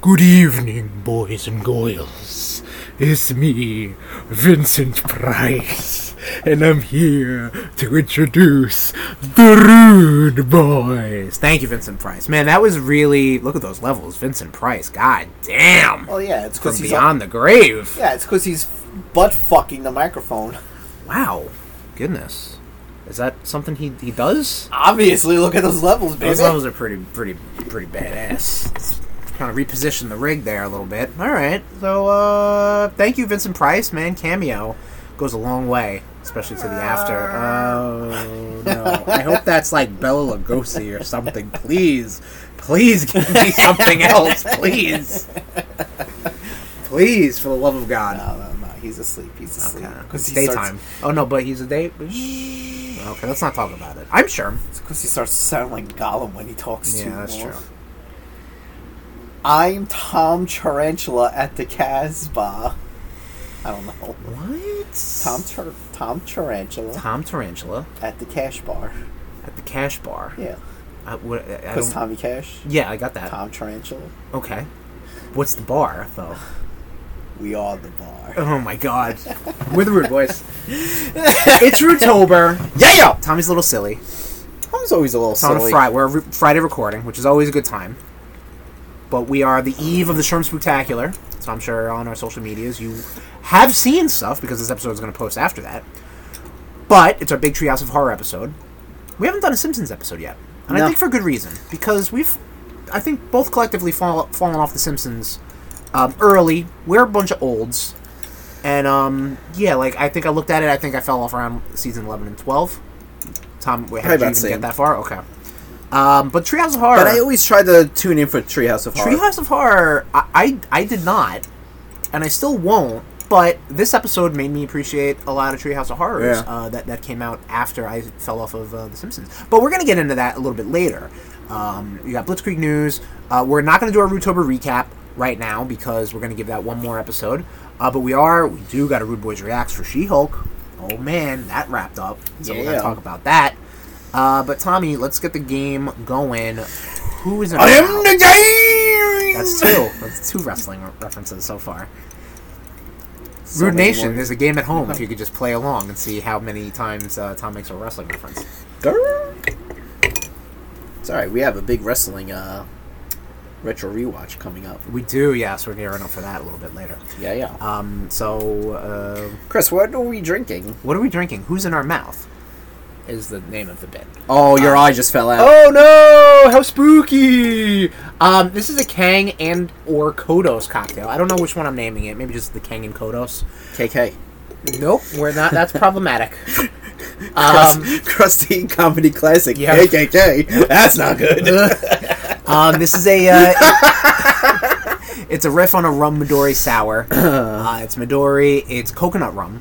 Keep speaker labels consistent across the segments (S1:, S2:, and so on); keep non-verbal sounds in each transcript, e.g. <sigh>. S1: Good evening, boys and girls. It's me, Vincent Price, and I'm here to introduce the Rude Boys. Thank you, Vincent Price. Man, that was really. Look at those levels, Vincent Price. God damn!
S2: Well, Oh, yeah, it's because
S1: From
S2: he's
S1: beyond the grave.
S2: yeah, it's because he's butt fucking the microphone. <laughs>
S1: Wow. Goodness. Is that something he, he does?
S2: Obviously, look at those levels, baby.
S1: Those levels are pretty, pretty, pretty badass. Kind of reposition the rig there a little bit. All right, so uh, thank you, Vincent Price, man. Cameo goes a long way, especially to the after.
S2: Uh,
S1: Oh no! I hope that's like Bella Lugosi or something. Please, please give
S2: <laughs>
S1: me something else, please, please, for the love of God.
S2: No, no, no. He's asleep. He's asleep.
S1: It's
S2: Uh, he
S1: daytime. Oh no, but he's a day. Okay, let's not talk about it. I'm sure.
S2: Because he starts to sound like Gollum when he talks to
S1: Yeah, that's
S2: Morph.
S1: true.
S2: I'm Tom Tarantula at the Casbah. I don't know.
S1: What?
S2: Tom Tar- Tom Tarantula
S1: Tom Tarantula
S2: at the Cash Bar.
S1: at the cash bar.
S2: Yeah,
S1: I, what, I I
S2: because
S1: don't,
S2: Tommy Cash.
S1: yeah, I got that.
S2: Tom Tarantula.
S1: Okay. What's the bar, though?
S2: We are the bar.
S1: Oh my god. With a rude voice. it's Rootober. Yeah! Tommy's a little silly.
S2: I was always a little
S1: It's on a Friday. We're a re- Friday recording, which is always a good time. But we are the eve of the Sherm Spectacular. So I'm sure on our social medias you have seen stuff because this episode is going to post after that. But it's our Big Treehouse of Horror episode. We haven't done a Simpsons episode yet. And I
S2: No.
S1: think for good reason. Because we've, I think, both collectively fall, fallen off The Simpsons um, early. We're a bunch of olds. And um, yeah, like I think I looked at it. I think I fell off around season eleven and twelve. Tom, wait, how did
S3: Probably
S1: you
S3: about
S1: even
S3: same.
S1: get that far? Okay. Um, but Treehouse of Horror.
S3: But I always try to tune in for Treehouse of Horror.
S1: Treehouse of Horror. I, I I did not, and I still won't. But this episode made me appreciate a lot of Treehouse of Horrors
S3: Yeah.
S1: uh, that that came out after I fell off of uh, The Simpsons. But we're gonna get into that a little bit later. Um, we got Blitzkrieg news. Uh, we're not gonna do our Rootober recap right now because we're gonna give that one more episode. Uh, but we are we do got a Rude Boys reacts for She Hulk. Oh man, that wrapped up. So we're gonna
S2: Yeah.
S1: talk about that. Uh, but Tommy, let's get the game going. Who is in
S3: I
S1: round?
S3: am the
S1: <laughs>
S3: game.
S1: That's two. That's two wrestling re- references so far.
S2: So
S1: Rude
S2: many
S1: Nation.
S2: more.
S1: There's a game at home if you could just play along and see how many times uh, Tom makes a wrestling reference.
S3: Sorry, we have a big wrestling uh, retro rewatch coming up.
S1: We do, yes. We're gearing up for that a little bit later.
S3: Yeah, yeah.
S1: Um, so, uh,
S3: Chris, what are we drinking?
S1: what are we drinking? Who's in our mouth? Is the name of the bit.
S3: Oh, your eye just fell out.
S1: Oh no! How spooky! Um, this is a Kang and or Kodos cocktail. I don't know which one I'm naming it. Maybe just the Kang and Kodos.
S3: KK.
S1: Nope, we're not. <laughs> That's problematic.
S3: Crust,
S1: Um,
S3: <laughs> crusty comedy classic.
S1: Yeah.
S3: KKK. That's
S1: <laughs>
S3: not good.
S1: Um, this is a. Uh, <laughs> it's a riff on a rum Midori sour. Uh, it's Midori. It's coconut rum.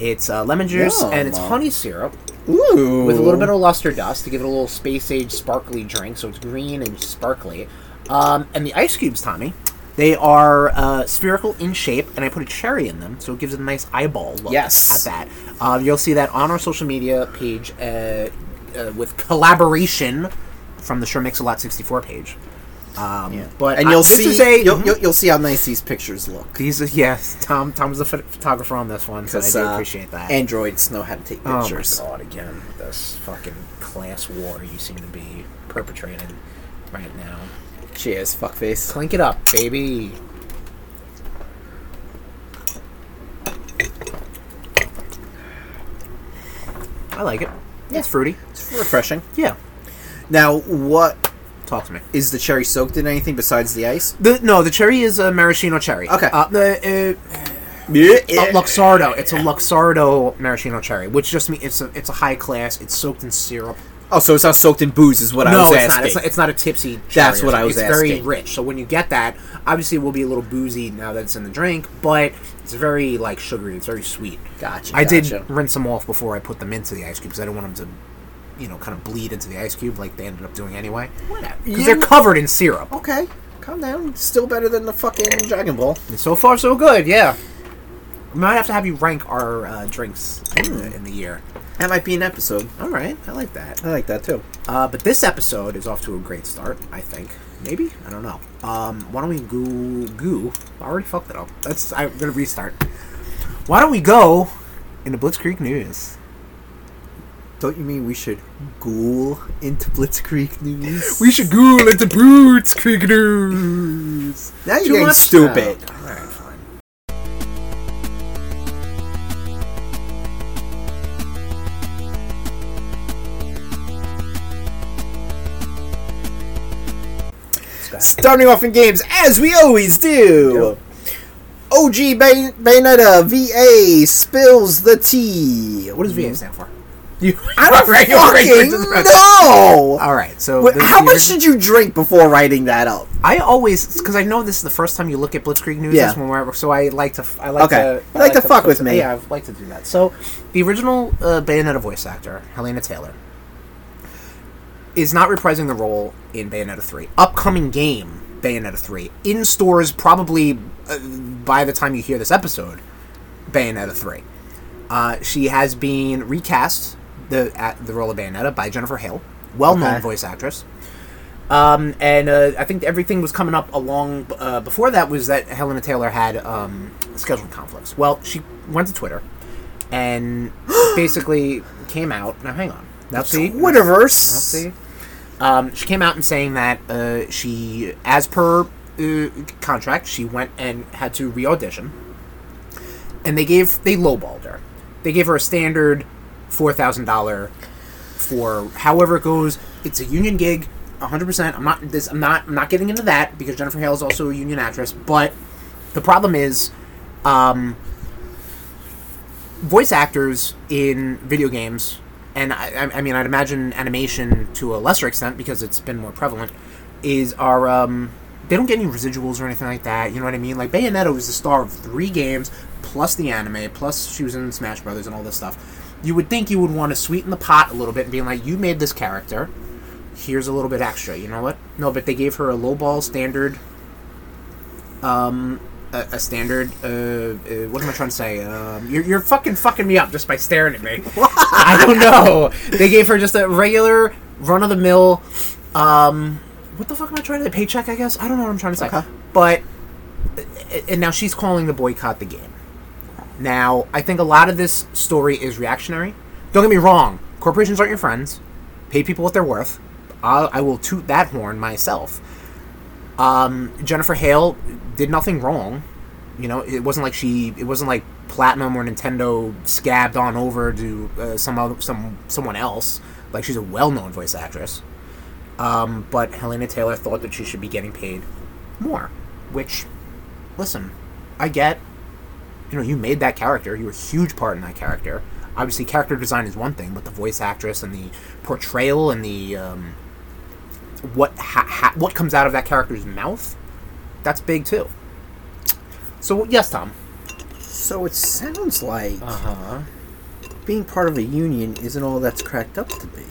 S1: It's uh, lemon juice and it's
S3: Yum.
S1: honey syrup
S3: Ooh.
S1: with a little bit of luster dust to give it a little space age sparkly drink. So it's green and sparkly. Um, and the ice cubes, Tommy, they are uh, spherical in shape, and I put a cherry in them, so it gives it a nice eyeball look
S3: Yes.
S1: at that. Uh, you'll see that on our social media page uh, uh, with collaboration from the Sure Mix a Lot 64 page. Um, But
S3: and
S1: I-
S3: you'll
S1: this
S3: see.
S1: is a
S3: you'll, you'll, you'll see how nice these pictures look.
S1: these is- mm-hmm. yes, Tom Tom's the ph- photographer on this one, so I
S3: 'Cause,
S1: do
S3: uh,
S1: appreciate that.
S3: Androids know how to take pictures.
S1: Oh my god, again, this fucking class war you seem to be perpetrating right now.
S3: Cheers, fuckface.
S1: Clink it up, baby. I like it. It's fruity.
S3: It's refreshing.
S1: Yeah.
S3: Now, what
S1: Talk to me.
S3: is the cherry soaked in anything besides the ice?
S1: The, no, the cherry is a maraschino cherry.
S3: Okay.
S1: Uh, the, uh,
S3: Oh,
S1: Uh, Luxardo. It's a Luxardo maraschino cherry, which just means it's a it's a high class. It's soaked in syrup.
S3: Oh, so it's not soaked in booze, is what I
S1: no,
S3: was
S1: it's
S3: asking.
S1: not. It's not. It's not a tipsy. Cherry
S3: That's
S1: or
S3: what I
S1: something.
S3: was
S1: it's very
S3: asking.
S1: rich. So when you get that, obviously it will be a little boozy now that it's in the drink, but it's very like sugary. It's very sweet.
S3: Gotcha,
S1: I
S3: gotcha.
S1: did rinse them off before I put them into the ice cube because I don't want them to, you know, kind of bleed into the ice cube like they ended up doing anyway. Because they're
S3: Yeah.
S1: covered in syrup.
S3: okay, calm down. Still better than the fucking Dragon Ball.
S1: So far, so good. Yeah. We might have to have you rank our uh, drinks in the, in the year.
S3: That might be an episode.
S1: All Hmm. right, I like that.
S3: I like that too.
S1: Uh, but this episode is off to a great start, I think. Maybe I don't know. Um, why don't we go? Goo. I already fucked it up. That's I'm gonna restart. Why don't we go into Blitzkrieg news?
S2: Don't you mean we should ghoul into Blitzkrieg news?
S1: We should go into Blitzkrieg news.
S2: Now you're
S3: Too
S2: getting
S3: much
S2: stupid.
S3: now. All right, fine. Starting off in games as we always do. OG Bay- Bayonetta VA spills the tea.
S1: What does VA stand for?
S3: I don't
S1: Mm-hmm. <laughs> Right, you're right,
S3: fucking
S1: you're <laughs> right.
S3: know.
S1: All right. So
S3: Wait,
S1: this is
S3: How
S1: the
S3: much
S1: original-
S3: did you drink before writing that up?
S1: I always because I know this is the first time you look at Blitzkrieg news
S3: Yeah.
S1: when we're at work, so I like to I like
S3: Okay.
S1: to
S3: You like to fuck with me.
S1: Yeah, I like to do that. So the original uh, Bayonetta voice actor Helena Taylor is not reprising the role in Bayonetta three. Upcoming game Bayonetta three in stores probably uh, by the time you hear this episode. Bayonetta three. Uh, she has been recast the at the role of Bayonetta by Jennifer Hale, well known
S3: Okay.
S1: voice actress. Um, and uh, I think everything was coming up along uh, before that was that Helena Taylor had um, scheduling conflicts. Well, she went to Twitter and <gasps> basically came out. Now, hang on. Now, see, Now,
S3: Twitterverse.
S1: see. Um, she came out and saying that uh, she, as per uh, contract, she went and had to re-audition, and they gave they lowballed her. They gave her a standard four thousand dollar for however it goes. It's a union gig, hundred percent. I'm not this. I'm not. I'm not getting into that because Jennifer Hale is also a union actress. But the problem is, um, voice actors in video games, and I, I- I mean, I'd imagine animation to a lesser extent because it's been more prevalent, is are um, they don't get any residuals or anything like that. You know what I mean? Like Bayonetta was the star of three games plus the anime plus she was in Smash Brothers and all this stuff. You would think you would want to sweeten the pot a little bit and being like, you made this character. Here's a little bit extra. You know what? No, but they gave her a lowball standard. Um, a, a standard. Uh, uh, what am I trying to say? Um, you're, you're fucking fucking me up just by staring at me. I don't know. They gave her just a regular run of the mill. Um, what the fuck am I trying to say? Paycheck, I guess. I don't know what I'm trying to say.
S2: Okay.
S1: But uh, and now she's calling to boycott the game. Now, I think a lot of this story is reactionary. Don't get me wrong, corporations aren't your friends. Pay people what they're worth. I'll, I will toot that horn myself. Um, Jennifer Hale did nothing wrong. You know, it wasn't like she, it wasn't like Platinum or Nintendo scabbed on over to uh, some other, some someone else. Like she's a well-known voice actress. Um, but Helena Taylor thought that she should be getting paid more, which listen, I get, you know, you made that character. You were a huge part in that character. Obviously, character design is one thing, but the voice actress and the portrayal and the um, what ha- ha- what comes out of that character's mouth, that's big too. So yes, Tom.
S3: So it sounds like
S1: Uh-huh.
S2: huh.
S3: being part of a union isn't all that's cracked up to be.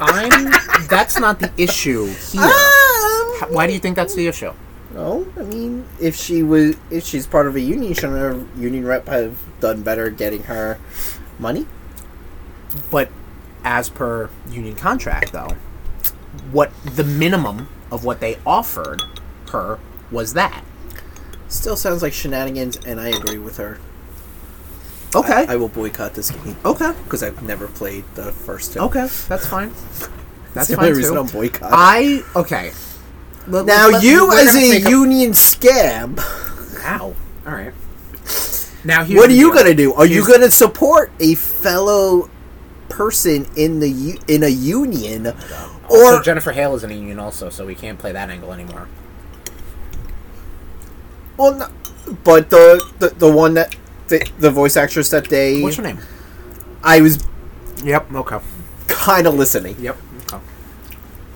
S1: I'm. that's not the issue here.
S3: Um,
S1: Why do you think that's the issue?
S3: No, I mean, if she was, if she's part of a union, shouldn't her union rep have done better getting her money?
S1: But as per union contract, though, what the minimum of what they offered her was that.
S3: Still sounds like shenanigans, and I agree with her.
S1: Okay.
S3: I will boycott this game
S1: okay.
S3: because I've never played the first two.
S1: Okay, that's fine. That's
S3: the
S1: fine
S3: only reason
S1: too.
S3: I'm boycotting.
S1: I okay. Let-
S3: now
S1: let-
S3: you,
S1: we're
S3: as
S1: gonna
S3: a
S1: take
S3: union scab,
S1: ow. All right. Now here's
S3: what are
S1: the
S3: you
S1: deal.
S3: gonna do? Are you
S1: Here's-
S3: gonna support a fellow person in the u- in a union,
S1: Also,
S3: or
S1: Jennifer Hale is in a union also, so we can't play that angle anymore.
S3: well, no, but the, the the one that the, the voice actress that they
S1: What's her name?
S3: I was
S1: Yep. Okay.
S3: kind of listening.
S1: Yep. Okay.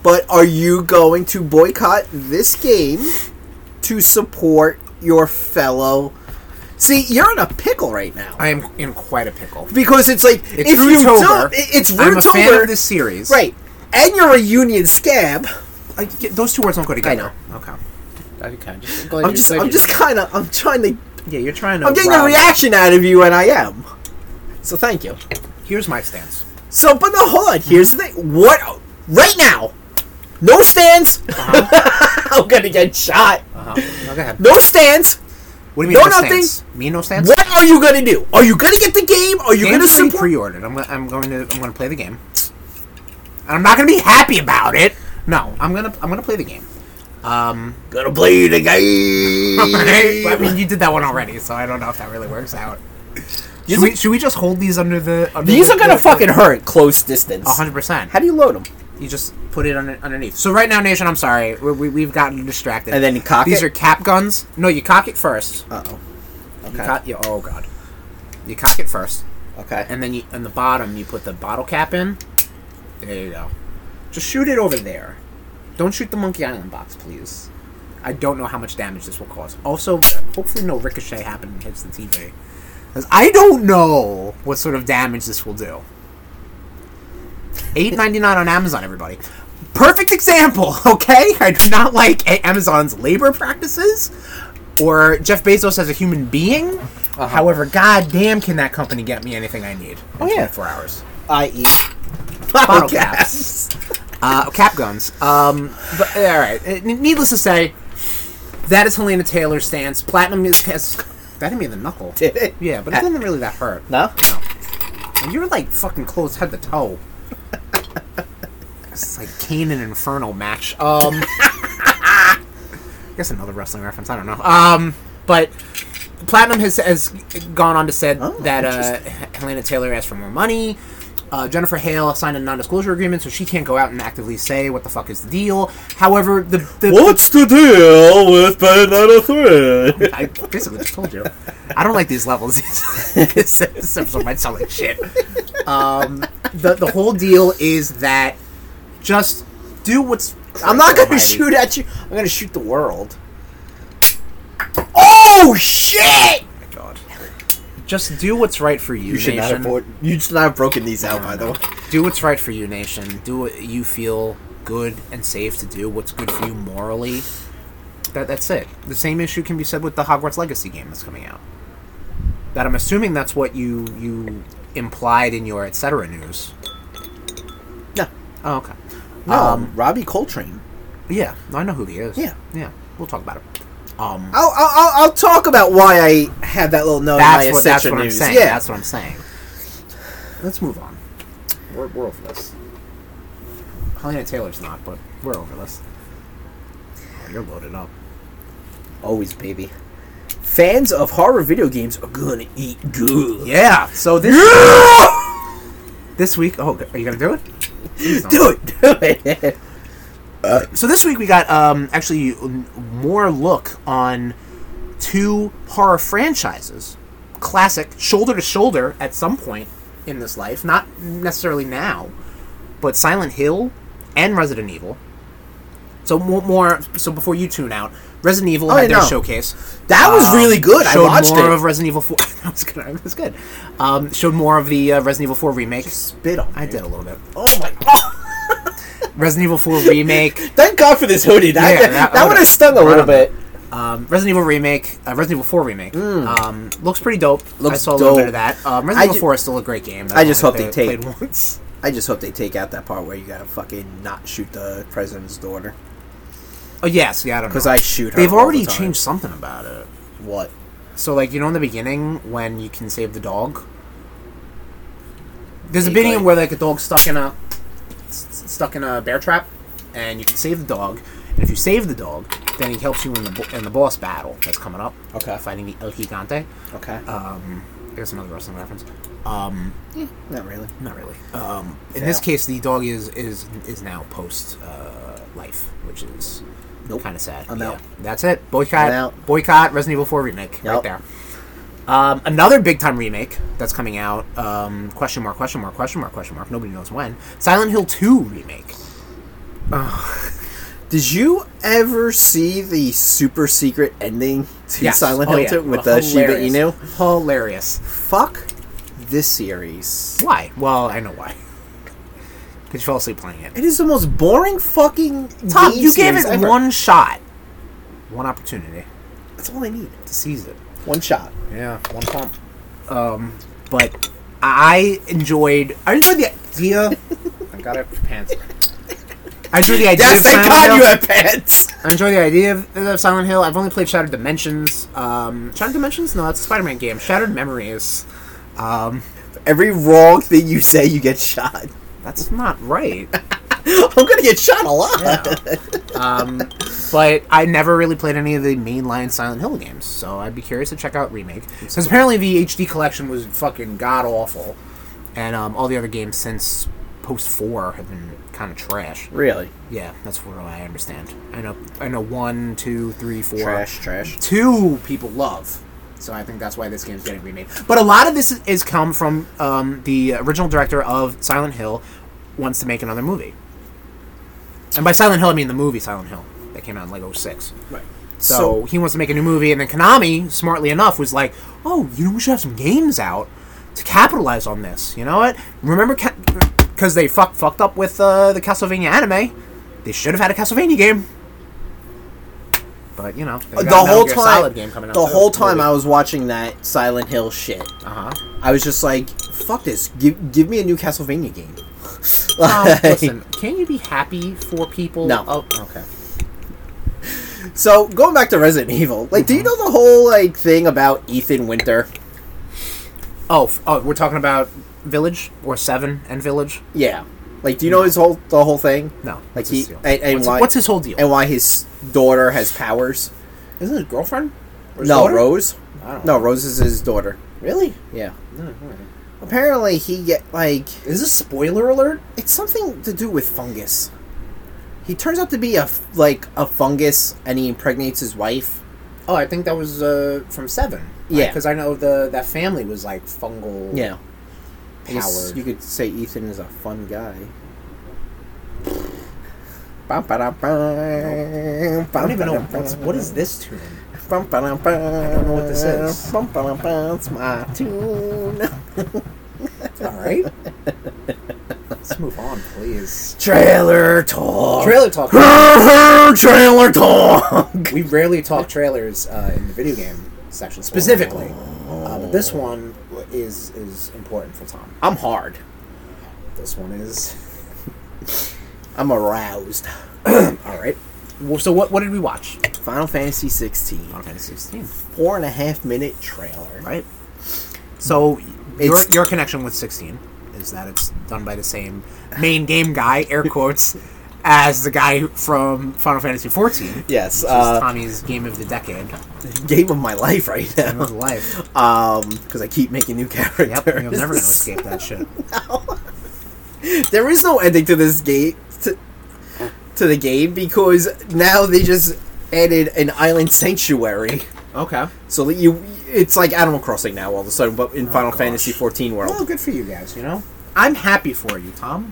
S3: But are you going to boycott this game to support your fellow? See, you're in a pickle right now
S1: I am in quite a pickle.
S3: because it's like
S1: It's
S3: if you
S1: Rootober.
S3: don't, it- it's
S1: I'm a fan
S3: Rootober,
S1: of this series.
S3: right? And you're a union scab.
S1: I, yeah, those two words don't go together.
S3: know.
S1: Okay.
S3: I'm just, I'm just kind of, I'm trying to,
S1: <laughs> Yeah, you're trying to.
S3: I'm getting a
S1: rile-
S3: reaction out of you, and I am. So thank you.
S1: Here's my stance.
S3: So, but no, hold on. Here's the thing. What right now? No stands. <laughs> I'm gonna get shot.
S1: Uh-huh. No, go ahead.
S3: No stands.
S1: What do you mean?
S3: No,
S1: No,
S3: nothing.
S1: Stance? Me no stance.
S3: What are you gonna do? Are you gonna get the game? Are you
S1: Game's
S3: gonna
S1: already
S3: support?
S1: pre-ordered. I'm, go- I'm going to I'm going to play the game. And I'm not going to be happy about it. No, I'm gonna I'm gonna play the game. <laughs> Um,
S3: gonna play the game.
S1: I
S3: <laughs>
S1: mean, you did that one already, so I don't know if that really works out. Should we, should we just hold these under the? Under
S3: These
S1: the-
S3: are gonna
S1: the-
S3: fucking hurt close distance.
S1: A hundred percent.
S3: How do you load them?
S1: You just put it under, underneath. So right now, Nation, I'm sorry, we, we, we've gotten distracted.
S3: And then you cock
S1: these
S3: it?
S1: are cap guns. No, you cock it first.
S3: Uh oh.
S1: You
S3: Okay.
S1: cock- you- oh god. You cock it first,
S3: Okay.
S1: and then you in the bottom you put the bottle cap in. There you go. Just shoot it over there. Don't shoot the Monkey Island box, please. I don't know how much damage this will cause. Also, hopefully no ricochet happens and hits the TV. 'Cause I don't know what sort of damage this will do. Eight ninety nine on Amazon, everybody. Perfect example, <laughs> okay? I do not like A- Amazon's labor practices or Jeff Bezos as a human being. However, goddamn, can that company get me anything I need in
S3: Uh-huh. Oh, yeah.
S1: 24 hours?
S3: <laughs> I.e. <laughs>
S1: Bottle caps. uh, cap guns. Um, but all right. Uh, n- Needless to say, that is Helena Taylor's stance. Platinum is has, that hit me in the knuckle.
S3: Did <laughs> it?
S1: Yeah, but it didn't really that hurt.
S3: Uh, No.
S1: And you're like fucking close head to toe. it's like Kane and Inferno match. Um, I guess another wrestling reference. I don't know. Um, but Platinum has has gone on to said
S3: Oh,
S1: that uh, H- Helena Taylor asked for more money. Uh, Jennifer Hale signed a non-disclosure agreement, so she can't go out and actively say what the fuck is the deal. However, the, the
S2: What's the deal with Bayonetta 3?
S1: I basically just told you. I don't like these levels. <laughs> this episode might sound like shit. Um, the the whole deal is that just do what's.
S3: I'm not gonna
S1: Almighty.
S3: shoot at you. I'm gonna shoot the world. Oh shit!
S1: Oh my God. Just do what's right for you.
S3: You should not have
S1: nation.
S3: bought, you should not have broken these out, by the way.
S1: do what's right for you, nation. Do what you feel good and safe to do. What's good for you morally. That that's it. The same issue can be said with the Hogwarts Legacy game that's coming out. That I'm assuming that's what you you implied in your etc. news.
S3: No,
S1: Oh, okay.
S3: no. Um, Robbie Coltrane.
S1: Yeah, I know who he is.
S3: Yeah.
S1: yeah. We'll talk about it. Um,
S3: I'll, I'll, I'll, I'll talk about why I had that little note in
S1: that's
S3: my
S1: what that's
S3: Essentia
S1: what I'm
S3: news.
S1: saying.
S3: Yeah,
S1: that's what I'm saying. Let's move on. We're, we're over this. Helena Taylor's not, but we're over this. Oh, you're loaded up.
S3: always, baby. Fans of horror video games are gonna eat good. <laughs>
S1: Yeah. So this this week, oh, are you gonna do it? Please don't.
S3: do it, do it.
S1: So this week we got um, actually more look on two horror franchises, classic shoulder to shoulder at some point in this life, not necessarily now, but Silent Hill and Resident Evil. So more, more so before you tune out, Resident Evil
S3: Oh, I
S1: had their
S3: know.
S1: showcase.
S3: That was
S1: Um,
S3: really good. I
S1: Showed
S3: watched
S1: more
S3: it.
S1: of Resident Evil Four. <laughs> that was good. That was good. Um, showed more of the uh, Resident Evil Four remake.
S3: Spit on.
S1: I
S3: me.
S1: did a little bit.
S3: Oh my god!
S1: Resident Evil Four
S3: <laughs>
S1: remake.
S3: Thank God for this hoodie. That,
S1: Yeah,
S3: <laughs> that,
S1: that-
S3: would have stung a
S1: Right
S3: little
S1: on that.
S3: bit.
S1: Um, Resident Evil remake, uh, Resident Evil Four remake, um, looks pretty dope. I
S3: Mm. Looks
S1: saw a little
S3: dope.
S1: bit of that. Um, Resident
S3: I
S1: Evil
S3: ju-
S1: Four is still a great game.
S3: I just
S1: only
S3: hope
S1: play-
S3: they take-
S1: played
S3: <laughs>
S1: once.
S3: I just hope they take out that part where you gotta fucking not shoot the president's daughter
S1: Oh yes, yeah, I don't know.
S3: because I shoot her.
S1: They've
S3: all the
S1: already
S3: time.
S1: changed something about it.
S3: what?
S1: So like you know in the beginning when you can save the dog, there's a
S3: Hey,
S1: video
S3: buddy.
S1: where like a dog's stuck in a s- stuck in a bear trap, and you can save the dog. And if you save the dog, then he helps you in the bo- in the boss battle that's coming up.
S3: Okay.
S1: fighting the El Gigante.
S3: Okay,
S1: Um, there's another wrestling reference. Um.
S3: not really.
S1: Not really. Um, in this
S3: Fail.
S1: case, the dog is is is now post uh, life, which is
S3: Nope.
S1: kind of sad.
S3: I'm out.
S1: That's it. Boycott.
S3: I'm out.
S1: Boycott. Resident Evil Four remake.
S3: Yep.
S1: Right there. Um, another big time remake that's coming out. Um, question mark. Question mark. Question mark. Question mark. Nobody knows when. Silent Hill Two remake.
S3: Did you ever see the super secret ending to
S1: Yes.
S3: Silent
S1: Oh,
S3: Hill
S1: yeah.
S3: 2 with the Shiba
S1: Hilarious.
S3: Inu?
S1: Hilarious.
S3: Fuck this series.
S1: Why? Well, I know why. <laughs> Because you fell asleep playing it.
S3: It is the most boring fucking.
S1: Tom,
S3: game
S1: you gave
S3: series
S1: it
S3: ever.
S1: one shot, one opportunity
S3: That's all I need.
S1: to seize it.
S3: One shot.
S1: Yeah, one pump. Um, but I enjoyed. I enjoyed the idea. I got it pants. I enjoy the idea.
S3: Yes,
S1: of
S3: thank
S1: Silent
S3: God
S1: Hill.
S3: you have pants.
S1: I enjoy the idea of, of Silent Hill. I've only played Shattered Dimensions. Um, Shattered Dimensions? No, that's a Spider-Man game. Shattered Memories. Um,
S3: Every wrong thing you say, you get shot.
S1: that's not right.
S3: <laughs> I'm gonna get shot a lot.
S1: Um, but I never really played any of the mainline Silent Hill games, so I'd be curious to check out remake. Because apparently the HD collection was fucking god awful, and um, all the other games since post four have been kind of trash.
S3: Really?
S1: Yeah, that's what I understand. I know, I know one, two, three, four.
S3: Trash, trash.
S1: two people love. So I think that's why this game's getting remade. But a lot of this is- is come from um, the original director of Silent Hill wants to make another movie. And by Silent Hill, I mean the movie Silent Hill that came out in like 06.
S3: Right.
S1: So,
S3: So-
S1: he wants to make a new movie, and then Konami, smartly enough, was like, "Oh, you know, we should have some games out to capitalize on this." You know what? Remember, because they fuck, fucked up with uh, the Castlevania anime, they should have had a Castlevania game. But you know,
S3: The whole time,
S1: Solid game coming out
S3: the whole time I was watching that Silent Hill shit,
S1: Uh
S3: <laughs>
S1: huh.
S3: I was just like, "Fuck this! Give give me a new Castlevania game."
S1: Um,
S3: <laughs> Like-
S1: listen, can you be happy for people?
S3: No.
S1: Oh, okay.
S3: So going back to Resident Evil, like,
S1: Mm-hmm.
S3: do you know the whole like thing about Ethan Winter?
S1: Oh, f- oh, we're talking about Village or Seven and Village.
S3: Yeah, like, do you know his whole the whole thing?
S1: No,
S3: Like
S1: what's
S3: he
S1: his deal?
S3: and, and
S1: what's,
S3: why
S1: what's his whole deal?
S3: and why his daughter has powers?
S1: Isn't his girlfriend? Or his
S3: no,
S1: daughter?
S3: Rose.
S1: I don't
S3: No, Rose is his daughter.
S1: Really?
S3: Yeah. Apparently, he get like
S1: Is this spoiler alert?
S3: it's something to do with fungus. He turns out to be a f- like a fungus, and he impregnates his wife.
S1: Oh, I think that was uh, from Seven. right?
S3: Yeah.
S1: because I know the that family was like fungal.
S3: Yeah, I guess
S1: powered.
S3: You could say Ethan is a fun guy. Bum, ba-dum, bum,
S1: I don't even know
S3: bum,
S1: what's,
S3: bum,
S1: what is this tune.
S3: bum, ba-dum, bum. I
S1: know what this is.
S3: Bum, ba-dum, bum, it's my tune.
S1: All right, let's move on, please.
S3: Trailer talk.
S1: Trailer talk.
S3: Trailer <laughs> talk.
S1: we rarely talk trailers uh, in the video game section specifically, uh, but this one is is important for Tom.
S3: I'm hard.
S1: This one is
S3: I'm aroused.
S1: all right. Well, so what what did we watch?
S3: Final Fantasy 16.
S1: Final Fantasy 16.
S3: Four and a half minute trailer.
S1: right? So your,
S3: It's-
S1: your connection with 16 is that it's done by the same main game guy, air
S3: <laughs>
S1: quotes, as the guy who- from Final Fantasy 14.
S3: Yes.
S1: Which is
S3: Uh,
S1: Tommy's game of the decade,
S3: game of my life right
S1: game of
S3: <laughs> now.
S1: life.
S3: Um, because I keep making new characters.
S1: Yep, you're never gonna escape that shit.
S3: <laughs> there is no ending to this game to, to the game because now they just added an island sanctuary.
S1: Okay.
S3: So that you, it's like Animal Crossing now all of a sudden, but in Final
S1: Oh, gosh.
S3: Fantasy 14 world.
S1: Well, good for you guys. You know, I'm happy for you, Tom.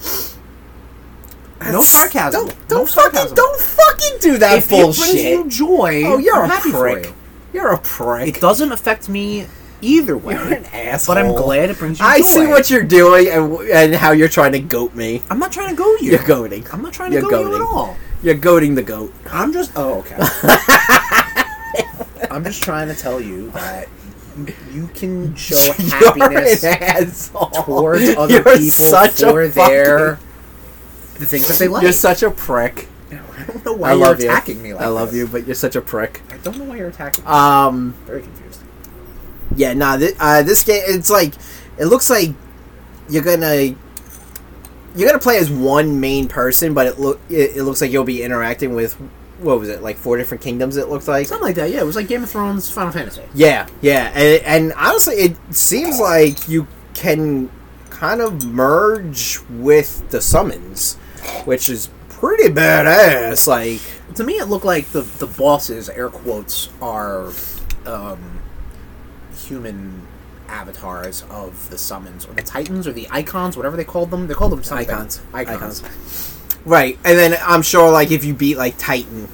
S1: No
S3: That's-
S1: sarcasm.
S3: Don't,
S1: No
S3: don't fucking
S1: sarcasm.
S3: don't fucking do that
S1: If
S3: bullshit.
S1: it brings you joy,
S3: oh, you're
S1: I'm
S3: a
S1: happy
S3: prick.
S1: for you.
S3: you. are a prick.
S1: It doesn't affect me either way.
S3: You're an asshole.
S1: but I'm glad it brings you
S3: I
S1: joy.
S3: see what you're doing and w- and how you're trying to goat me.
S1: I'm not trying to go you.
S3: You're goading.
S1: I'm not trying to
S3: You're
S1: go you at
S3: goading.
S1: all.
S3: You're goading the goat.
S1: I'm just. Oh,
S3: <laughs>
S1: okay. I'm just trying to tell you that you can show
S3: <laughs>
S1: Oh, happiness
S3: You're an asshole.
S1: towards other
S3: You're
S1: people
S3: such a
S1: for their the things that they
S3: fucking-
S1: like.
S3: You're such a prick.
S1: I don't know why
S3: I love
S1: you're
S3: you.
S1: attacking me like
S3: I love
S1: this.
S3: you, but you're such a prick.
S1: I don't know why you're attacking. me.
S3: Um,
S1: I'm very confused.
S3: yeah, nah. Th- uh, this game, it's like, it looks like you're gonna you're gonna play as one main person, but it look it, it looks like you'll be interacting with what was it like four different kingdoms? It looked like.
S1: Something like that. Yeah, it was like Game of Thrones, Final Fantasy.
S3: Yeah, yeah, and, and honestly, it seems like you can kind of merge with the summons, which is pretty badass. Like,
S1: To me, it looked like the the bosses, air quotes, are um, human avatars of the summons or the titans or the icons, whatever they called them. They called them something.
S3: Icons.
S1: icons.
S3: Icons. right? And then I'm sure, like, if you beat like Titan,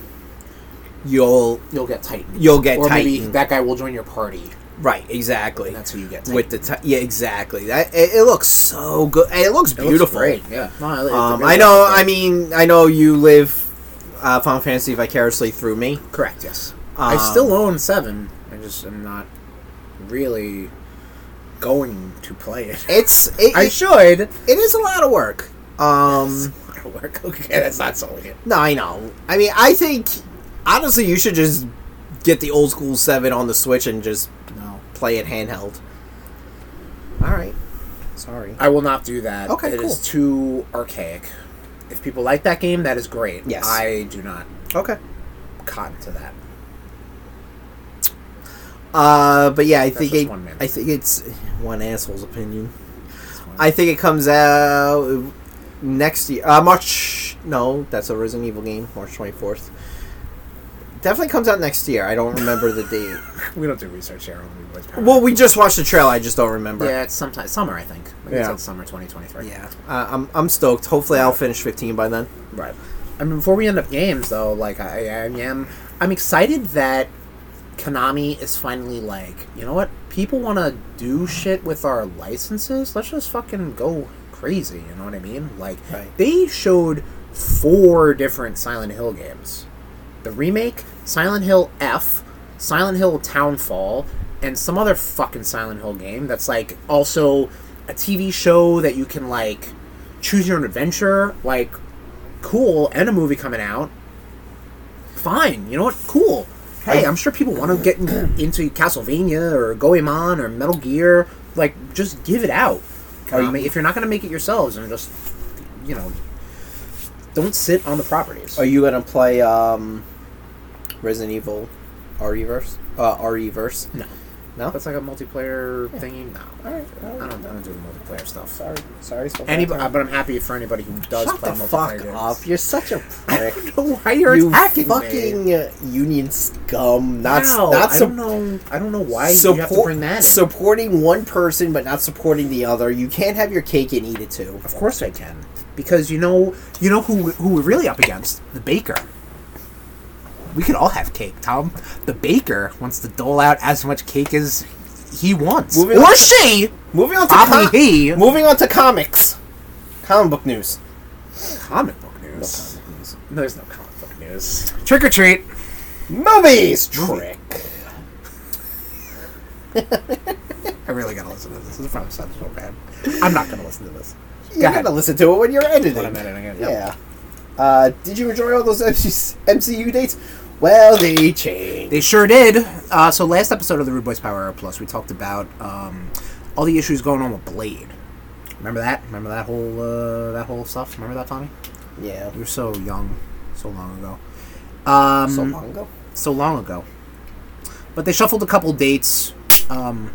S3: you'll
S1: You'll get titan.
S3: You'll get
S1: or Maybe
S3: Titan.
S1: that guy will join your party.
S3: right exactly
S1: And that's who you get. Titan.
S3: with the ti- yeah exactly. That it, it looks so good. And it looks
S1: It looks
S3: beautiful.
S1: great, Yeah. No, it- it
S3: Um,
S1: really
S3: I know.
S1: looks
S3: I
S1: great.
S3: mean, I know you live uh, Final Fantasy vicariously through me.
S1: correct. Yes. I
S3: Um,
S1: still own seven. I just am not really going to play it. <laughs>
S3: It's it,
S1: I
S3: it-
S1: should.
S3: it is a lot of work. Um,
S1: gonna work. Okay, that's not selling it.
S3: No, I know. I mean, I think honestly, you should just get the old school seven on the Switch and just
S1: No,
S3: play it handheld. All right. Sorry.
S1: I will not do that.
S3: Okay,
S1: It
S3: cool.
S1: is too archaic. If people like that game, that is great.
S3: Yes.
S1: I do not
S3: Okay.
S1: cotton to that. <laughs>
S3: Uh, but yeah, I think
S1: just
S3: it,
S1: one man.
S3: I think it's one asshole's opinion. I think it comes out next year. Uh, March. No, that's a Resident Evil game. March twenty fourth. Definitely comes out next year. I don't
S1: <laughs>
S3: remember the date.
S1: We don't do research here on Wii Boys Power.
S3: Well, we just watched the trailer. I just don't remember.
S1: yeah, it's sometime summer. I think. I think
S3: Yeah.
S1: It's like summer 2023.
S3: Yeah. Uh, I'm I'm stoked. Hopefully, I'll finish fifteen by then.
S1: Right. I mean, before we end up games, though, like I, I am, I'm excited that Konami is finally like, you know what? People want to do shit with our licenses. Let's just fucking go crazy. You know what I mean? Like
S3: Right.
S1: they showed four different Silent Hill games: the remake, Silent Hill F, Silent Hill Townfall, and some other fucking Silent Hill game that's like also a TV show that you can like choose your own adventure. Like cool and a movie coming out fine you know what cool hey i'm sure people want to get in, <clears throat> into castlevania or goemon or metal gear like just give it out Konami, if you're not going to make it yourselves and just you know don't sit on the properties
S3: Are you gonna play um, Resident Evil RE-verse? Uh, RE-verse?
S1: no
S3: No.
S1: that's like a multiplayer thingy no
S3: All right.
S1: I
S3: all right.
S1: don't, I don't do the multiplayer stuff
S3: Sorry. Sorry. it's my
S1: anybody,
S3: bad.
S1: but i'm happy for anybody who does
S3: Shut
S1: play
S3: the
S1: multiplayer
S3: fuck
S1: games.
S3: up! You're such <laughs> a
S1: i
S3: prick.
S1: don't know <laughs> why you're
S3: you
S1: attacking me.
S3: fucking uh union scum. Not s-
S1: Wow,
S3: not
S1: I don't
S3: sup-
S1: know. I don't know why you have to
S3: support-
S1: bring that. In.
S3: supporting one person but not supporting the other. You can't have your cake and eat it too.
S1: Of course I can, because you know, you know who who we're really up against the baker. We could all have cake, Tom. The baker wants to dole out as much cake as he wants,
S3: Moving
S1: or
S3: on-
S1: she.
S3: Moving on to
S1: Probably
S3: com-
S1: he.
S3: moving on to comics, comic book news.
S1: Comic book news. No, there's no comic book news. Trick or treat.
S3: Movies trick.
S1: I really gotta listen to this. This probably sounds so bad. I'm not gonna listen to this.
S3: You
S1: Go ahead.
S3: gotta listen to it when you're editing.
S1: When I'm editing it, yep.
S3: Yeah. Uh, did you enjoy all those MCU dates? Well, they changed.
S1: They sure did. Uh, so last episode of the Rude Boys Power Hour Plus, we talked about um, all the issues going on with Blade. Remember that? Remember that whole uh, that whole stuff? Remember that, Tommy?
S3: yeah.
S1: We were so young, so long ago. Um,
S3: So long ago.
S1: so long ago. But they shuffled a couple dates. Um,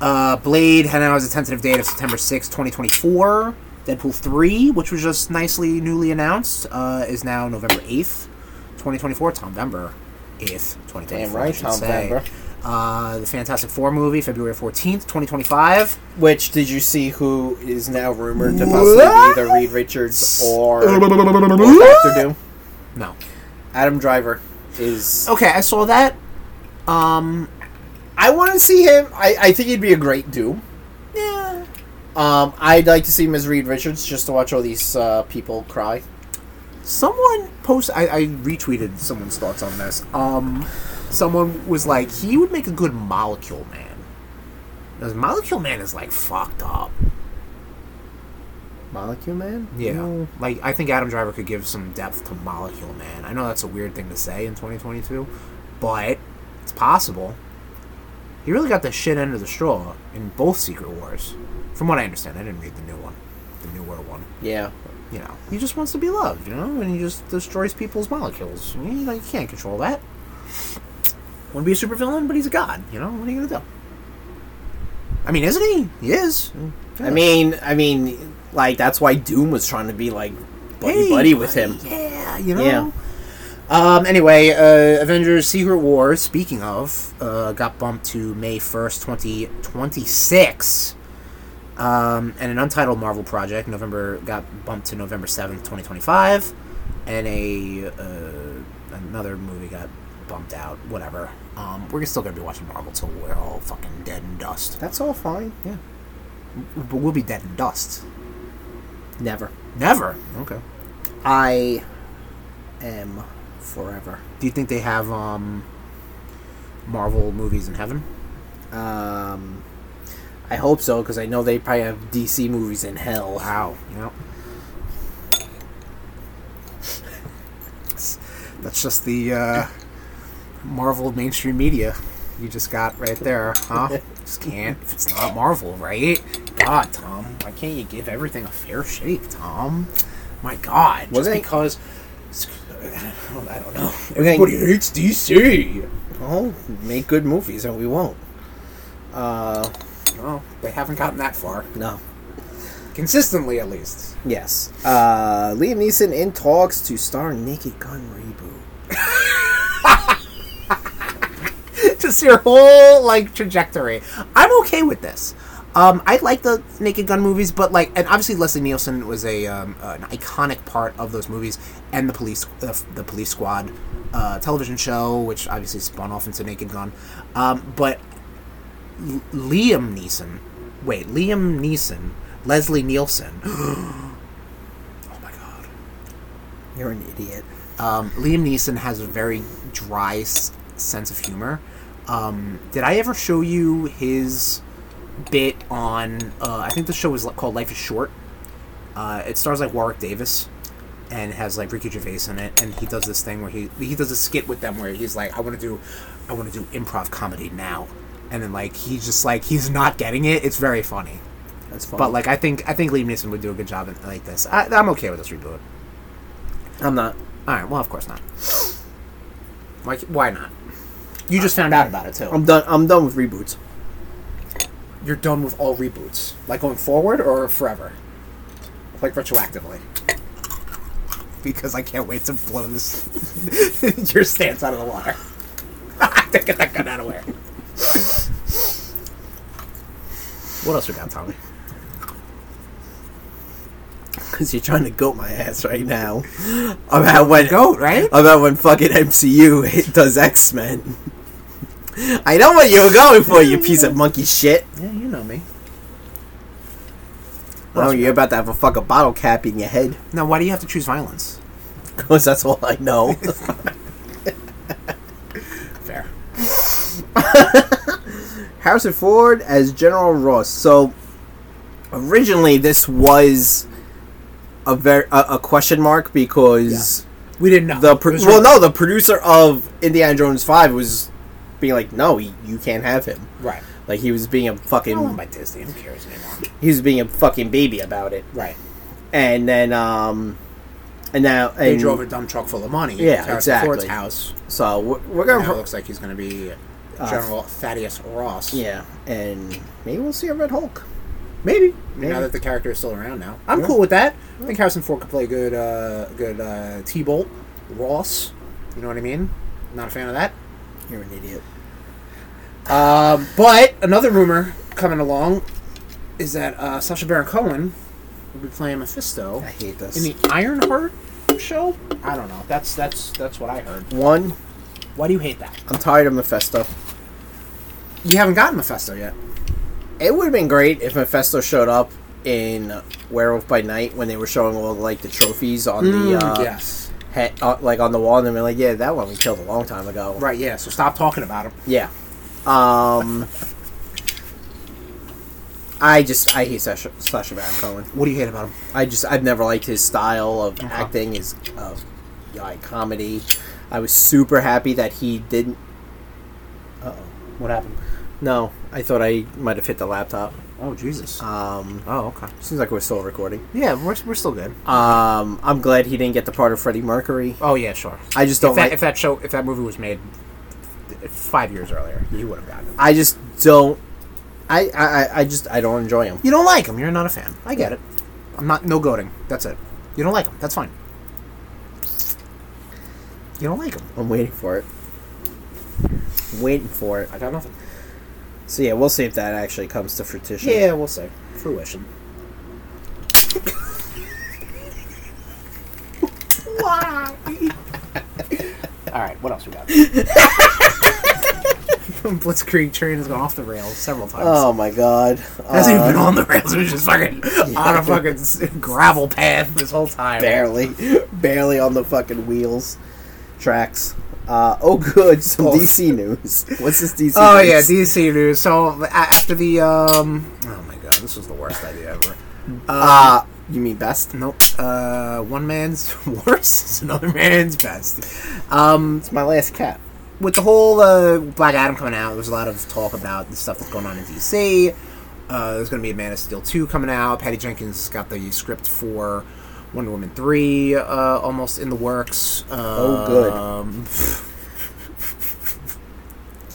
S1: uh, Blade had now as a tentative date of September sixth, 2024. Deadpool 3, which was just nicely newly announced, uh, is now November 8th, 2024. Tom Denver, 8th, 2024.
S3: Damn
S1: I
S3: right,
S1: should
S3: Tom
S1: say.
S3: Denver.
S1: Uh, the Fantastic Four movie, February 14th, 2025.
S3: Which did you see? Who is now rumored to possibly
S1: What?
S3: be either Reed Richards or, or Doctor Doom?
S1: No.
S3: Adam Driver is.
S1: Okay, I saw that. Um,
S3: I want to see him. I, I think he'd be a great Doom.
S1: yeah.
S3: Um, I'd like to see him as Reed Richards just to watch all these uh, people cry.
S1: Someone post I, I retweeted someone's thoughts on this. Um, someone was like, he would make a good Molecule Man. Because Molecule Man is like fucked up.
S3: Molecule Man. No.
S1: Like I think Adam Driver could give some depth to Molecule Man. I know that's a weird thing to say in 2022, but it's possible. He really got the shit end of the straw in both Secret Wars, from what I understand. I didn't read the new one, the newer one.
S3: Yeah.
S1: you know, he just wants to be loved, you know, and he just destroys people's molecules. You, know, you can't control that. Want to be a supervillain, but he's a god, you know? What are you going to do? I mean, isn't he? He is.
S3: I mean, I mean, like that's why Doom was trying to be like buddy
S1: Hey,
S3: buddy with him.
S1: Yeah, you know?
S3: Yeah.
S1: Um, anyway, uh, Avengers Secret War, speaking of, uh, got bumped to May 1st, 2026. Um, and an untitled Marvel project, November got bumped to November 7th, 2025. And a uh, another movie got bumped out, whatever. Um, we're still going to be watching Marvel till we're all fucking dead and dust.
S3: That's all fine.
S1: Yeah. But we'll be dead and dust.
S3: Never.
S1: Never. Okay.
S3: I am forever.
S1: Do you think they have um, Marvel movies in heaven?
S3: Um, I hope so because I know they probably have DC movies in hell.
S1: Wow. You know, That's just the uh, Marvel mainstream media you just got right there, huh? just can't. If it's not Marvel, right? God, Tom, why can't you give everything a fair shake, Tom? My God, just
S3: Wasn't it-
S1: because. <sighs> I don't know.
S3: Okay.
S1: Everybody hates DC.
S3: Oh, make good movies, and we won't. Uh,
S1: Well, they haven't gotten that far.
S3: no.
S1: Consistently, at least.
S3: Yes. Uh, Liam Neeson in talks to star in Naked Gun reboot.
S1: <laughs> just your whole like trajectory. I'm okay with this. Um, I like the Naked Gun movies, but like, and obviously Leslie Nielsen was a um, an iconic part of those movies, and the police uh, the police squad uh, television show, which obviously spun off into Naked Gun. Um, but L- Liam Neeson, wait, Liam Neeson, Leslie Nielsen. <gasps> oh my god.
S3: You're an idiot.
S1: Um, Liam Neeson has a very dry s- sense of humor. Um, did I ever show you his bit on? Uh, I think the show is li- called Life is Short. Uh, it stars like Warwick Davis and has like Ricky Gervais in it, and he does this thing where he he does a skit with them where he's like, I want to do, I want to do improv comedy now, and then like he's just like he's not getting it. It's very funny,
S3: That's fine.
S1: but like I think I think Liam Neeson would do a good job in like this. I, I'm okay with this reboot.
S3: I'm not.
S1: All right. Well, of course not. Why? Why not? You just found out about it too.
S3: I'm done. I'm done with reboots.
S1: Um,
S3: <laughs>
S1: You're done with all reboots, like going forward or forever, like retroactively. Because I can't wait to blow this <laughs> your stance out of the water. <laughs> to get that gun out of where. What else we got, Tommy?
S3: Cause you're trying to goat my ass right now about when
S1: Goat, right?
S3: about when fucking MCU <laughs> hit- does X Men. <laughs> I know what you were going for, you piece of monkey shit.
S1: Yeah, you know me.
S3: Oh, you're about to have a fucking bottle cap in your head.
S1: Now, why do you have to choose violence?
S3: Cause that's all I know.
S1: <laughs> Fair.
S3: Harrison Ford as General Ross. So originally this was a very a, a question mark because
S1: We didn't know.
S3: the
S1: It
S3: pro-
S1: was
S3: well no the producer of Indiana Jones Five was being like no y- you can't have him
S1: Right.
S3: like he was being a
S1: Don't want
S3: fucking
S1: by Disney. Who cares anymore?
S3: he was being a fucking baby about it
S1: Right.
S3: and then um and now
S1: They
S3: and
S1: drove a dump truck full of money.
S3: Yeah,
S1: to Harrison
S3: exactly.
S1: Ford's house.
S3: so we're, we're
S1: Now
S3: gonna
S1: it
S3: pro-
S1: looks like he's going to be
S3: Uh,
S1: General Thaddeus Ross.
S3: yeah and maybe we'll see a Red Hulk
S1: maybe.
S3: Maybe.
S1: Now that the character is still around, now I'm
S3: Yeah.
S1: cool with that. I think Harrison Ford could play good, uh, good uh, T-Bolt Ross. You know what I mean? Not a fan of that.
S3: you're an idiot
S1: Um, but another rumor coming along is that uh, Sasha Baron Cohen will be playing Mephisto
S3: I hate this
S1: in the Ironheart show. I don't know. That's that's that's what I heard.
S3: one
S1: Why do you hate that?
S3: I'm tired of Mephisto.
S1: You haven't gotten Mephisto yet.
S3: It would have been great if Mephisto showed up in Werewolf by Night when they were showing all like the trophies on
S1: Mm,
S3: the uh,
S1: Hmm, yes.
S3: he- uh, like on the wall, and they were like, "Yeah, that one we killed a long time ago."
S1: Right, yeah. So stop talking about him.
S3: Yeah. Um. I just I hate Sasha, Sasha Baron Cohen.
S1: What do you hate about him?
S3: I just I've never liked his style of
S1: Uh-huh.
S3: acting, his of like comedy. I was super happy that he didn't. Uh oh.
S1: What happened?
S3: No, I thought I might have hit the laptop.
S1: Oh, Jesus.
S3: Um,
S1: oh, okay. Uh,
S3: seems like we're still recording.
S1: Yeah, we're, we're still good.
S3: Um, I'm glad he didn't get the part of Freddie Mercury.
S1: Oh, yeah, sure.
S3: I just don't
S1: if, that,
S3: like.
S1: if that show, if that movie was made th- five years earlier, you would have gotten him.
S3: I just don't. I, I I- I just I don't enjoy him.
S1: You don't like him. You're not a fan. I get it. I'm not, no goading. That's it. You don't like him. That's fine. You don't like him.
S3: I'm waiting for it. I'm waiting for it.
S1: I got nothing.
S3: So yeah, we'll see if that actually comes to fruition.
S1: Yeah, we'll see. Fruition. Why? All right, what else we got? <laughs> Blitzkrieg train has gone off the rails several times.
S3: Oh my god.
S1: it hasn't
S3: Uh,
S1: even been on the rails. It was just <laughs> fucking on a fucking s- gravel path this whole time.
S3: barely, <laughs> barely on the fucking wheels, tracks. Uh, oh good, some
S1: Oh.
S3: DC news. What's this DC?
S1: Oh yeah,
S3: news?
S1: DC news. So a- after the um, oh my god, this was the worst idea ever.
S3: uh, You mean best?
S1: Nope. Uh, one man's <laughs> worst is another man's best. Um,
S3: It's my last cat.
S1: with the whole uh, Black Adam coming out, there was a lot of talk about the stuff that's going on in DC. Uh, there's going to be a Man of Steel 2 coming out. Patty Jenkins got the script for Wonder Woman 3 uh, almost in the works. Um,
S3: Oh, good.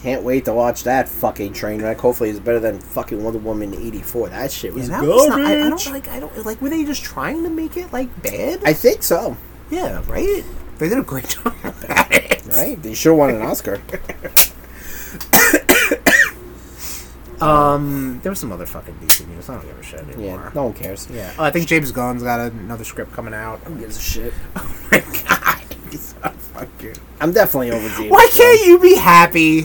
S3: Can't wait to watch that fucking train wreck. Hopefully, it's better than fucking Wonder Woman '84. That shit
S1: Yeah,
S3: was
S1: that
S3: garbage.
S1: was not, I, I don't like. I don't like. Were they just trying to make it like bad?
S3: I think so.
S1: yeah, right. They did a great <laughs> job at it.
S3: Right? They should have won
S1: <laughs>
S3: an Oscar.
S1: Um, there was some other fucking DC news. I don't give a shit
S3: yeah.
S1: anymore.
S3: No one cares.
S1: Yeah. Oh, I think James Gunn's got another script coming out. <laughs>
S3: Who gives a shit?
S1: Oh my god. <laughs> He's so fucking-
S3: I'm definitely over James.
S1: Why
S3: Gunn.
S1: can't you be happy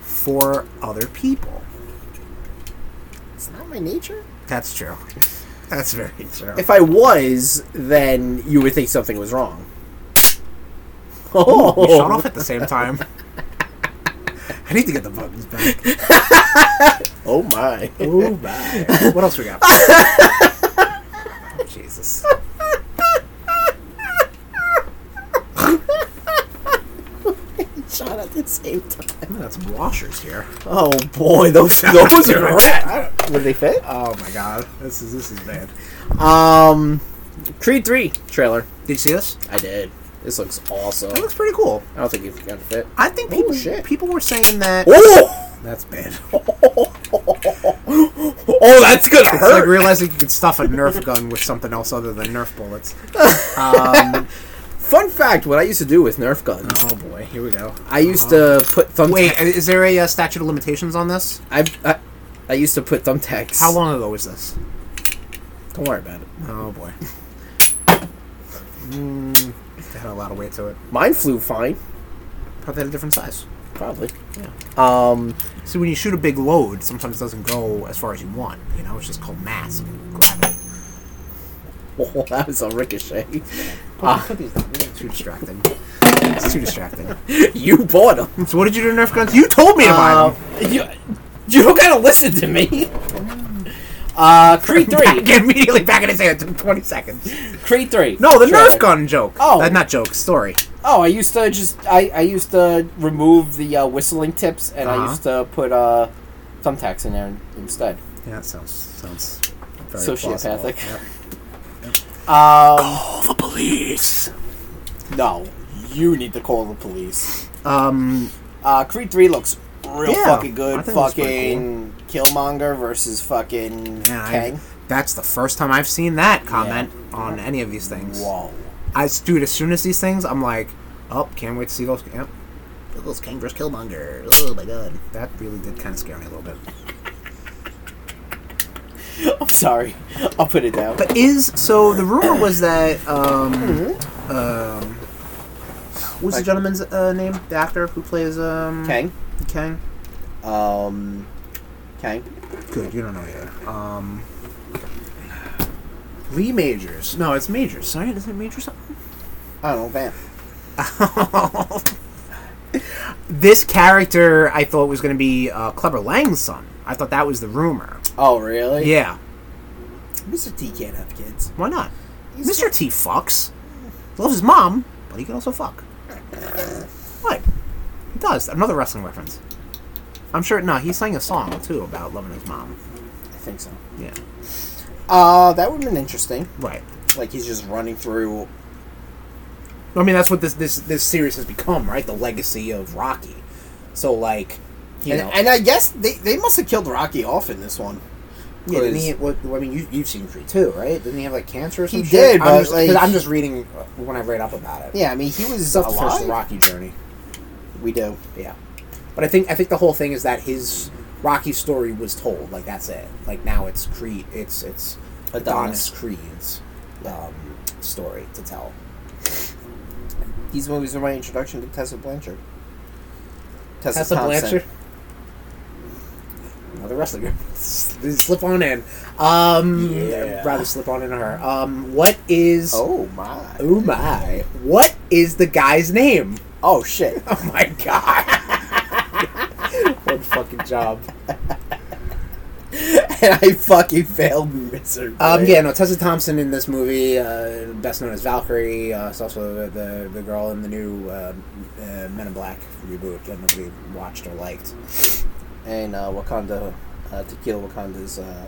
S1: for other people?
S3: It's not my nature.
S1: That's true. That's very true.
S3: If I was, then you would think something was wrong.
S1: we shut off at the same time. Oh. <laughs> I need to get the buttons back.
S3: Oh
S1: <laughs>
S3: my.
S1: Oh my. What else we <laughs> got? Jesus.
S3: Shot at the same time.
S1: I got some washers here.
S3: Oh
S1: <laughs>
S3: boy, those those
S1: Dude,
S3: are crap. <laughs> Would they fit?
S1: Oh my god. This is this is bad.
S3: Um, Creed Three trailer.
S1: Did you see this?
S3: I did. This looks awesome.
S1: That looks pretty cool.
S3: I don't think it's gonna fit.
S1: I think
S3: Oh,
S1: people
S3: shit.
S1: people were saying that
S3: Oh,
S1: that's <laughs> bad.
S3: oh, that's gonna
S1: It's like
S3: hurt.
S1: realizing you can stuff a Nerf gun with something else other than Nerf <laughs> bullets. Um,
S3: Fun fact: What I used to do with Nerf guns,
S1: oh boy, here we go.
S3: I used to put thumbtacks.
S1: Wait, is there a uh, statute of limitations on this?
S3: I, I I used to put thumbtacks.
S1: How long ago was this?
S3: Don't worry about it.
S1: Oh boy. Mm, that had a lot of weight to it.
S3: Mine flew fine,
S1: Probably had a different size.
S3: probably.
S1: Yeah.
S3: Um, <laughs>
S1: See, when you shoot a big load, sometimes it doesn't go as far as you want. You know, it's just called mass. and gravity.
S3: oh, that was a ricochet. Uh,
S1: It's too distracting. It's too distracting.
S3: <laughs> you bought them.
S1: So, what did you do to Nerf guns? You told me to buy them.
S3: Uh, You, you don't gotta listen to me. Uh, <laughs> Creed
S1: Back, <laughs>
S3: three,
S1: immediately back in his hand. It took 20 seconds.
S3: Creed three.
S1: No, the
S3: Sure.
S1: Nerf gun joke.
S3: Oh.
S1: Uh, not joke, story.
S3: Oh, I used to just I, I used to remove the uh, whistling tips, and
S1: Uh-huh.
S3: I used to put uh, thumbtacks in there in- instead.
S1: Yeah, that sounds sounds very
S3: Sociopathic.
S1: plausible.
S3: Um,
S1: Call the police.
S3: no, you need to call the police.
S1: Um,
S3: Uh, Creed three looks real
S1: Yeah,
S3: fucking
S1: I
S3: good.
S1: think it looks pretty
S3: Fucking Killmonger versus fucking
S1: yeah, I, <laughs>
S3: Kang.
S1: that's the first time I've seen that comment on any of these things.
S3: Whoa. <laughs>
S1: I dude, as soon as these things, I'm like, oh, can't wait to see those. Yep. Look at those Kang versus Killmonger. Oh my god, that really did kind of scare me a little bit.
S3: I'm sorry. I'll put it down.
S1: But is so the rumor was that um, um, what was the
S3: Like-
S1: gentleman's uh, name? The actor who plays um
S3: Kang.
S1: Kang.
S3: Um, Kang.
S1: Good, you don't know yet. Um, Lee Majors. No, it's Majors. Sorry, is it Major something? <laughs>
S3: I don't know, Van.
S1: this character I thought was going to be uh, Clever Lang's son. I thought that was the rumor.
S3: Oh, really?
S1: Yeah,
S3: Mr. T can't have kids.
S1: why not? Mr. T fucks. Loves his mom, but he can also fuck. What? He does. Another wrestling reference. I'm sure. No, he sang a song too about loving his mom.
S3: I think so.
S1: Yeah,
S3: Uh, that would have been interesting.
S1: right.
S3: Like he's just running through.
S1: I mean, that's what this this this series has become, right? The legacy of Rocky. So like, you
S3: And,
S1: know,
S3: and I guess they, they must have killed Rocky off in this one.
S1: yeah, didn't he? What, I mean, you you've seen Creed too, right? Didn't he have like cancer or
S3: He
S1: something?
S3: did,
S1: I'm
S3: but,
S1: just, 'cause
S3: like-
S1: I'm just reading uh, when I read up about it.
S3: Yeah, I mean he was
S1: stuff the first
S3: alive.
S1: Rocky journey.
S3: We do.
S1: Yeah, but I think I think the whole thing is that his Rocky story was told. Like that's it. Like now it's Creed. It's it's Adonis,
S3: Adonis.
S1: Creed's um, story to tell.
S3: These movies are my introduction to Tessa Blanchard. Tessa,
S1: Tessa
S3: Thompson.
S1: Blanchard. Another wrestling reference. They <laughs> slip on in. Um,
S3: Yeah.
S1: Rather slip on into her. Um, what is? Oh.
S3: Oh my.
S1: my! What is the guy's name? <laughs>
S3: Oh shit. <laughs>
S1: Oh my <laughs> god! what a fucking job!
S3: and I fucking failed miserably.
S1: Um, yeah, no, Tessa Thompson in this movie, uh, best known as Valkyrie, uh, it's also the, the the girl in the new uh, uh, Men in Black reboot that nobody watched or liked.
S3: and uh, Wakanda, uh, Tequila Wakanda's uh,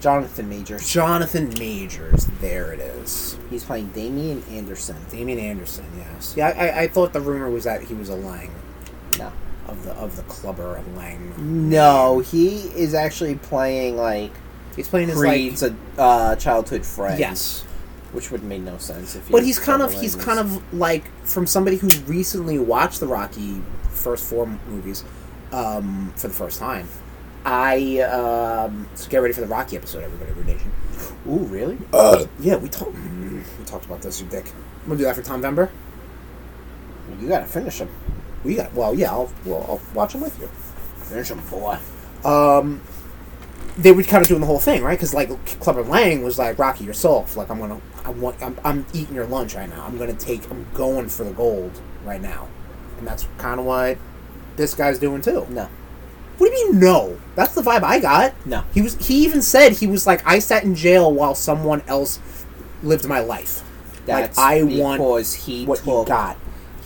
S3: Jonathan Majors.
S1: Jonathan Majors, there it is.
S3: He's playing Damian Anderson.
S1: Damien Anderson, yes. Yeah, I, I, I thought the rumor was that he was a Lang
S3: No,
S1: of the of the club or a Lang.
S3: no, he is actually playing like
S1: He's playing his like
S3: Creed's a uh, childhood friend.
S1: yes,
S3: which would make no sense if. He
S1: but
S3: was
S1: he's kind of
S3: Cumberland.
S1: he's kind of like from somebody who recently watched the Rocky first four movies um, for the first time. I um, so get ready for the Rocky episode, everybody. We're nation.
S3: Ooh, really?
S1: Uh, yeah, we talked we talked about this, you dick. I'm gonna do that for Tom Vember.
S3: You gotta finish him.
S1: We got well, yeah. I'll well, I'll watch him with you.
S3: Finish him, boy.
S1: um, they were kind of doing the whole thing, right? Because like Clubber Lang was like, "Rocky yourself, like I'm gonna, I want, I'm, I'm eating your lunch right now. I'm gonna take, I'm going for the gold right now," and that's kind of what this guy's doing too.
S3: No,
S1: What do you mean no? That's the vibe I got.
S3: no.
S1: He was, he even said he was like, "I sat in jail while someone else lived my life."
S3: That's
S1: I want
S3: because he
S1: What you
S3: took
S1: got?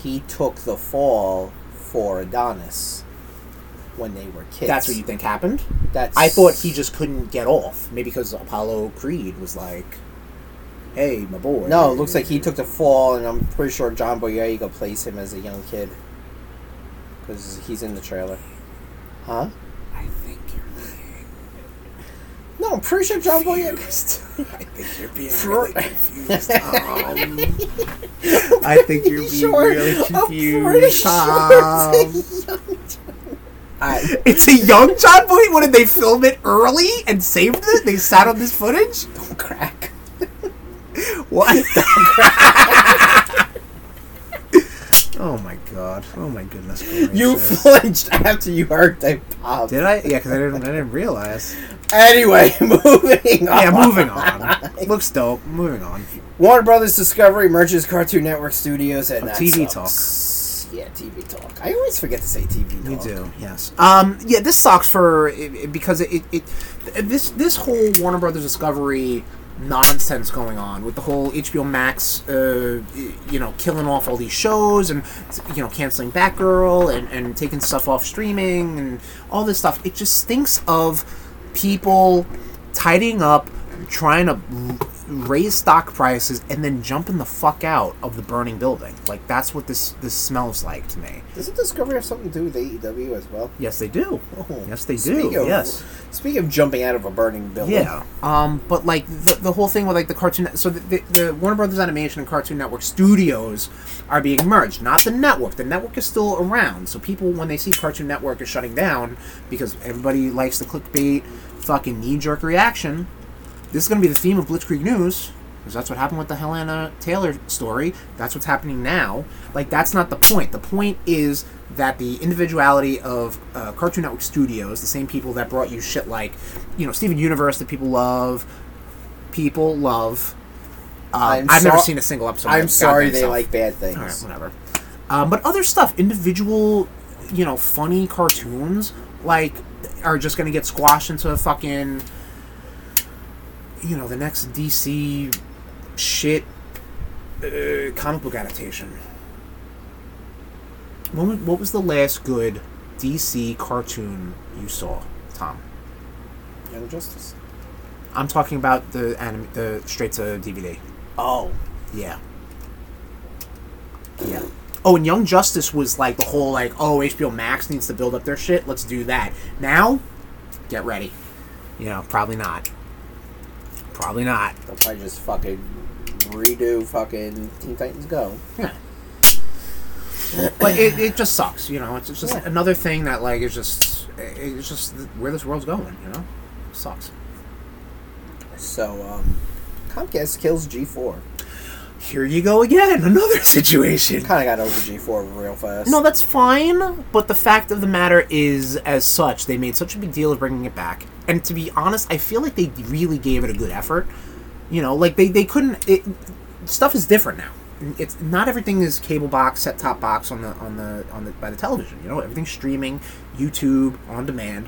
S3: he took the fall for Adonis when they were kids.
S1: That's what you think happened.
S3: That's
S1: I thought he just couldn't get off. Maybe because Apollo Creed was like, "Hey, my boy."
S3: No, it looks like he took the fall, and I'm pretty sure John Boyega plays him as a young kid because he's in the trailer. Huh?
S1: I think you're being.
S3: No, I'm pretty sure John <laughs> Boyega.
S1: <laughs> I think you're being
S3: Sure.
S1: really <laughs> confused. Tom.
S2: I think you're being
S3: Sure,
S2: really confused.
S3: I'm pretty sure
S2: Tom.
S3: it's a <laughs> young I, <laughs>
S1: it's a young John Boy. What did they film it early and saved it? They sat on this footage.
S3: don't crack.
S1: <laughs> What? oh my god! Oh my goodness!
S3: You
S1: gracious.
S3: flinched after you heard that pop.
S1: did I? Yeah, because I didn't. I didn't realize.
S3: Anyway, <laughs> moving on.
S1: Yeah, moving on. Looks dope. Moving on.
S3: Warner Brothers Discovery merges Cartoon Network Studios and
S1: Oh,
S3: that
S1: TV
S3: sucks. Yeah, TV Talk. I always forget to say TV Talk.
S1: You do, yes. Um, yeah, this sucks for it, it- because it, it this this whole Warner Brothers Discovery nonsense going on with the whole HBO Max, uh, y- you know, killing off all these shows and you know canceling Batgirl and and taking stuff off streaming and all this stuff. It just stinks of people tidying up, trying to r- raise stock prices and then jumping the fuck out of the burning building. Like that's what this this smells like to me.
S3: Doesn't Discovery have something to do with AEW as well?
S1: Yes, they do.
S3: Oh.
S1: Yes, they do.
S3: Speaking of-
S1: Yes.
S3: Speaking of jumping out of a burning building.
S1: Yeah. Um, but like the, the whole thing with like the cartoon, so the, the, the Warner Brothers Animation and Cartoon Network studios are being merged, not the network. The network is still around, so people when they see Cartoon Network is shutting down because everybody likes the clickbait, fucking knee jerk reaction. This is going to be the theme of Blitzkrieg News because that's what happened with the Helena Taylor story. That's what's happening now. Like that's not the point. The point is that the individuality of uh, Cartoon Network Studios, the same people that brought you shit like, you know, Steven Universe that people love, people love. Um,
S3: I'm
S1: I've never
S3: sor-
S1: seen a single episode. of
S3: I'm
S1: that
S3: sorry
S1: goddamn
S3: they
S1: stuff.
S3: like bad things.
S1: All right, whatever. Um, but other stuff, individual, you know, funny cartoons, like, are just going to get squashed into a fucking, you know, the next DC shit uh, comic book adaptation. When was, what was the last good DC cartoon you saw, Tom?
S3: Young Justice.
S1: I'm talking about the anim- the straight to DVD.
S3: Oh.
S1: Yeah. Yeah. Oh, and Young Justice was like the whole like, oh, HBO Max needs to build up their shit. Let's do that. Now, get ready. You know, probably not. Probably not.
S3: They'll probably just fucking redo fucking Teen Titans Go.
S1: Yeah. but it, it just sucks, you know. It's, it's just
S3: Yeah.
S1: another thing that like is just it's just where this world's going, you know. sucks.
S3: So, um, Comcast kills G4.
S1: Here you go again, <laughs> another situation.
S3: Kind of got over G4 real fast.
S1: No, that's fine. But the fact of the matter is, as such, they made such a big deal of bringing it back. And to be honest, I feel like they really gave it a good effort. You know, like they they couldn't. It, stuff is different now. It's not everything is cable box, set top box on the on the on the by the television. You know, everything's streaming, YouTube on demand.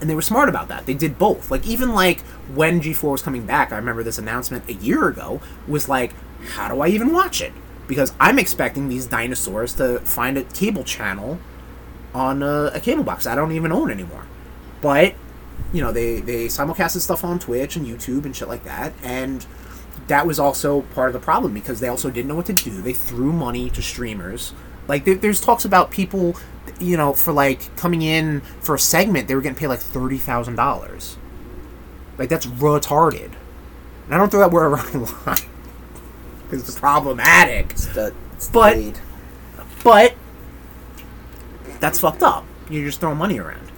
S1: and they were smart about that. They did both. Like even like when G4 was coming back, I remember this announcement a year ago was like, how do I even watch it? Because I'm expecting these dinosaurs to find a cable channel on a, a cable box I don't even own anymore. But you know they they simulcasted stuff on Twitch and YouTube and shit like that, and that was also part of the problem because they also didn't know what to do. They threw money to streamers. Like there, there's talks about people, you know, for like coming in for a segment, they were getting paid like thirty thousand dollars. Like that's retarded. And I don't throw that word <laughs> around a lot because it's problematic.
S3: It's the, it's the
S1: But-
S3: lead.
S1: But that's fucked up. You're just throwing money around.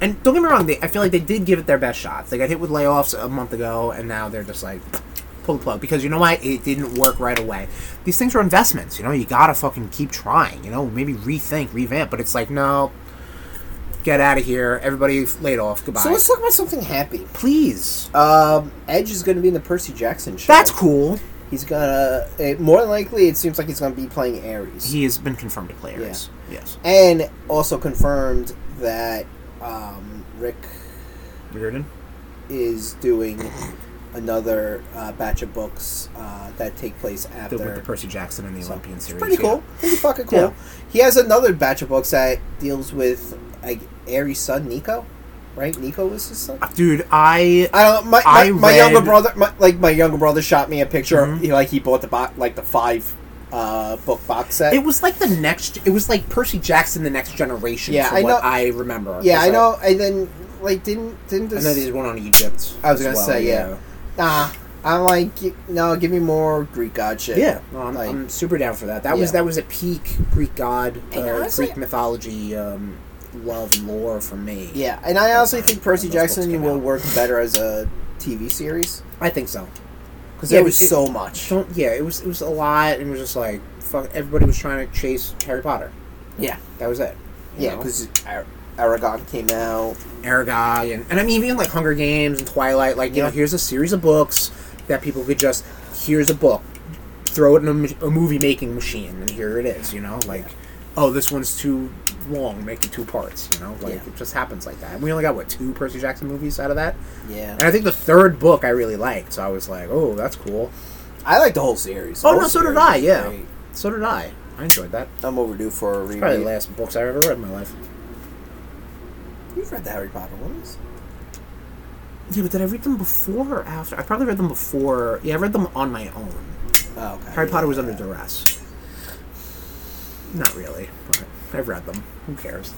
S1: And don't get me wrong, they, I feel like they did give it their best shots. They got hit with layoffs a month ago, and now they're just like, pull the plug. Because you know what? It didn't work right away. These things are investments, you know? You gotta fucking keep trying, you know? Maybe rethink, revamp. But it's like, no, get out of here. Everybody laid off. Goodbye.
S3: So let's talk about something happy.
S1: Please.
S3: Um, Edge is going to be in the Percy Jackson show.
S1: That's cool.
S3: He's gonna eh, more than likely. It seems like he's gonna be playing Ares,
S1: He has been confirmed to play Ares. Yes.
S3: and also confirmed that um, Rick
S1: Reardon?
S3: is doing another uh, batch of books uh, that take place after.
S1: The, with the Percy Jackson and the
S3: So,
S1: Olympian series.
S3: Pretty
S1: yeah.
S3: cool. Pretty fucking cool.
S1: Yeah.
S3: He has another batch of books that deals with like Ares' son Nico, right? Nico was his son.
S1: Dude, I
S3: I don't. My, my,
S1: I
S3: my
S1: read-
S3: younger brother, my, like my younger brother, shot me a picture.
S1: Mhm.
S3: He, like he bought the box, like the five uh, book box set.
S1: It was like the next. It was like Percy Jackson, the next generation.
S3: Yeah,
S1: Yeah, from
S3: I
S1: I what
S3: know-
S1: I remember.
S3: yeah,
S1: It's
S3: I
S1: like-
S3: know. And then like didn't didn't
S1: I
S3: this?
S1: know there's one on Egypt.
S3: I was
S1: as
S3: gonna
S1: well,
S3: say, yeah. nah, I'm like gi- no, give me more Greek god shit.
S1: Yeah, no, I'm,
S3: Like-
S1: I'm super down for that. That
S3: Yeah.
S1: was that was a peak Greek god, uh,
S3: And honestly-
S1: Greek mythology, um, love lore for me.
S3: yeah. And I honestly think Percy
S1: When those books
S3: Jackson
S1: came
S3: will
S1: out.
S3: work better as a TV series
S1: I think so.
S3: because
S1: Yeah,
S3: there
S1: but
S3: was
S1: it-
S3: so much.
S1: Don't, yeah, it was it was a lot, and it was just like fuck. Everybody was trying to chase Harry Potter.
S3: Yeah.
S1: that was it. you
S3: Yeah,
S1: know?
S3: because Ar- Aragon came out.
S1: Aragog, and, and I mean even like Hunger Games and Twilight. Like you
S3: Yeah.
S1: know, here's a series of books that people could just here's a book, throw it in a, ma- a movie making machine, and here it is. You know, like oh this one's too long, make it two parts. You know, like
S3: Yeah.
S1: it just happens like that. And we only got what two Percy Jackson movies out of that,
S3: Yeah,
S1: and I think the third book I really liked. So I was like, oh that's cool.
S3: I like the whole series. The
S1: Oh,
S3: whole
S1: no, so did
S3: series
S1: I,
S3: is
S1: yeah.
S3: great.
S1: So did I. I enjoyed that.
S3: I'm overdue for a reread.
S1: Probably the last books I ever read in my life.
S3: You've read the Harry Potter ones.
S1: Yeah, but did I read them before or after? I probably read them before. Yeah, I read them on my own.
S3: Oh, okay.
S1: Harry Potter was
S3: Yeah.
S1: under duress. Not really. but I've read them. Who cares?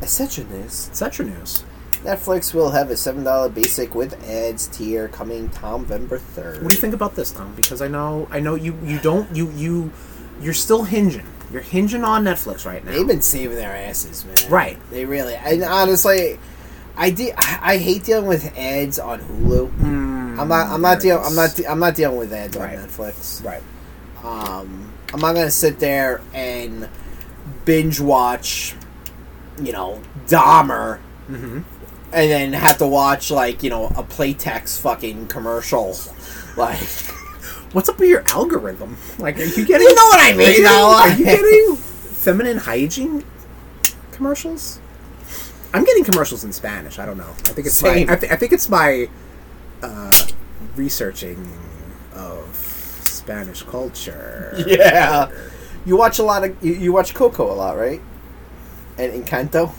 S3: Ascensionist.
S1: Such news.
S3: Netflix will have a seven dollar basic with ads tier coming November third.
S1: What do you think about this, Tom? Because I know, I know you. You don't. You you. You're still hinging. You're hinging on Netflix right now.
S3: They've been saving their asses, man.
S1: Right.
S3: They really. And honestly, I de- I, I hate dealing with ads on Hulu.
S1: Mm,
S3: I'm not. I'm not
S1: there it
S3: dealing. I'm
S1: is.
S3: not. De- I'm not dealing with ads
S1: Right.
S3: on Netflix.
S1: right.
S3: Um, I'm not gonna sit there and binge watch, you know, Dahmer,
S1: Mm-hmm.
S3: and then have to watch like you know a Playtex fucking commercial, <laughs> like.
S1: What's up with your algorithm? Like, are you getting?
S3: You know what I
S1: are you
S3: mean, though.
S1: Are you getting feminine hygiene commercials? I'm getting commercials in Spanish. I don't know. I think it's
S3: Same.
S1: my. I, th- I think it's my uh, researching of Spanish culture.
S3: <laughs> Yeah. uh, You watch a lot of you, you watch Coco a lot, right? And Encanto,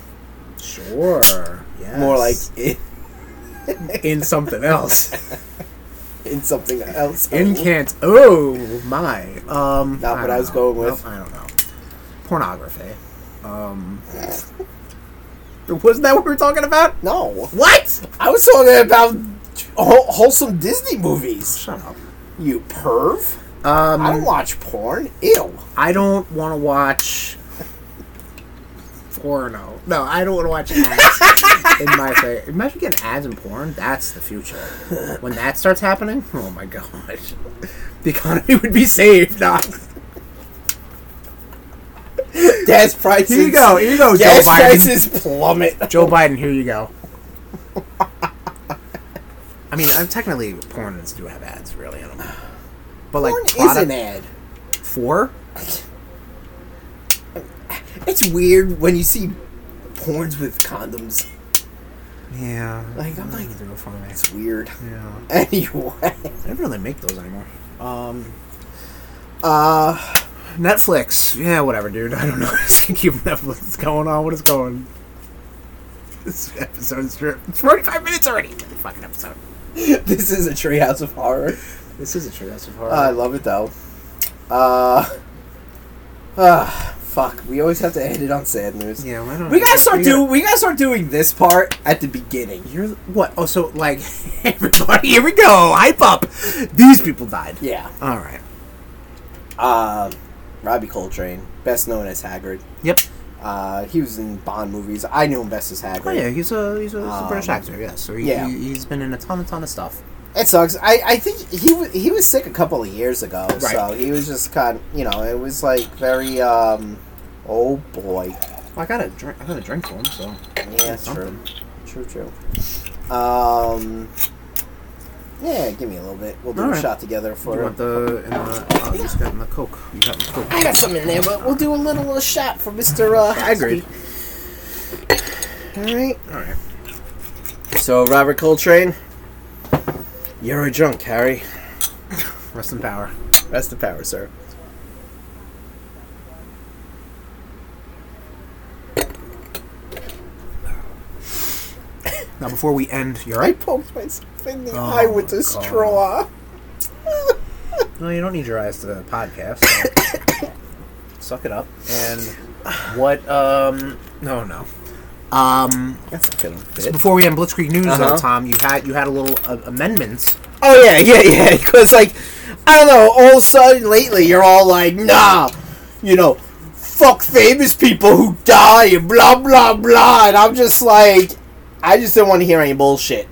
S1: Sure. Yes.
S3: more like in,
S1: in something
S3: <laughs>
S1: else.
S3: in something else.
S1: in Kant. Oh my. Um.
S3: Not
S1: I
S3: what
S1: don't
S3: I was
S1: know.
S3: going
S1: Nope,
S3: with.
S1: I don't know. Pornography. Um. <laughs> Wasn't that what we were talking about?
S3: No,
S1: What?
S3: I was talking about whole, wholesome Disney movies.
S1: Shut up.
S3: You perv!
S1: Um,
S3: I don't watch porn. Ew.
S1: I don't want to watch porno. No, I don't want to watch ads in
S3: <laughs>
S1: my face. Imagine getting ads in porn. That's the future. When that starts happening, oh my gosh, the economy would be saved. Nah.
S3: Gas prices.
S1: Here you go. Here you go,
S3: Gas
S1: Joe Biden.
S3: prices plummet.
S1: Joe Biden, here you go. I mean, I'm technically porns do have ads, really. I don't know. But like
S3: Porn is
S1: product
S3: an ad.
S1: for
S3: It's weird when you see horns with condoms.
S1: Yeah.
S3: Like, I'm
S1: I
S3: like-
S1: need to go find it.
S3: It's weird. <laughs>
S1: Yeah.
S3: Anyway,
S1: They don't really make those anymore.
S3: um, uh, <laughs>
S1: Netflix. Yeah, whatever, dude. I don't know. <laughs> I just keep Netflix going on. What is going? This episode is dri- it's forty-five minutes already. The fucking episode.
S3: this is a Treehouse of Horror.
S1: This is a true. That's
S3: Uh, I love it though. Uh, ah, fuck. We always have to end it on sad news.
S1: yeah, well, I don't.
S3: We gotta start
S1: we
S3: doing. We gotta start doing this part at the beginning.
S1: You're what? Oh, so like <laughs> everybody. Here we go. Hype up. These people died.
S3: Yeah.
S1: All right.
S3: Um, Robbie Coltrane, best known as Haggard.
S1: Yep.
S3: Uh, he was in Bond movies. I knew him best as Haggard.
S1: Oh yeah, he's a he's a, he's a
S3: Um,
S1: British actor. Yeah. So he,
S3: yeah.
S1: he, has been in a ton a ton of stuff.
S3: It sucks. I, I think he wa- he was sick a couple of years ago, so
S1: Right.
S3: he was just kind. you know, it was like very um. Oh boy.
S1: Well, I got a drink. I got a drink for him. So
S3: Yeah, true,
S1: something.
S3: true, true. Um. Yeah, give me a little bit. We'll do
S1: All
S3: a
S1: right.
S3: shot together
S1: Do
S3: for.
S1: you want the? In the oh, you just got in the coke. You got in the coke.
S3: I got some in there, but we'll do a little uh, shot for Mister uh, Haggard.
S1: Haggard.
S3: All right.
S1: All right.
S3: So Robert Coltrane, you're a drunk, Harry.
S1: Rest in power.
S3: That's the power, sir.
S1: Now, before we end, you're
S3: I
S1: right.
S3: poked myself in the
S1: Oh,
S3: eye with a
S1: God.
S3: straw.
S1: No, you don't need your eyes to the podcast. <coughs> Suck it up. And what? Um, no, no. Um,
S3: That's a good
S1: so before we end Blitzkrieg news,
S3: Uh-huh.
S1: though, Tom, you had you had a little uh, amendment.
S3: Oh yeah, yeah,
S1: <laughs>
S3: yeah. Because like, I don't know. All of a sudden lately, you're all like, nah, you know, fuck famous people who die and blah blah blah. And I'm just like, I just don't want to hear any bullshit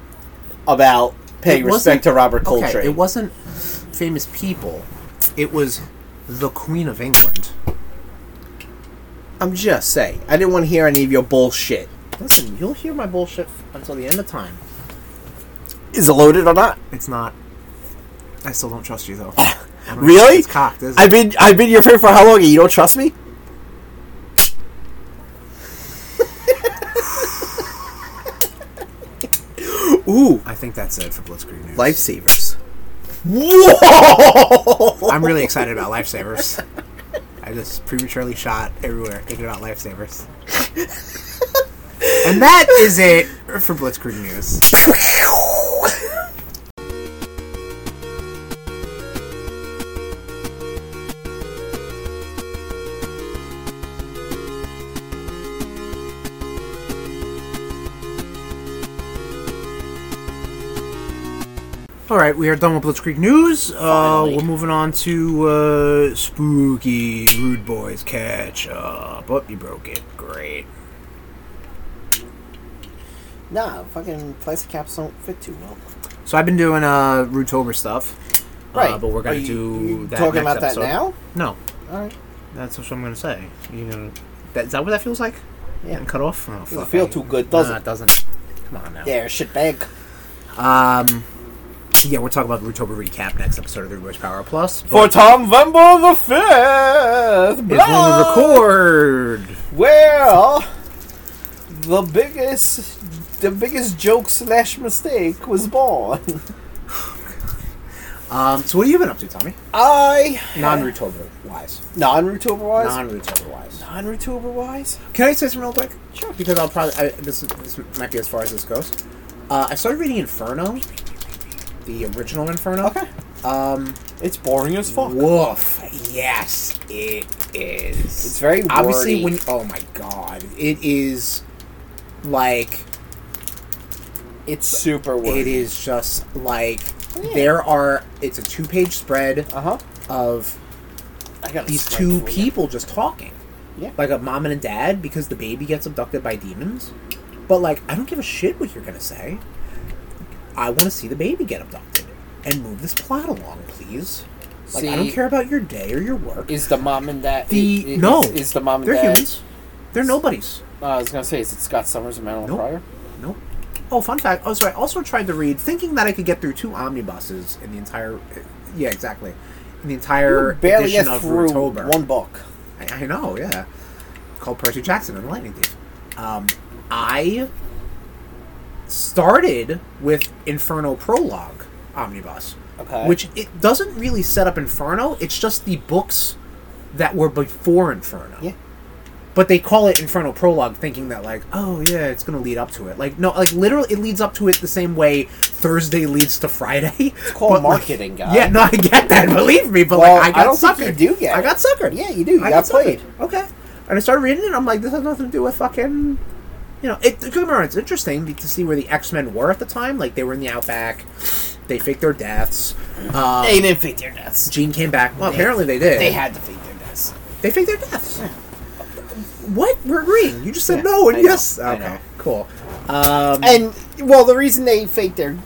S3: about paying
S1: It wasn't-
S3: respect to Robert Coltrane.
S1: Okay, it wasn't famous people. It was the Queen of England.
S3: I'm just saying, I didn't want to hear any of your bullshit.
S1: Listen, you'll hear my bullshit until the end of time.
S3: Is it loaded or not?
S1: It's not. I still don't trust <laughs> you though.
S3: Really?
S1: It's cocked, isn't
S3: I've been I've been your friend for how long? And you don't trust me? Ooh,
S1: I think that's it for Blitzkrieg news.
S3: lifesavers. Whoa! <laughs>
S1: I'm <laughs> really excited about lifesavers. I just prematurely shot everywhere thinking about lifesavers. and that is it for Blitzkrieg News. All right, we are done with Blitzkrieg News. Uh,
S3: Finally.
S1: we're moving on to uh, spooky rude boys catch up. Oh, you broke it. Great.
S3: Nah, fucking plastic caps don't fit too well.
S1: So I've been doing uh Rootober stuff. Uh,
S3: Right,
S1: but we're gonna
S3: Are you-
S1: do
S3: you
S1: that
S3: talking
S1: next
S3: about
S1: episode.
S3: that now.
S1: No,
S3: All right.
S1: that's what I'm gonna say. You know, that, is that what that feels like?
S3: Yeah.
S1: Getting cut off? Oh,
S3: Doesn't
S1: fuck,
S3: feel
S1: I-
S3: too good,
S1: Nah,
S3: does
S1: it
S3: it?
S1: doesn't. Come on now.
S3: Yeah, shit bag.
S1: Um. Yeah, we're talking about Rootober recap next episode of the Boys Power Plus. but
S3: For Tom Vembo the fifth.
S1: it's when we record.
S3: Well, the biggest, the biggest joke slash mistake was born.
S1: Um. So what have you been up to, Tommy?
S3: I
S1: Non-Rootober wise.
S3: non-retouber wise.
S1: Non-Rootober wise.
S3: non-retouber wise.
S1: Can I say something real quick? Sure. Because I'll probably I, this this might be as far as this goes. Uh, I started reading Inferno, the original Inferno.
S3: Okay.
S1: Um.
S3: It's boring as fuck.
S1: Woof. Yes, it is.
S3: It's very
S1: obviously
S3: wordy.
S1: when. Oh my god! It is like
S3: It's super wordy. Oh,
S1: it is just like
S3: Yeah.
S1: there are. It's a two-page spread
S3: Uh huh.
S1: of
S3: I got
S1: these two people just talking.
S3: Yeah.
S1: Like a mom and a dad because the baby gets abducted by demons. But like I don't give a shit what you're gonna say. I wanna see the baby get abducted. And move this plot along, please. Like I don't
S3: See-
S1: care about your day or your work.
S3: Is the mom and dad
S1: The-
S3: i- i-
S1: no.
S3: Is, is the mom and
S1: They're
S3: dad?
S1: humans. They're nobodies.
S3: Uh, I was gonna say, is it Scott Summers and Marilyn
S1: Nope.
S3: Pryor?
S1: Nope. Oh, fun fact. Oh, so I also tried to read, thinking that I could get through two omnibuses in the entire. Yeah, exactly. In the entire
S3: Barely
S1: edition
S3: get
S1: of
S3: through
S1: Rootober.
S3: one book.
S1: I, I know, yeah. It's called Percy Jackson and the Lightning Thief. Um, I started with Inferno Prologue Omnibus,
S3: Okay.
S1: which it doesn't really set up Inferno. It's just the books that were before Inferno.
S3: Yeah.
S1: But they call it Inferno Prologue, thinking that like, oh yeah, it's gonna lead up to it. Like no, like literally, it leads up to it the same way Thursday leads to Friday.
S3: <laughs>
S1: It's
S3: called marketing, guy.
S1: Yeah, no, I get that. Believe me, but
S3: Well,
S1: like I got
S3: I don't
S1: suckered.
S3: think you do get
S1: I got suckered.
S3: Yeah, you do. You
S1: I
S3: got
S1: suckered.
S3: played.
S1: Okay. And I started reading it. and I'm like, this has nothing to do with fucking. You know, it, don't get me wrong, it's interesting be- to see where the X Men were at the time. Like they were in the outback. They faked their deaths. Uh,
S3: They didn't fake their deaths.
S1: Jean came back. Well, apparently they did.
S3: They had to fake their deaths.
S1: They faked their deaths. What? We're agreeing. You just said
S3: Yeah,
S1: no and
S3: I know,
S1: yes.
S3: I
S1: Okay.
S3: know.
S1: Cool. Um,
S3: And well, the reason they faked their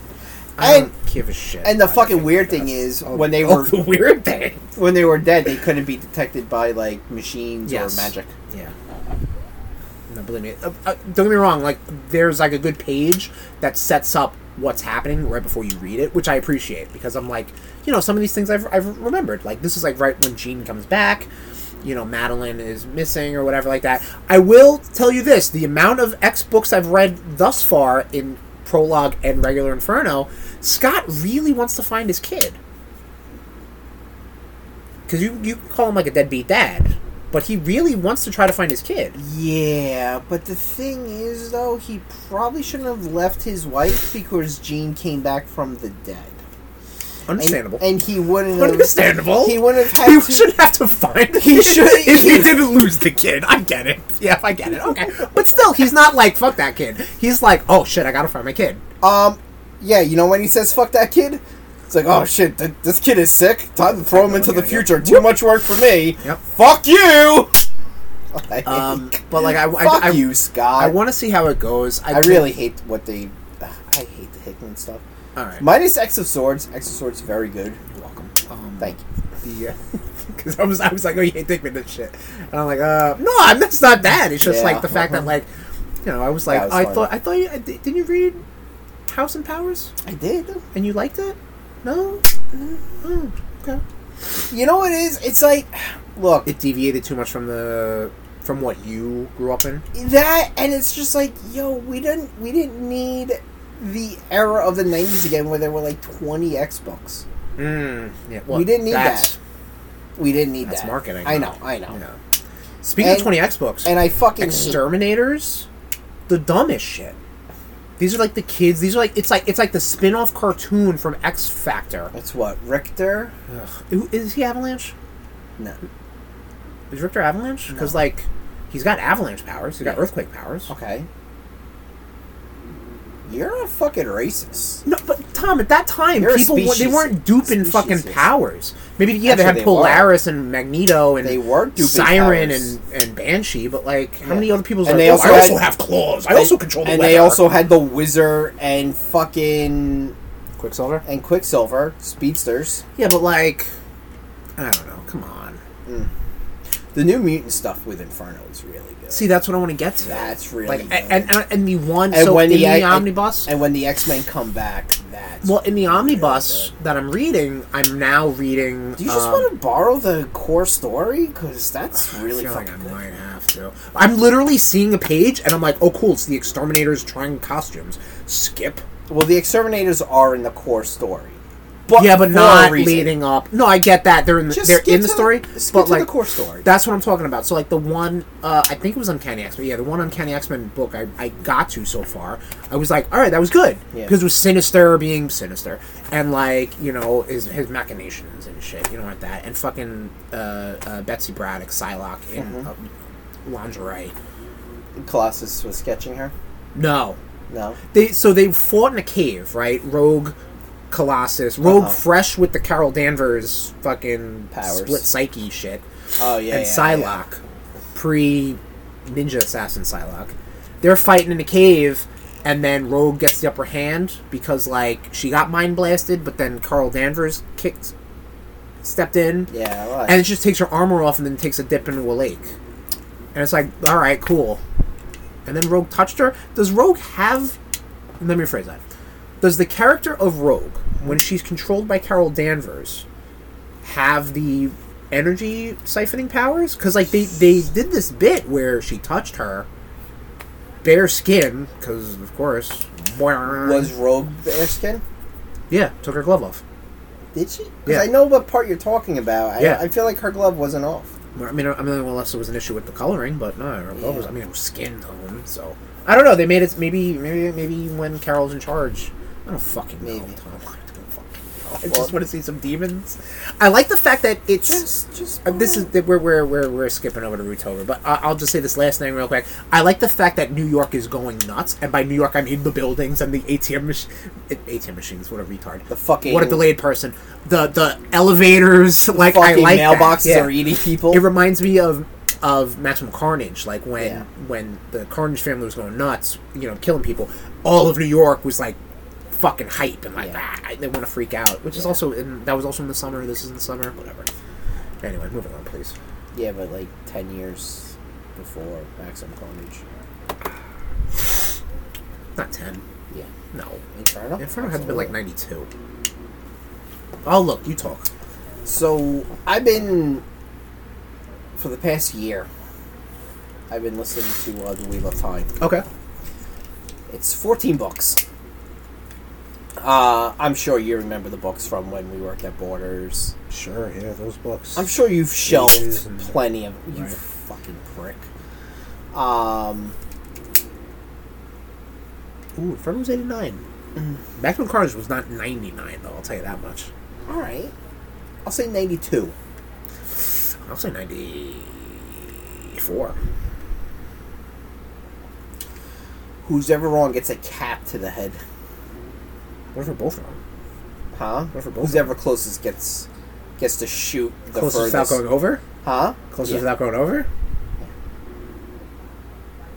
S1: I
S3: and
S1: don't give a shit.
S3: and the
S1: about
S3: fucking
S1: faked
S3: weird
S1: their
S3: thing
S1: deaths.
S3: is
S1: Oh,
S3: when they
S1: oh, <laughs>
S3: were
S1: the weird thing.
S3: when they were dead, they couldn't be detected by like machines
S1: Yes.
S3: or magic.
S1: Yeah. No, believe me. Uh, uh, don't get me wrong. Like, there's like a good page that sets up what's happening right before you read it, which I appreciate because I'm like, you know, some of these things I've, I've remembered. Like, this is like right when Jean comes back. You know, Madeline is missing or whatever like that. I will tell you this: the amount of X books I've read thus far in Prologue and Regular Inferno, Scott really wants to find his kid. Because you you call him like a deadbeat dad, but he really wants to try to find his kid.
S3: Yeah, but the thing is, though, he probably shouldn't have left his wife because Jean came back from the dead. And-
S1: Understandable.
S3: And, he wouldn't have.
S1: Understandable.
S3: He wouldn't
S1: <laughs>
S3: have.
S1: he
S3: had to,
S1: should have to find. The
S3: He
S1: kid
S3: should-
S1: If he
S3: he-
S1: didn't lose the kid, I get it. Yeah, I get it. Okay, but still, he's not like fuck that kid. He's like, oh shit, I gotta find my kid.
S3: Um, yeah, you know when he says "fuck that kid," it's like, oh shit, th- this kid is sick. Time to throw him into the
S1: yeah, yeah.
S3: future. Too much work for me.
S1: Yep.
S3: Fuck you. <laughs> Like,
S1: Um, but like I, I,
S3: fuck
S1: I,
S3: you, Scott.
S1: I want to see how it goes.
S3: I really hate what they. ugh, I hate the Hickman stuff.
S1: All right.
S3: Minus X of Swords. X of Swords very good.
S1: You're welcome. Um,
S3: Thank you.
S1: <laughs> the because I was I was like, oh, you hate Dickman and shit, and I'm like, uh, no, I'm, that's not that. It's just
S3: Yeah.
S1: like the fact that like, you know, I was like,
S3: That was
S1: I
S3: fun.
S1: thought I thought you I- didn't you read House and Powers
S3: I did.
S1: and you liked it? No, oh, okay.
S3: You know what it is? It's like, look,
S1: It deviated too much from the from what you grew up in.
S3: that and it's just like yo we didn't we didn't need the era of the 90s again where there were like 20 x books
S1: Mm, yeah,
S3: we didn't need
S1: that's-
S3: that we didn't need
S1: That's
S3: that
S1: marketing,
S3: i
S1: though.
S3: know i know
S1: Yeah. Speaking of
S3: And-
S1: twenty X books,
S3: and i fucking hate-
S1: exterminators the dumbest shit these are like the kids these are like it's like it's like the spin-off cartoon from x factor
S3: that's what richter
S1: Ugh. Who- is he avalanche
S3: no
S1: is richter avalanche because
S3: No.
S1: like he's got avalanche powers he's got
S3: Yeah.
S1: earthquake powers
S3: okay you're a fucking racist
S1: no but tom at that time
S3: You're a
S1: people wa- they
S3: species-
S1: weren't duping
S3: speciesist.
S1: fucking powers maybe yeah they
S3: Actually,
S1: had
S3: they were.
S1: polaris and magneto and
S3: they were duping
S1: siren
S3: powers.
S1: and and banshee but like how
S3: Yeah.
S1: many other people's
S3: And
S1: like,
S3: they
S1: "Oh,
S3: also
S1: i
S3: had-
S1: also have claws i also control the
S3: and they
S1: weather."
S3: also had the wizard and fucking
S1: quicksilver
S3: and quicksilver speedsters
S1: yeah but like i don't know come on
S3: the new mutant stuff with inferno is really good
S1: See, that's what I want to get to.
S3: That's really
S1: like,
S3: good.
S1: and, and and the one
S3: And
S1: so
S3: when
S1: in
S3: the-
S1: the
S3: and-
S1: omnibus.
S3: And when the X Men come back, that's
S1: well, in the omnibus that I'm reading, I'm now reading.
S3: Do you just
S1: um,
S3: want to borrow the core story? Because that's
S1: I
S3: really
S1: feel like
S3: fucking
S1: I
S3: good.
S1: might have to. I'm literally seeing a page, and I'm like, "Oh, cool! It's the exterminators trying costumes." Skip.
S3: Well, the Exterminators are in the core story, but
S1: yeah, but
S3: for
S1: not
S3: a reason.
S1: leading up. No, I get that they're in the,
S3: Just
S1: they're
S3: skip
S1: in the
S3: to
S1: story,
S3: skip
S1: but
S3: to
S1: like
S3: the core story.
S1: That's what I'm talking about. So like the one, uh, I think it was Uncanny X Men. Yeah, the one Uncanny X Men book I, I got to so far. I was like, all right, that was good
S3: Yeah.
S1: because it was sinister being sinister, and like you know his his machinations and shit, you know like that, and fucking uh, uh, Betsy Braddock, Psylocke in
S3: Mm-hmm.
S1: uh, lingerie.
S3: Colossus was sketching her.
S1: No,
S3: No,
S1: they so they fought in a cave, right? Rogue, Colossus, Rogue
S3: Uh-huh.
S1: fresh with the Carol Danvers fucking
S3: Powers.
S1: split psyche shit
S3: oh yeah,
S1: and
S3: yeah, yeah.
S1: Psylocke, pre Ninja Assassin Psylocke. They're fighting in the cave, and then Rogue gets the upper hand because, like, she got mind blasted, but then Carl Danvers kicked, stepped in,
S3: Yeah, well,
S1: and it just takes her armor off and then takes a dip into a lake. And it's like, all right, cool. And then Rogue touched her. Does Rogue have. Let me rephrase that. Does the character of Rogue, when she's controlled by Carol Danvers, have the energy siphoning powers? Because, like, they, they did this bit where she touched her bare skin, because of course.
S3: Was Rogue Bearskin?
S1: yeah, took her glove off.
S3: Did she? Because
S1: Yeah.
S3: I know what part you're talking about. I,
S1: Yeah.
S3: I feel like her glove wasn't off.
S1: I mean, I mean, unless there was an issue with the coloring, but no, her glove was. I mean, it was skin tone, so I don't know. They made it maybe, maybe, maybe when Carol's in charge. I don't fucking know.
S3: Maybe.
S1: Tom. I don't fucking know. <laughs> I
S3: Well-
S1: just want to see some demons. I like the fact that it's.
S3: Just, just.
S1: Uh, This is that we're we're we're, we're skipping over to Rootober, but I, I'll just say this last thing real quick. I like the fact that New York is going nuts, and by New York I mean the buildings and the ATM mach- eh, ATM machines. What a retard!
S3: The fucking-
S1: what a delayed person. The the elevators, like I
S3: fucking
S1: like that.
S3: mailboxes
S1: Yeah.
S3: are eating people.
S1: It reminds me of of Maximum Carnage, like when
S3: Yeah.
S1: when the Carnage family was going nuts, you know, killing people. All of New York was like fucking hype and like
S3: Yeah.
S1: ah, they want to freak out, which is also in, that was also in the summer. This is in the summer, whatever. Anyway, moving on, please.
S3: yeah, but like ten years before Maximum Carnage.
S1: Not ten.
S3: Yeah.
S1: No,
S3: Inferno.
S1: Inferno had to be like ninety two. Oh look, you talk.
S3: So I've been for the past year. I've been listening to uh, the Wheel of Time.
S1: Okay.
S3: It's fourteen books. Uh, I'm sure you remember the books from when we worked at Borders.
S1: Sure. Yeah, those books.
S3: I'm sure you've
S1: Ages
S3: shelved
S1: and-
S3: plenty of you
S1: Right.
S3: fucking prick. Um,
S1: Ooh, Inferno was eighty nine.
S3: Mm-hmm.
S1: Maximum Carnage was not ninety nine though. I'll tell you that much.
S3: all right, I'll say ninety-two.
S1: I'll say ninety four.
S3: Who's ever wrong gets a cap to the head,
S1: What if we're both wrong?
S3: huh?
S1: What for both
S3: Who's
S1: of them?
S3: ever closest gets gets to shoot the
S1: Closest without
S3: furthest,
S1: going over.
S3: huh?
S1: Closest
S3: Yeah.
S1: without going over.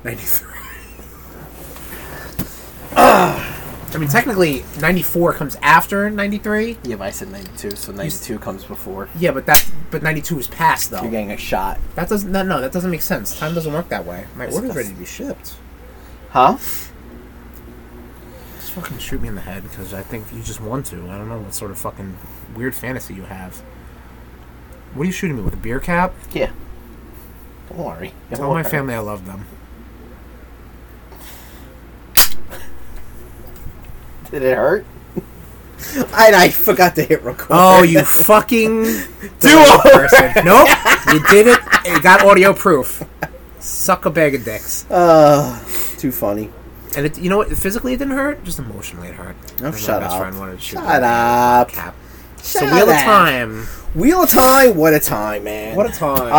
S1: Ninety three. <sighs> I mean, technically, ninety four comes after ninety three.
S3: Yeah, but I said 92, so 92 comes before.
S1: Yeah, but that but ninety two was passed though.
S3: You're getting a shot.
S1: That doesn't. No, no, that doesn't make sense. Time doesn't work that way. My
S3: Yes, it
S1: order's
S3: does.
S1: ready to be shipped.
S3: Huh?
S1: Just fucking shoot me in the head because I think you just want to. I don't know what sort of fucking weird fantasy you have. What are you shooting me with? A beer cap?
S3: Yeah. Don't worry. It
S1: Tell
S3: won't
S1: my
S3: hurt.
S1: family I love them.
S3: Did it hurt? <laughs> I, I forgot to hit record.
S1: Oh,
S3: <laughs>
S1: you fucking
S3: Do-over. <laughs>
S1: person. Nope, you did it. It got audio proof. Suck a bag of dicks.
S3: Uh, too funny.
S1: And it, you know what? Physically, it didn't hurt. Just emotionally, it hurt.
S3: Oh,
S1: And my
S3: shut
S1: best
S3: up.
S1: friend wanted to shoot me
S3: Shut
S1: with a
S3: up.
S1: Cap.
S3: Shut
S1: so wheel
S3: up.
S1: of time.
S3: Wheel of Time, what a time, man.
S1: What a time.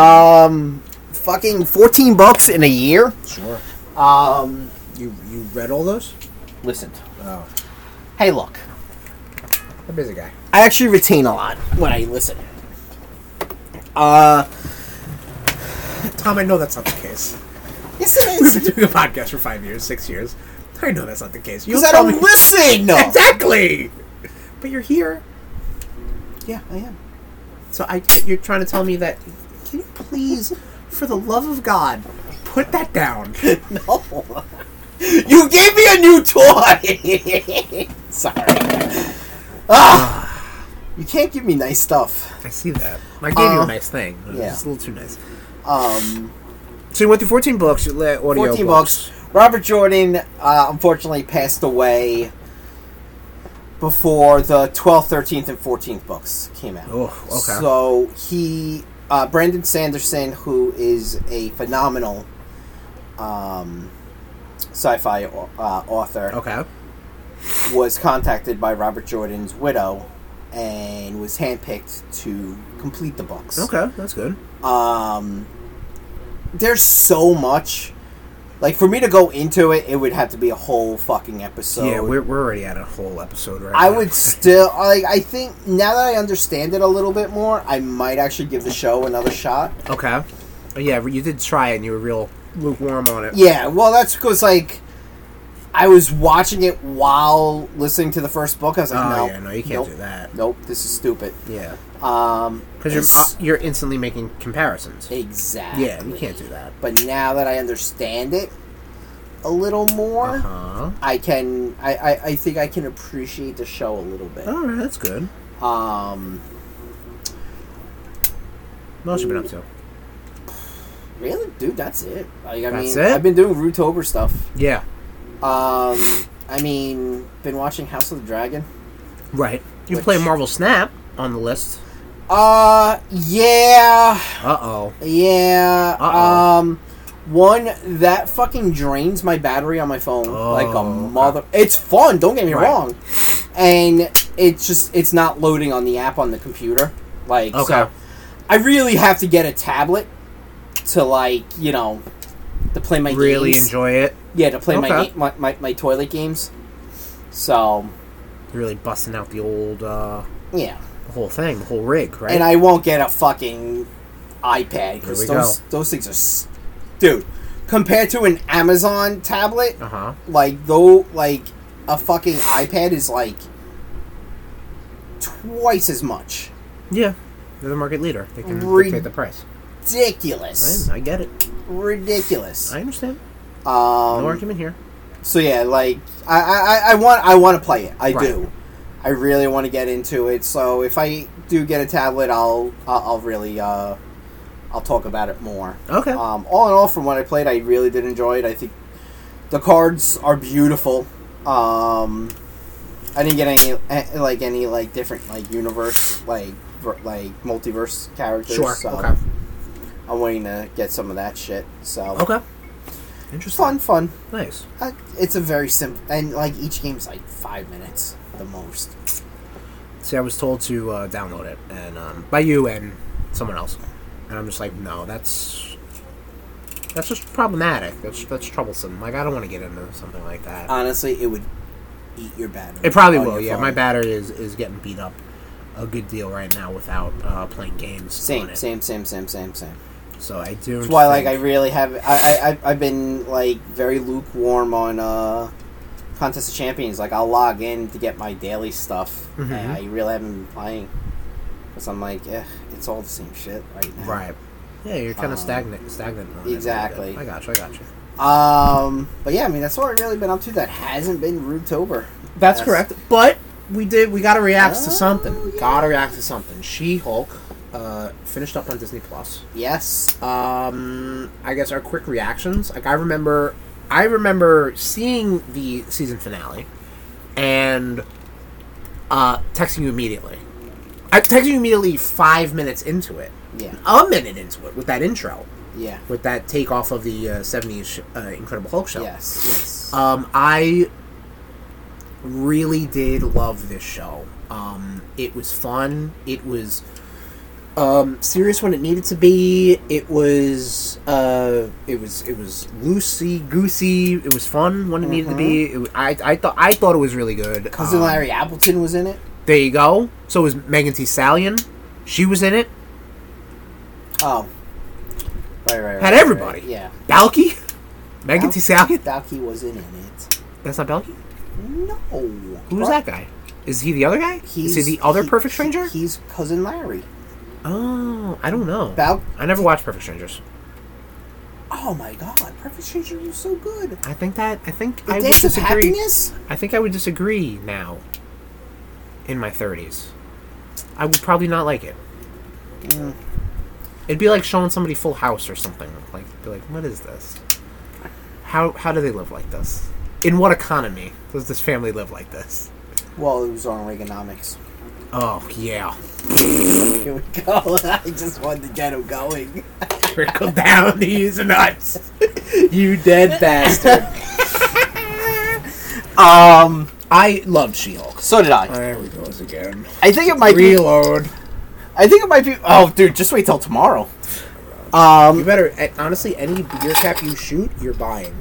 S3: Um, fucking 14 bucks in a year.
S1: sure.
S3: Um,
S1: You you read all those?
S3: listened.
S1: Oh,
S3: Hey, look.
S1: I'm a busy guy.
S3: I actually retain a lot when I listen. Uh,
S1: Tom, I know that's not the case.
S3: yes, it
S1: We've been
S3: is.
S1: doing a podcast for five years, six years. I know that's not the case. You
S3: Because I
S1: tell
S3: don't
S1: me-
S3: listen. No.
S1: <laughs> exactly. But you're here,
S3: Yeah, I am.
S1: so I. You're trying to tell me that. Can you please, for the love of God, put that down?
S3: <laughs> No. You gave me a new toy. <laughs> Sorry. Ah, you can't give me nice stuff.
S1: I see that. I gave you
S3: Uh,
S1: a nice thing. It was
S3: yeah.
S1: just a little too nice.
S3: Um,
S1: So you went through 14 books. You let audio
S3: 14 bucks. Robert Jordan uh, unfortunately passed away before the 12th, 13th, and 14th books came out.
S1: Oh, okay.
S3: So he, uh, Brandon Sanderson, who is a phenomenal um, sci fi uh, author,
S1: Okay.
S3: was contacted by Robert Jordan's widow and was handpicked to complete the books.
S1: Okay, that's good.
S3: Um, there's so much. Like for me to go into it, it would have to be a whole fucking episode.
S1: yeah, we're, we're already at a whole episode right
S3: I
S1: now. <laughs>
S3: would still like. I think now that I understand it a little bit more, I might actually give the show another shot.
S1: Okay. Yeah, you did try it and you were real lukewarm on it.
S3: Yeah, well, that's because like I was watching it while listening to the first book. I was like,
S1: Oh,
S3: no,
S1: yeah, no, you can't
S3: nope,
S1: do that.
S3: Nope, this is stupid.
S1: Yeah.
S3: Um,
S1: Because you're, uh,
S3: it's-
S1: you're instantly making comparisons.
S3: exactly.
S1: Yeah, you can't do that.
S3: But now that I understand it a little more,
S1: Uh-huh.
S3: I can. I, I I think I can appreciate the show a little bit.
S1: All right, that's good.
S3: Um,
S1: What else you been up to?
S3: really, dude, that's it. Like, I
S1: That's
S3: mean,
S1: it?
S3: I've been doing Rootober stuff.
S1: Yeah.
S3: Um, I mean, been watching House of the Dragon.
S1: Right. You
S3: Which-
S1: play Marvel Snap on the list.
S3: Uh, yeah,
S1: Uh oh.
S3: yeah.
S1: Uh-oh.
S3: Um, one that fucking drains my battery on my phone like a
S1: Oh.
S3: mother. It's fun. Don't get me
S1: Right.
S3: wrong, and it's just it's not loading on the app on the computer. Like,
S1: Okay.
S3: so I really have to get a tablet to like you know to play my
S1: really
S3: games.
S1: enjoy it.
S3: yeah to play my,
S1: Okay.
S3: ga- my my my toilet games. So
S1: Really busting out the old uh,
S3: yeah.
S1: the whole thing, the whole rig, right?
S3: and I won't get a fucking iPad
S1: Here
S3: because
S1: we
S3: those those things are, s- dude, compared to an Amazon tablet,
S1: uh huh.
S3: like though, like a fucking iPad is like twice as much.
S1: Yeah. They're the market leader. They can
S3: Re-
S1: dictate the price.
S3: Ridiculous,
S1: I, I get it.
S3: ridiculous.
S1: I understand. No
S3: Um,
S1: argument here.
S3: so yeah, like I, I, I- I want I want to play it. I
S1: Right.
S3: do. I really want to get into it. So if I do get a tablet, I'll I'll, I'll really uh, I'll talk about it more.
S1: Okay.
S3: Um, all in all, from what I played, I really did enjoy it. I think the cards are beautiful. Um, I didn't get any eh, like any like different like universe like ver- like multiverse characters.
S1: sure.
S3: So
S1: okay.
S3: I'm waiting to get some of that shit. So
S1: Okay.
S3: It's
S1: Interesting.
S3: fun, fun.
S1: Nice.
S3: Uh, it's a very simple and like each game's like five minutes the most.
S1: See, I was told to uh, download it, and um, by you and someone else, and I'm just like, no, that's that's just problematic. That's that's troublesome. Like, I don't want to get into something like that.
S3: Honestly, it would eat your battery.
S1: It probably
S3: on
S1: will.
S3: your
S1: Yeah,
S3: phone.
S1: my battery is is getting beat up a good deal right now without uh, playing games. on
S3: Same,
S1: it.
S3: same, same, same, same, same.
S1: So I do.
S3: That's why, like, I
S1: think-
S3: really have. I, I, I- I've been like very lukewarm on uh, contest of champions. Like, I'll log in to get my daily stuff.
S1: Mhm.
S3: and I really haven't been playing because I'm like, eh, it's all the same shit right now.
S1: right. Yeah, you're kind
S3: Um,
S1: of stagnant. Stagnant. On it a little
S3: exactly.
S1: bit. I got you. I got you.
S3: Um. But yeah, I mean, that's all I've really been up to. That hasn't been Rootober.
S1: That's
S3: Yes.
S1: correct. But we did. We got to react
S3: Oh,
S1: to something.
S3: yeah.
S1: Got to react to something. She Hulk uh, finished up on Disney Plus.
S3: Yes.
S1: Um, I guess our quick reactions. Like I remember, I remember seeing the season finale, and uh, texting you immediately. I texted you immediately five minutes into it,
S3: Yeah.
S1: a minute into it with that intro,
S3: Yeah.
S1: with that take off of the uh, '70s sh- uh, Incredible Hulk show.
S3: Yes. Yes.
S1: Um, I really did love this show. Um, it was fun. It was um, serious when it needed to be. It was uh, it was it was loosey goosey. It was fun when it needed to be. It, wa- I I thought I thought it was really good.
S3: Cousin
S1: Um,
S3: Mm-hmm. Larry Appleton was in it.
S1: There you go. So was Megan Thee Stallion. She was in it.
S3: Oh. Right. Right. right
S1: Had
S3: right,
S1: everybody.
S3: right. Yeah.
S1: Balky. <laughs> Megan Thee Stallion.
S3: Docky wasn't in it.
S1: That's not Balky.
S3: No.
S1: Who's that guy? Is he the other guy?
S3: He's
S1: Is he the other
S3: he-
S1: perfect stranger?
S3: he- he's cousin Larry.
S1: Oh, I don't know.
S3: Bal-
S1: I never watched Perfect Strangers.
S3: Oh my god, Perfect Stranger was so good.
S1: I think that I think
S3: The
S1: I would
S3: Dance of
S1: disagree.
S3: Happiness.
S1: I think I would disagree now. In my thirties, I would probably not like it.
S3: Mm,
S1: It'd be like showing somebody Full House or something. Like, be like, what is this? How how do they live like this? In what economy does this family live like this?
S3: Well, it was on Reaganomics. <laughs>
S1: Oh yeah, <laughs>
S3: Here we go. <laughs> I just wanted to get him going.
S1: trickle down <laughs> these nuts. <laughs>
S3: you <laughs> dead bastard. um.
S1: I loved She-Hulk.
S3: So did I.
S1: There we goes again.
S3: I think it might be.
S1: Reload.
S3: I think it might be. Oh, dude, just wait till tomorrow.
S1: You
S3: Um.
S1: better at, honestly any beer cap you shoot, you're buying.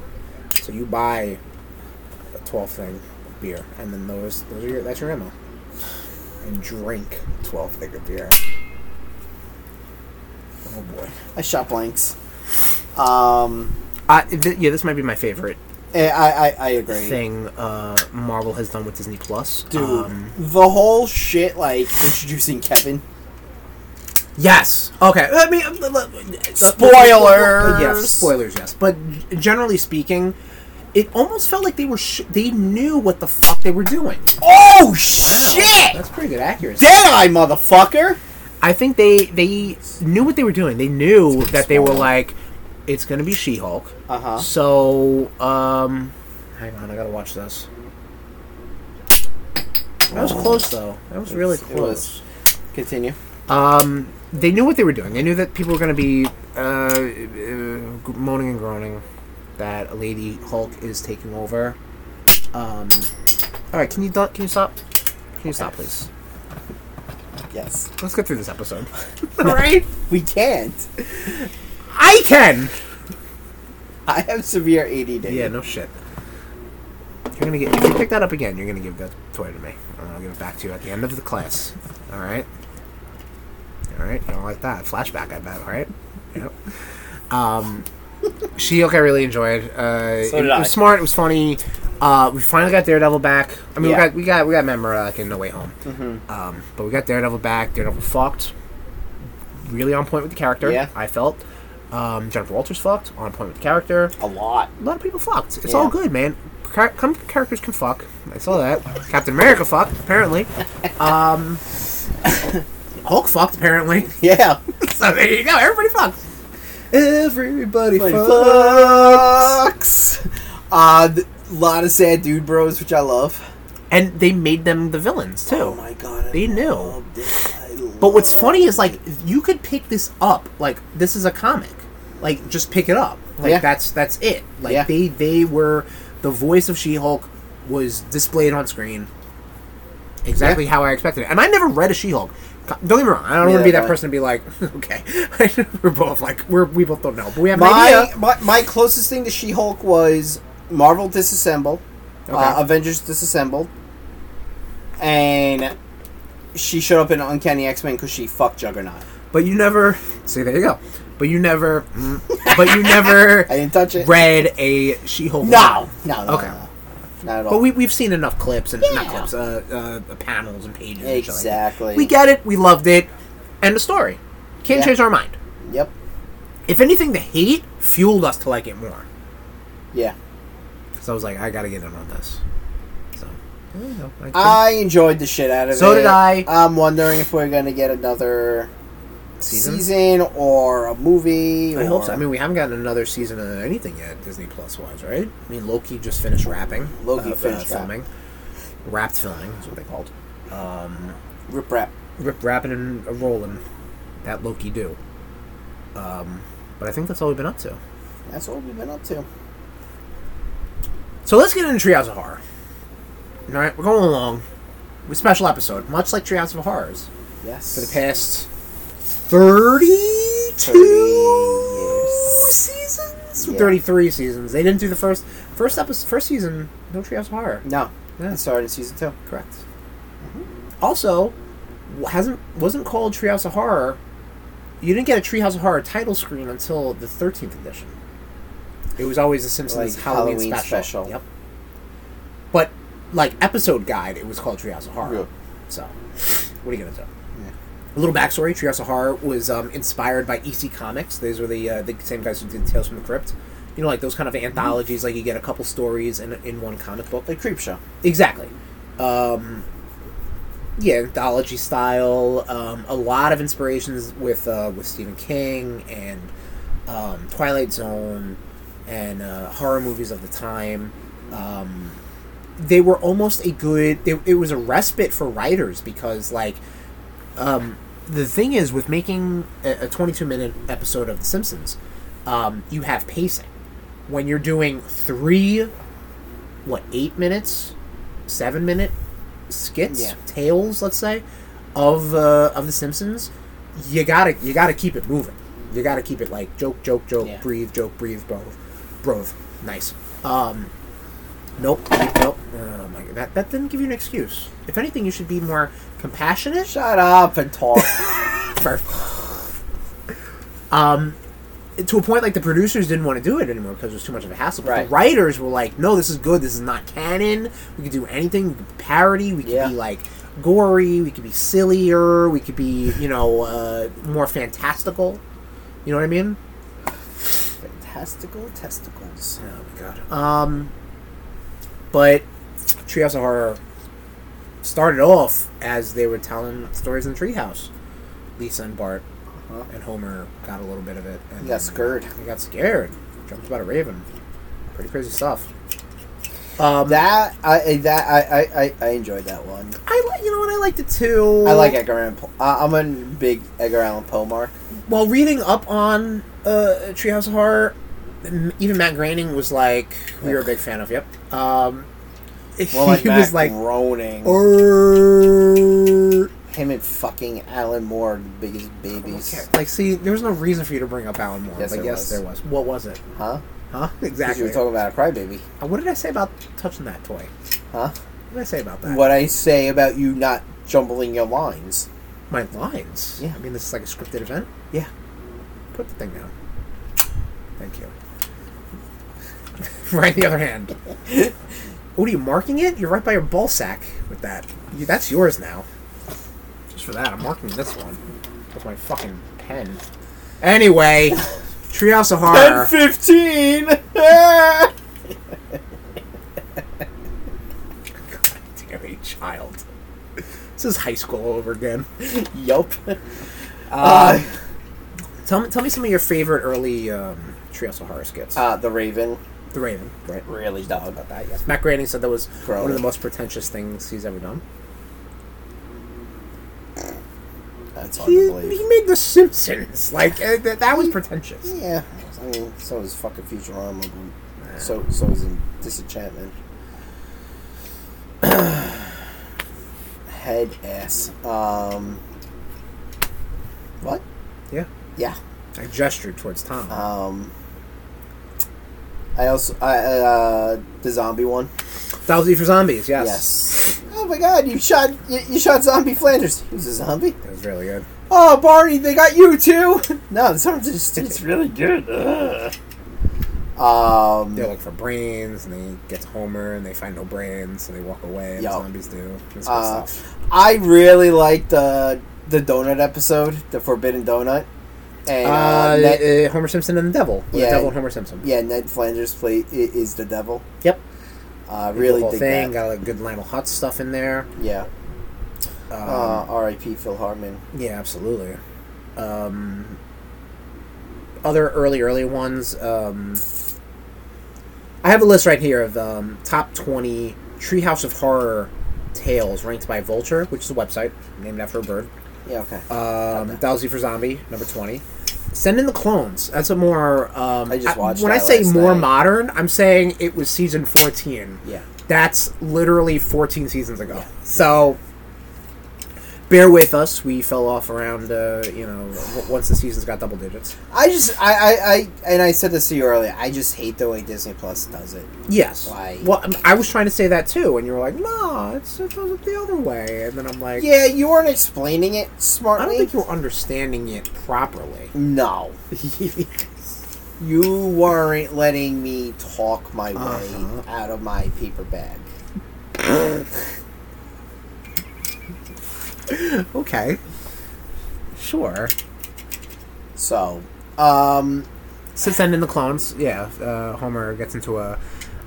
S1: So you buy a twelve thing of beer, and then those those are your that's your ammo. And drink twelve thing of beer. Oh boy.
S3: I shot blanks. Um.
S1: Uh, th- yeah, this might be my favorite
S3: I I, I agree.
S1: thing uh, Marvel has done with Disney Plus.
S3: Dude,
S1: Um,
S3: the whole shit like introducing Kevin.
S1: yes. Okay. I mean, uh, uh, uh,
S3: Spoilers!
S1: Yes. Spoilers. Yes. But g- generally speaking, it almost felt like they were sh- they knew what the fuck they were doing.
S3: Oh
S1: That's pretty good accuracy.
S3: Dead eye, motherfucker!
S1: I think they they knew what they were doing. They knew that they were like, it's going to be She Hulk.
S3: Uh huh.
S1: So, um, hang on, I gotta watch this. That was close, though. That was really
S3: It was.
S1: close.
S3: Continue.
S1: Um, they knew what they were doing. They knew that people were going to be uh, uh, moaning and groaning that Lady Hulk is taking over. Um, all right, can you do- can you stop? Can you stop, please?
S3: Yes.
S1: Let's get through this episode. <laughs> all right,
S3: We can't.
S1: I can.
S3: I have severe ADD.
S1: Yeah, no shit. You're gonna get if you pick that up again, you're gonna give that toy to me. And I'll give it back to you at the end of the class. Alright? Alright, you don't like that. Flashback I bet, right? Yep.
S3: <laughs>
S1: Um She Hulk I really enjoyed. Uh
S3: So
S1: it,
S3: did
S1: it
S3: I.
S1: was smart, it was funny. Uh, we finally got Daredevil back. I mean, we
S3: Yeah.
S1: got we got we got Memora in No Way Home,
S3: Mhm.
S1: um, but we got Daredevil back. Daredevil fucked, really on point with the character.
S3: Yeah.
S1: I felt. Um, Jennifer Walters fucked on point with the character
S3: A lot.
S1: a lot of people fucked. It's
S3: Yeah.
S1: all good, man. Char- com- characters can fuck. I saw that. Captain America fucked,
S3: <laughs>
S1: apparently. Um, <coughs> Hulk fucked, apparently. <laughs>
S3: Yeah. <laughs>
S1: So there you go. Everybody fucked.
S2: Everybody
S3: Like,
S2: fuck.
S3: Fucks. Uh, th- lot of sad dude bros, which I love.
S1: And they made them the villains, too.
S3: Oh my god. I
S1: They knew.
S3: loved it. I
S1: but what's
S3: loved
S1: funny is, like, you could pick this up. Like, this is a comic. Like, just pick it up. Like,
S3: Yeah.
S1: that's that's it. Like,
S3: Yeah.
S1: they, they were... The voice of She-Hulk was displayed on screen exactly how I expected it. And I never read a She-Hulk. Don't get me wrong. I don't
S3: Me
S1: want to be
S3: neither,
S1: that
S3: but-
S1: person to be like, <laughs> okay, we're both like we're we both don't know, but we have an
S3: My,
S1: idea.
S3: my my closest thing to She Hulk was Marvel Disassemble, uh,
S1: Okay.
S3: Avengers Disassembled, and she showed up in Uncanny X Men because she fucked Juggernaut.
S1: But you never <laughs> see. There you go. But you never. mm, but you never
S3: <laughs> I didn't touch it.
S1: read a She-Hulk.
S3: no, no, no,
S1: Okay.
S3: no, no. not at all.
S1: But Oh, we we've seen enough clips and not
S3: Yeah.
S1: clips, uh, uh, panels and pages. and shit like that.
S3: exactly.
S1: we get it. We loved it. End of story. Can't
S3: Yeah.
S1: change our mind.
S3: Yep.
S1: If anything, the hate fueled us to like it more.
S3: Yeah.
S1: So I was like, I gotta get in on this. So. there you go. I couldn't-
S3: I enjoyed the shit out of it.
S1: So did I.
S3: I'm wondering if we're gonna get another
S1: Season?
S3: season, or a movie.
S1: I hope so.
S3: or-
S1: I mean, we haven't gotten another season of anything yet, Disney Plus wise, right? I mean, Loki just finished wrapping. uh,
S3: Loki finished
S1: filming. Wrapped filming is what they called. Um,
S3: rip rap.
S1: rip wrapping and a rolling. That Loki do. Um, but I think that's all we've been up to.
S3: That's what we've been up to.
S1: So let's get into Treehouse of Horror. All right, we're going along. With special episode, much like Treehouse of Horrors,
S3: Yes.
S1: for the past thirty-two
S3: 30 years.
S1: seasons,
S3: Yeah.
S1: thirty-three seasons. They didn't do the first first episode, first season. No Treehouse of Horror.
S3: No,
S1: Yeah.
S3: it started in season two.
S1: Correct. Mm-hmm. Also, w- hasn't wasn't called Treehouse of Horror. You didn't get a Treehouse of Horror title screen until the thirteenth edition. It was always the Simpsons
S3: Like
S1: Halloween,
S3: Halloween
S1: special.
S3: special.
S1: Yep. But like episode guide, it was called Treehouse of Horror.
S3: Yeah.
S1: So, what are you gonna do? A little backstory: Treehouse of Horror was um, inspired by EC Comics. Those were the uh, the same guys who did Tales from the Crypt. You know, like those kind of anthologies. Like you get a couple stories in in one comic book.
S3: The creep show.
S1: Exactly. Um, yeah, anthology style. Um, a lot of inspirations with uh, with Stephen King and um, Twilight Zone and uh, horror movies of the time. Um, they were almost a good. It, it was a respite for writers because, like, um, the thing is with making a, a 22 minute episode of The Simpsons, um, you have pacing. When you're doing three what eight minutes, seven minute skits,
S3: Yeah.
S1: tales, let's say, of uh, of the Simpsons, you gotta you gotta keep it moving. You gotta keep it like joke, joke, joke,
S3: Yeah.
S1: breathe, joke, breathe, bro, bro, nice. Um, nope, nope. Oh my god, that that didn't give you an excuse. If anything, you should be more compassionate.
S3: Shut up
S1: <laughs>
S3: and talk.
S1: Perfect. Um, to a point, like the producers didn't want to do it anymore because it was too much of a hassle. But the
S3: Right.
S1: writers were like, "No, this is good. This is not canon. We could do anything. We could parody. We could
S3: Yeah.
S1: be like gory. We could be sillier. We could be, you know, uh, more fantastical. You know what I mean?"
S3: Fantastical testicles.
S1: Oh my god. Um, but Treehouse of Horror started off as they were telling stories in the treehouse. Lisa and Bart
S3: Well.
S1: and Homer got a little bit of it. And
S3: He Uh-huh. got scared.
S1: He got scared. Jumped about a raven. Pretty crazy stuff. Um,
S3: That I I- that I, I- I, I enjoyed that one.
S1: I like. You know what? I liked it too.
S3: I like Edgar Allan Poe. I- I'm a big Edgar Allan Poe mark.
S1: While reading up on uh, Treehouse of Horror, m- even Matt Groening was like, we were a big fan of. Yep. Um, <laughs>
S3: More like
S1: he
S3: Matt
S1: was like,
S3: groaning.
S1: "Err."
S3: Him and fucking Alan Moore, are the biggest babies.
S1: Okay, Like, see, there was no reason for you to bring up Alan Moore,
S3: Yes,
S1: but
S3: there
S1: yes,
S3: was.
S1: there was. What was it?
S3: Huh?
S1: Huh?
S3: Because you
S1: Exactly.
S3: were talking about a crybaby.
S1: Uh, what did I say about touching that toy?
S3: Huh?
S1: What did I say about that?
S3: What I say about you not jumbling your lines.
S1: My lines.
S3: Yeah.
S1: I mean, this is like a scripted event.
S3: Yeah.
S1: Put the thing down. Thank you. <laughs> right in the other hand. what are you marking it? You're right by your ball sack with that. You, that's yours now. Just for that, I'm marking this one with my fucking pen. Anyway, <laughs> Treehouse of Horror.
S3: 15!
S1: <laughs> Dear me, child. This is high school all over again.
S3: <laughs>
S1: <laughs>
S3: yup.
S1: Uh, tell me, tell me some of your favorite early um, Treehouse of Horror skits.
S3: Uh, the Raven.
S1: the Raven, right?
S3: Really dog.
S1: about that. Yes, Matt Groening said that was
S3: Probably.
S1: one of the most pretentious things he's ever done.
S3: That's hard
S1: He,
S3: to
S1: he
S3: believe.
S1: made The Simpsons. <laughs> Like uh, th- that was pretentious.
S3: Yeah. I mean, so is fucking Futurama. but So, so is in Disenchantment. <clears throat> Head ass. Um. What?
S1: Yeah,
S3: Yeah.
S1: I gestured towards Tom.
S3: Um. I also I uh the zombie one.
S1: that was E for Zombies. Yes.
S3: Yes. Oh my god, you shot you, you shot zombie Flanders. He's a zombie.
S1: that was really good.
S3: Oh, Barney, they got you too. <laughs> no, this one's just it's really good. Ugh. Um.
S1: They look for brains, and they get to Homer, and they find no brains, so they walk away, and the
S3: Yup.
S1: zombies do. That's good
S3: Uh,
S1: stuff.
S3: I really liked the the donut episode, the Forbidden Donut, and uh,
S1: Uh,
S3: Ned,
S1: uh, Homer Simpson and the Devil. Or
S3: Yeah.
S1: The Devil and Homer Simpson.
S3: yeah, Ned Flanders play i- is the devil.
S1: Yep.
S3: Uh, really
S1: the whole
S3: dig
S1: thing
S3: that.
S1: got like good Lionel Hutz stuff in there.
S3: Yeah.
S1: Um,
S3: Uh, R.I.P. Phil Hartman.
S1: Yeah, absolutely. Um, other early, early ones. Um, I have a list right here of um, top 20 Treehouse of Horror tales ranked by Vulture, which is a website named after a bird.
S3: Yeah. Okay.
S1: Um, Thousand for Zombie, number 20. Send in the clones. That's a more. Um,
S3: I just watched
S1: When I
S3: that
S1: say
S3: last
S1: more
S3: night.
S1: modern, I'm saying it was season 14.
S3: yeah.
S1: That's literally 14 seasons ago. So bear with us. We fell off around, uh, you know, w- once the seasons got double digits.
S3: I just I, I I and I said this to you earlier. I just hate the way Disney Plus does it.
S1: Yes.
S3: Why?
S1: Well, I'm- I was trying to say that too, and you were like, "No, it's it does it the other way." And then I'm like,
S3: Yeah, you weren't explaining it
S1: I
S3: smartly.
S1: don't think you were understanding it properly."
S3: no, you weren't letting me talk my
S1: Uh-huh.
S3: way out of my paper bag.
S1: <laughs> okay. Sure.
S3: So, um,
S1: Since then, in the clones, yeah, uh, Homer gets into a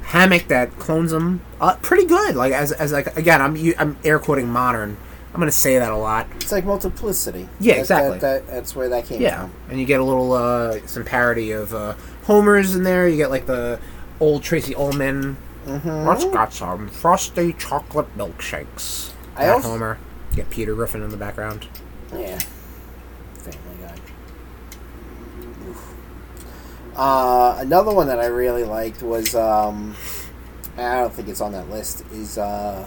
S1: hammock that clones him uh, pretty good. Like as, as like again, I'm u- I'm air quoting modern. I'm gonna say that a lot.
S3: it's like multiplicity.
S1: Yeah,
S3: That-
S1: exactly.
S3: That, that, that's where that came
S1: Yeah,
S3: from.
S1: and you get a little uh, some parody of uh, Homer's in there. You get like the old Tracy Ullman.
S3: Mm-hmm.
S1: Let's got some frosty chocolate milkshakes.
S3: I
S1: At
S3: also-
S1: Homer. You get Peter Griffin in the background.
S3: Yeah. Family Guy. Oof. Uh, another one that I really liked was um, I don't think it's on that list is uh,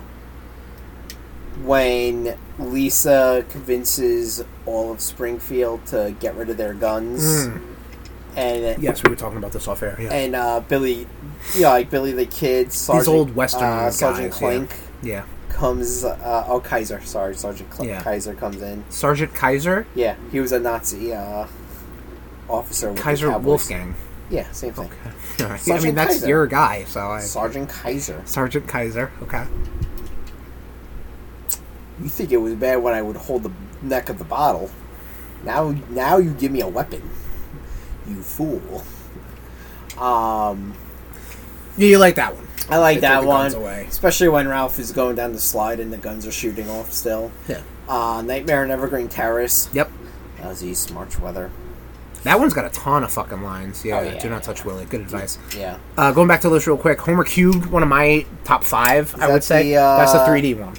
S3: when Lisa convinces all of Springfield to get rid of their guns,
S1: Hmm.
S3: and
S1: Yes, we were talking about this off air. Yeah,
S3: and uh, Billy, you know, like Billy the Kid, Sergeant,
S1: old Western
S3: uh, Sergeant
S1: guys, yeah.
S3: Clink
S1: yeah.
S3: comes. Uh, oh, Kaiser, sorry, Sergeant Cl-
S1: Yeah.
S3: Kaiser comes in.
S1: Sergeant Kaiser,
S3: Yeah, he was a Nazi uh, officer. With the
S1: Kaiser
S3: Cowboys.
S1: Wolfgang.
S3: Yeah, same thing.
S1: <laughs> Okay. All right. I mean,
S3: Sergeant
S1: that's
S3: Kaiser.
S1: your guy. So I
S3: Sergeant Kaiser.
S1: Sergeant Kaiser. Okay.
S3: You think it was bad when I would hold the neck of the bottle? Now, now you give me a weapon. You fool. Um,
S1: Yeah, you like that one?
S3: I like
S1: They
S3: that
S1: took the guns
S3: one,
S1: away.
S3: especially when Ralph is going down the slide and the guns are shooting off still.
S1: Yeah.
S3: Uh, Nightmare on Evergreen Terrace.
S1: Yep.
S3: That was East March weather.
S1: That one's got a ton of fucking lines. Yeah,
S3: Oh, yeah.
S1: do not touch Willie. Good advice.
S3: Yeah.
S1: Uh, going back to this real quick, Homer Cubed, one of my top five, I
S3: that
S1: would say.
S3: the, uh,
S1: that's the 3D one.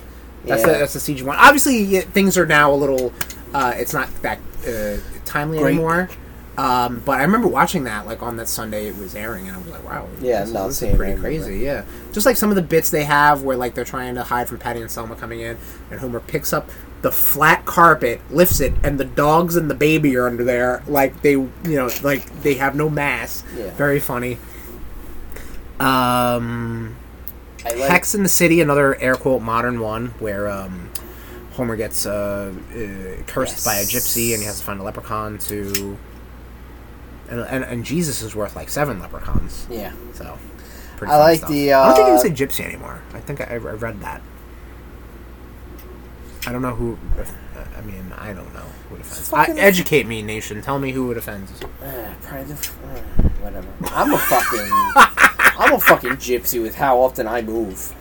S1: That's the
S3: Yeah.
S1: that's the CG one. Obviously, yeah, things are now a little. Uh, it's not that uh, timely
S2: Great.
S1: anymore. Um, but I remember watching that like on that Sunday it was airing, and I was like, wow,
S3: Yeah,
S1: this,
S3: no,
S1: this
S3: same,
S1: is
S3: I
S1: pretty
S3: remember.
S1: crazy. Yeah, just like some of the bits they have where like they're trying to hide from Patty and Selma coming in, and Homer picks up the flat carpet, lifts it, and the dogs and the baby are under there, like they you know like they have no mass.
S3: Yeah.
S1: Very funny. Um,
S3: I like,
S1: Hex in the City, another air quote modern one where um, Homer gets uh, uh, cursed by a gypsy and he has to find a leprechaun to. And, and, and Jesus is worth like seven leprechauns.
S3: Yeah.
S1: So. pretty
S3: I
S1: fun
S3: like the,
S1: I don't think
S3: uh,
S1: you can say gypsy anymore. I think I, I read that. I don't know who. I mean, I don't know who it offends. I,
S3: fucking-
S1: educate me, nation. Tell me who it offends.
S3: Uh, probably the, uh, whatever. I'm a fucking. I'm a fucking gypsy with how often I move.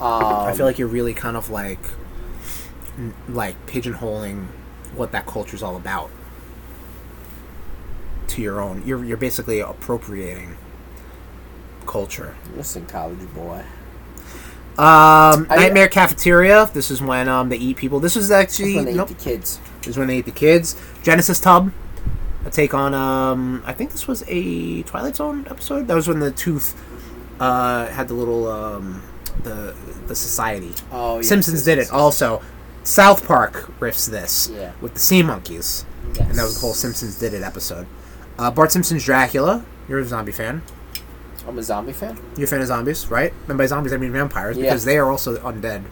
S3: Um,
S1: I feel like you're really kind of like, n- like pigeonholing what that culture's all about to your own. You're you're basically appropriating culture.
S3: listen, college boy.
S1: Um,
S3: I-
S1: Nightmare cafeteria. This is when um they eat people. This is actually
S3: When they
S1: nope.
S3: eat the kids.
S1: This is when they eat the kids. Genesis tub. A take on um I think this was a Twilight Zone episode. That was when the tooth uh had the little um the the society
S3: Oh, yeah,
S1: Simpsons did it also. South Park riffs this
S3: Yeah.
S1: with the Sea Monkeys, and that was the whole Simpsons did it episode. Uh, Bart Simpson's Dracula. You're a zombie fan.
S3: I'm a zombie fan.
S1: You're a fan of zombies, right? And by zombies, I mean vampires
S3: Yeah. Mm.
S1: because they are also undead.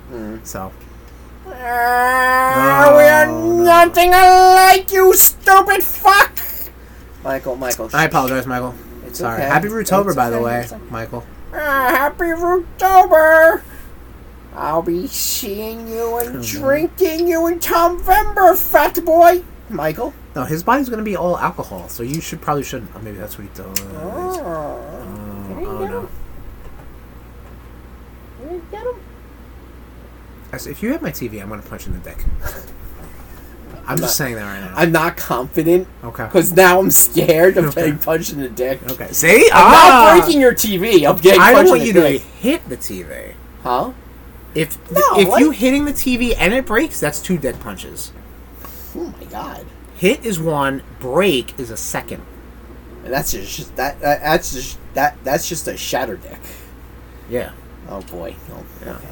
S1: So
S3: Ah, we are
S1: no.
S3: nothing alike, you stupid fuck. Michael, Michael.
S1: I apologize, Michael.
S3: It's
S1: Sorry.
S3: okay.
S1: Happy Rootober,
S3: It's
S1: by the
S3: okay,
S1: way,
S3: it's okay.
S1: Michael.
S3: Ah, happy Rootober! I'll be seeing
S1: <laughs>
S3: you and drinking you in Tomvember, fat boy! Michael?
S1: No, his body's gonna be all alcohol, so you should probably shouldn't. Oh, maybe that's what he does. Oh,
S3: Oh. There you
S1: oh, no.
S3: go. Did you get him?
S1: Actually, If you hit my TV, I'm gonna punch you in the
S3: <laughs>
S1: dick. I'm, just
S3: not-
S1: saying that right now.
S3: I'm not confident <laughs>
S1: okay.
S3: because now I'm scared of
S1: Okay.
S3: getting punched in the dick.
S1: Okay. See?
S3: I'm
S1: Ah!
S3: not breaking your TV. I'm getting
S1: I
S3: punched
S1: don't want
S3: in
S1: you
S3: the
S1: to
S3: dick.
S1: hit the TV.
S3: Huh?
S1: If
S3: No,
S1: if
S3: what?
S1: you hitting the TV and it breaks, that's two dead punches.
S3: Oh my god!
S1: Hit is one, break is a second.
S3: And that's just that, that. That's just that. That's just a shatter dick.
S1: Yeah.
S3: Oh boy. Oh,
S1: Yeah.
S3: okay.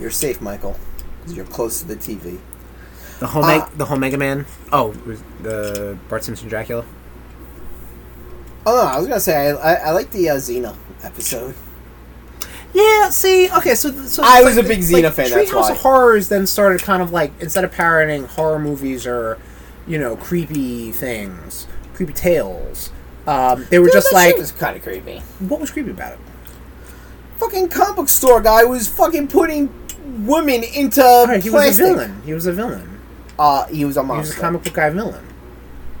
S3: You're safe, Michael. 'cause You're close to the TV.
S1: The whole
S3: Ah.
S1: the whole Mega Man. Oh, it was the Bart Simpson Dracula.
S3: Oh, no, I was gonna say I, I, I like the uh, Xena episode.
S1: Yeah. See. Okay. So, so
S3: I
S1: it's
S3: was a big Xena fan, that's
S1: Treehouse
S3: why.
S1: of Horrors then started kind of like instead of parodying horror movies or you know creepy things, creepy tales. Um, they were just like,
S3: it's kind of creepy.
S1: what was creepy about it?
S3: Fucking comic book store guy was fucking putting women into
S1: Alright, he was a
S3: plastic.
S1: villain. He was a villain.
S3: Uh, he was a
S1: He was
S3: monster.
S1: a comic book guy villain,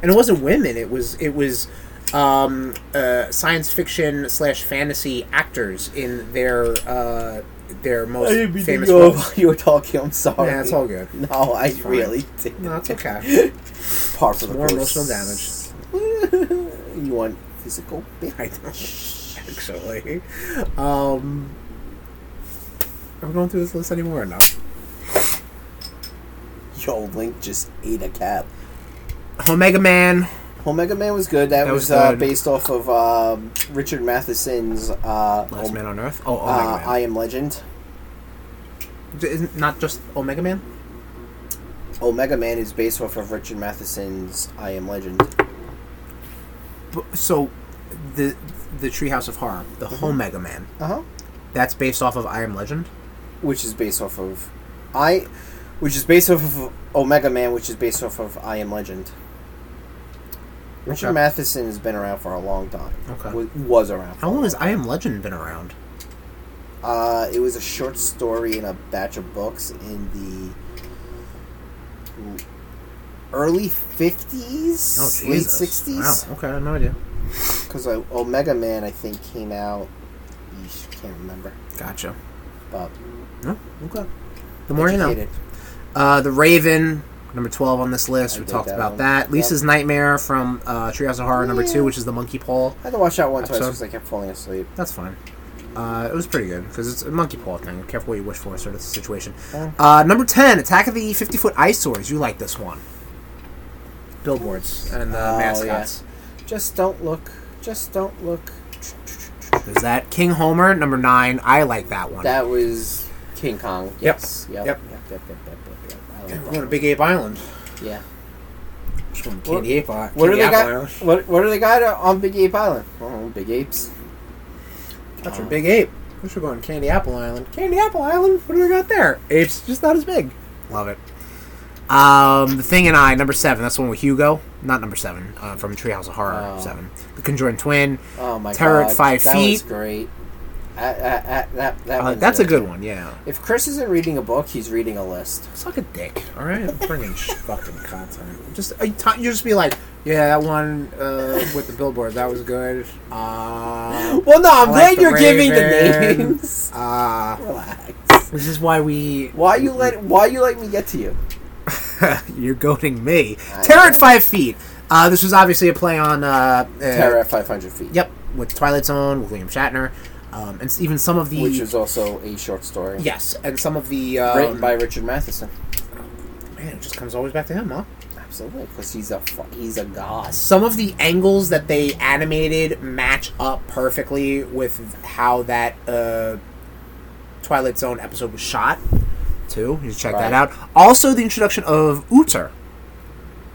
S1: and it wasn't women. It was it was um, uh, science fiction slash fantasy actors in their uh, their most
S3: I didn't mean to
S1: famous
S3: go <laughs>
S1: roles.
S3: while you were talking. I'm sorry.
S1: Yeah, it's all good.
S3: No, I
S1: fine.
S3: really did.
S1: No, it's
S3: <laughs>
S1: okay.
S3: Par for the
S1: More
S3: course.
S1: emotional damage.
S3: <laughs> You want physical? Bitch.
S1: I don't actually. Um, are we going through this list anymore or not?
S3: Yo, Link just ate a cat.
S1: Omega Man.
S3: Omega Man was good. That,
S1: That
S3: was,
S1: was
S3: uh,
S1: good.
S3: based off of um, Richard Matheson's uh,
S1: Last
S3: Om-
S1: Man on Earth. Oh, Omega
S3: uh,
S1: Man.
S3: I Am Legend.
S1: D- Isn't not just Omega Man?
S3: Omega Man is based off of Richard Matheson's I Am Legend.
S1: B- So, the the Treehouse of Horror, the whole Mega Man.
S3: Uh huh.
S1: That's based off of I Am Legend.
S3: Which is based off of I, which is based off of Omega Man, which is based off of I Am Legend. Richard
S1: Okay.
S3: Matheson has been around for a long time.
S1: Okay.
S3: Was, was around.
S1: How long has I Am Legend been around?
S3: Uh, it was a short story in a batch of books in the early 50s, late 60s.
S1: Oh, Wow. Okay, I have no idea.
S3: Because Omega Man, I think, came out. Yeesh, can't remember.
S1: Gotcha.
S3: But
S1: No, okay. The more you know.
S3: educated.
S1: Uh, the Raven, number 12 on this list.
S3: I
S1: we
S3: dig
S1: talked
S3: that
S1: about
S3: one.
S1: that.
S3: Yep.
S1: Lisa's Nightmare from uh, Treehouse of Horror, number
S3: Yeah.
S1: two, which is the monkey paw.
S3: I had to watch that one twice
S1: Episode?
S3: because I kept falling asleep.
S1: That's fine. Uh, it was pretty good because it's a monkey paw thing. Careful what you wish for, sort of situation.
S3: Yeah.
S1: Uh, number ten, Attack of the Fifty Foot Eyesores. You like this one? Billboards and the
S3: Oh,
S1: mascots.
S3: Just don't look. Just don't look.
S1: There's that King Homer number nine. I like that one.
S3: That was King Kong. Yes. Yep.
S1: Yep.
S3: Yep. Yep. Yep. Yep. Yep. yep. I like
S1: Yeah, we're
S3: that
S1: going to
S3: one.
S1: Big Ape Island.
S3: Yeah.
S1: Which one? Candy Ape I-
S3: What do
S1: Candy
S3: they
S1: Apple
S3: got?
S1: Island.
S3: What What do they got on Big Ape Island? Oh, big apes.
S1: That's your
S3: Uh,
S1: Big Ape. We should go on Candy Apple Island. Candy Apple Island. What do we got there? Apes, just not as big. Love it. Um, the Thing and I, number seven. That's the one with Hugo, not number seven uh, from Treehouse of Horror.
S3: Oh.
S1: Seven. The Conjuring Twin.
S3: Oh my
S1: Terror
S3: god.
S1: at five
S3: that
S1: feet.
S3: was great. I, I, I, that, that
S1: Uh,
S3: one's
S1: that's a
S3: it.
S1: good one. Yeah.
S3: If Chris isn't reading a book, he's reading a
S1: <laughs>
S3: list.
S1: Suck a dick. All <laughs> right. I'm bringing sh- fucking content. Just uh, you t- you just be like, yeah, that one uh, with the billboard. That was good. Uh,
S3: Well, no, I'm
S1: I
S3: glad
S1: like the
S3: you're giving the
S1: Raven. <laughs>
S3: names.
S1: uh,
S3: Relax.
S1: this is why we.
S3: Why you let Why you let me get to you?
S1: <laughs> You're goading me.
S3: I
S1: Terror at
S3: know.
S1: five feet. Uh, this was obviously a play on uh, uh,
S3: Terror at 500 feet.
S1: Yep, with Twilight Zone with William Shatner, um, and s- even some of the
S3: Which is also a short story.
S1: yes, and some of the um,
S3: Written by Richard Matheson.
S1: man, it just comes always back to him, huh?
S3: Absolutely, because he's a fu- he's a god.
S1: Some of the angles that they animated match up perfectly with how that uh, Twilight Zone episode was shot. Too, you should check that
S3: Right.
S1: out. Also, the introduction of Uter,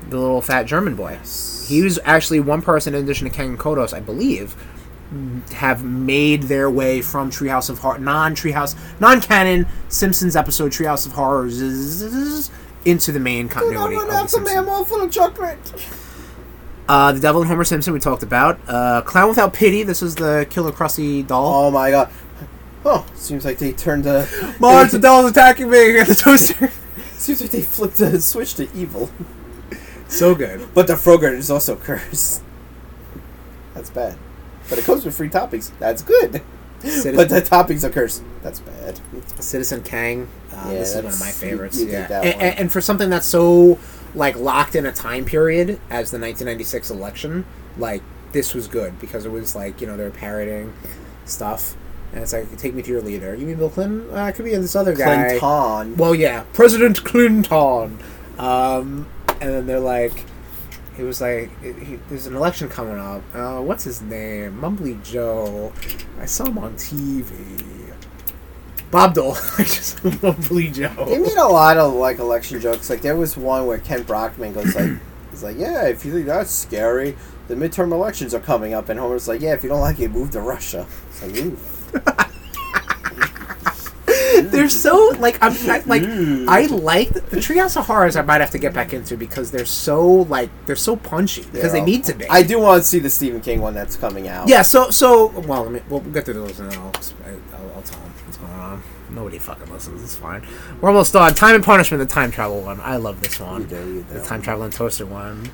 S1: the little fat German boy. He was actually one person, in addition to Ken Kodos, I believe, have made their way from Treehouse of Horror, non Treehouse, non canon Simpsons episode Treehouse of Horrors into the main continuity. of the Simpsons.
S3: full of chocolate.
S1: Uh, the Devil and Homer Simpson we talked about. Uh, Clown Without Pity. This is the Killer Krusty doll.
S3: Oh my god. Oh, seems like they turned <laughs> a. they-
S1: doll's attacking me in <laughs> the toaster.
S3: seems like they flipped the <laughs> switch to evil.
S1: so good.
S3: But the Frogurt is also <laughs> cursed. That's bad. But it comes with free toppings. That's good.
S1: Citizen,
S3: But the toppings are cursed. That's bad.
S1: Citizen Kang. Uh,
S3: Yeah,
S1: this is one of my
S3: that's- you-
S1: favorites.
S3: you did
S1: yeah.
S3: that
S1: and,
S3: one.
S1: and- and for something that's so like locked in a time period as the 1996 election, like this was good because it was like you know they're parroting stuff, and it's like take me to your leader. You mean Bill Clinton? Uh, it could be this other guy.
S3: Clinton.
S1: Well, yeah, President Clinton. Um, and then they're like, he was like, he, he- there's an election coming up. Uh, what's his name? Mumbly Joe. I saw him on TV. Bob Dole. <laughs> I just Mumbly
S3: They
S1: Joe.
S3: made a lot of like election jokes. Like there was one where Ken Brockman goes like, <clears throat> "He's like, yeah, if you think that's scary, the midterm elections are coming up." And Homer's like, "Yeah, if you don't like it, move to Russia." It's like, ooh.
S1: They're so like I'm I, like
S3: Mm.
S1: I like the, the Treehouse of Horrors. I might have to get back into because they're so like they're so punchy because they
S3: Yeah.
S1: need to be.
S3: I do want to see the Stephen King one that's coming out. <laughs>
S1: Yeah, so so well, let me, we'll get through those and then I'll, I'll I'll tell them what's going on. Nobody fucking listens. It's fine. We're almost on time and punishment. The time travel one. I love this one.
S3: You do, you do.
S1: The time travel and toaster one.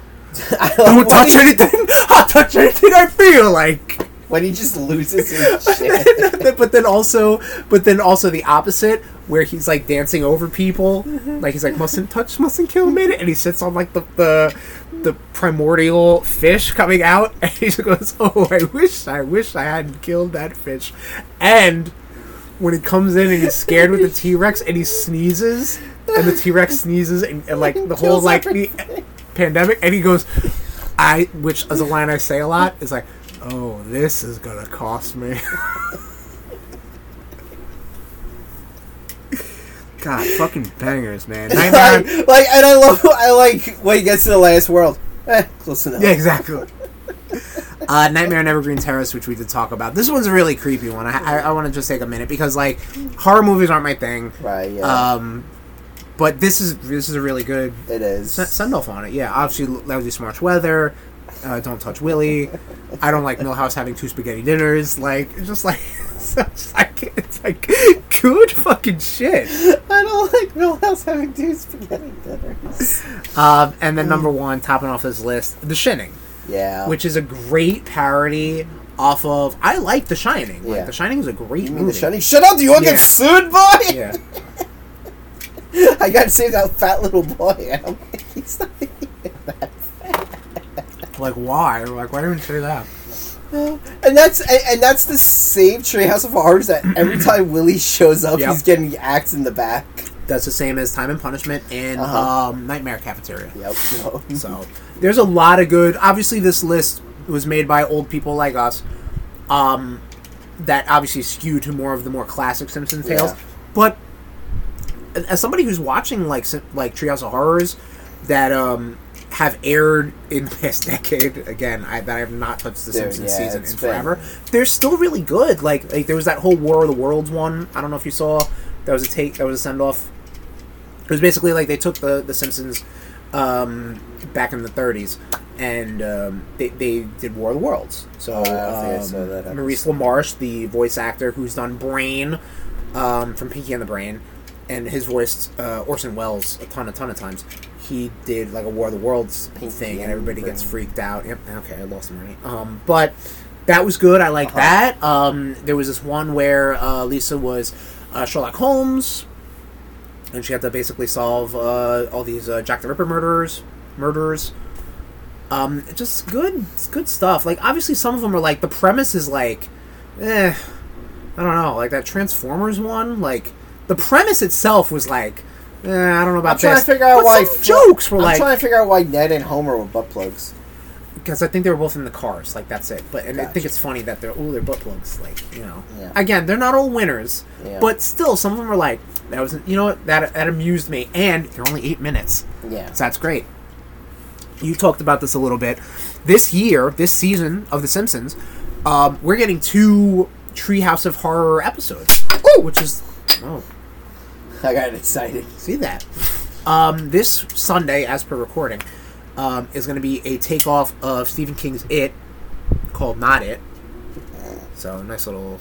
S3: I
S1: Don't
S3: love when
S1: touch
S3: he-
S1: anything. <laughs> I'll touch anything I feel like.
S3: When he just loses
S1: <laughs>
S3: his shit.
S1: but then also, but then also the opposite, where he's like dancing over people,
S3: Mm-hmm.
S1: like he's like mustn't touch, mustn't kill, made it, and he sits on like the the, the primordial fish coming out, <laughs> and he just goes, "Oh, I wish, I wish I hadn't killed that fish," and when he comes in and he's scared
S3: <laughs>
S1: with the T Rex and he sneezes, and the T Rex sneezes, and, and like the whole
S3: Kills
S1: like the
S3: everything.
S1: <laughs> pandemic, and he goes, "I," which is a line I say a lot, is like, "Oh, this is gonna cost me." God, fucking bangers, man. Nightmare.
S3: like, like, and I love, I like when he gets to the last world. Eh, close enough.
S1: Yeah, exactly. Uh, Nightmare on Evergreen Terrace, which we did talk about. This one's a really creepy one. I, I, I want to just take a minute because, like, horror movies aren't my thing.
S3: Right. Yeah.
S1: Um, but this is this is a really good
S3: it is.
S1: send off on it. Yeah, obviously lousy smarch weather. Uh, don't touch Willie. I don't like Millhouse having two spaghetti dinners. Like it's just like <laughs> it's just like it's like good fucking shit.
S3: <laughs> I don't like Millhouse having two spaghetti dinners. <laughs>
S1: Um, and then number one, topping off this list, The Shining,
S3: Yeah.
S1: which is a great parody off of. I like The Shining. Like
S3: Yeah.
S1: The Shining is a great
S3: You mean
S1: movie.
S3: the shiny? Shut up! Do you want
S1: Yeah.
S3: to get sued, boy?
S1: Yeah.
S3: <laughs> I gotta save that fat little boy. <laughs> Adam. He's not even that
S1: Like why? Like why do you say that?
S3: And that's and, and that's the same Treehouse of Horrors that <clears throat> every time Willie shows up,
S1: Yep.
S3: he's getting axed in the back.
S1: That's the same as Time and Punishment and
S3: Uh-huh.
S1: um, Nightmare Cafeteria.
S3: Yep. no. <laughs>
S1: So there's a lot of good. Obviously, this list was made by old people like us. Um, that obviously skew to more of the more classic Simpson tales.
S3: Yeah.
S1: But as somebody who's watching like Sim- like Treehouse of Horrors that um have aired in the last <laughs> decade again I, that I have not touched the
S3: Dude,
S1: Simpsons
S3: yeah,
S1: season
S3: it's
S1: in
S3: been-
S1: forever. They're still really good. Like like there was that whole War of the Worlds one. I don't know if you saw. That was a take. That was a send off. It was basically like they took the the Simpsons um, back in the 30s, and um, they, they did War of the Worlds. So
S3: Oh, I think I saw
S1: um,
S3: that
S1: Maurice LaMarche, the voice actor who's done Brain um, from Pinky and the Brain, and his voiced uh, Orson Welles a ton, a ton of times. He did like a War of the Worlds
S3: Pinky
S1: thing,
S3: and
S1: and
S3: the
S1: everybody gets
S3: Brain.
S1: freaked out. Yep. Okay, I lost my right. Um, but that was good. I like
S3: Uh-huh.
S1: that. Um, there was this one where uh, Lisa was uh, Sherlock Holmes, and she had to basically solve uh, all these uh, Jack the Ripper murderers. Murderers. Um, just good, it's good stuff. Like obviously, some of them are like the premise is like, eh, I don't know. Like that Transformers one. Like the premise itself was like, eh, I don't know about
S3: I'm trying to
S1: this.
S3: figure out
S1: But
S3: why
S1: some jokes were
S3: I'm
S1: like
S3: trying to figure out why Ned and Homer were butt plugs.
S1: because I think they were both in the cars. Like that's it. But and I think
S3: Gotcha.
S1: it's funny that they're oh they're butt plugs. Like you know,
S3: Yeah.
S1: again they're not all winners,
S3: Yeah.
S1: but still some of them are like that was you know what that that amused me. And they're only eight minutes,
S3: Yeah.
S1: so that's great. You talked about this a little bit. This year, this season of The Simpsons, um, we're getting two Treehouse of Horror episodes, Ooh, which is oh
S3: I got excited.
S1: see that. Um, this Sunday, as per recording, um, is going to be a takeoff of Stephen King's It, called Not It. So nice little,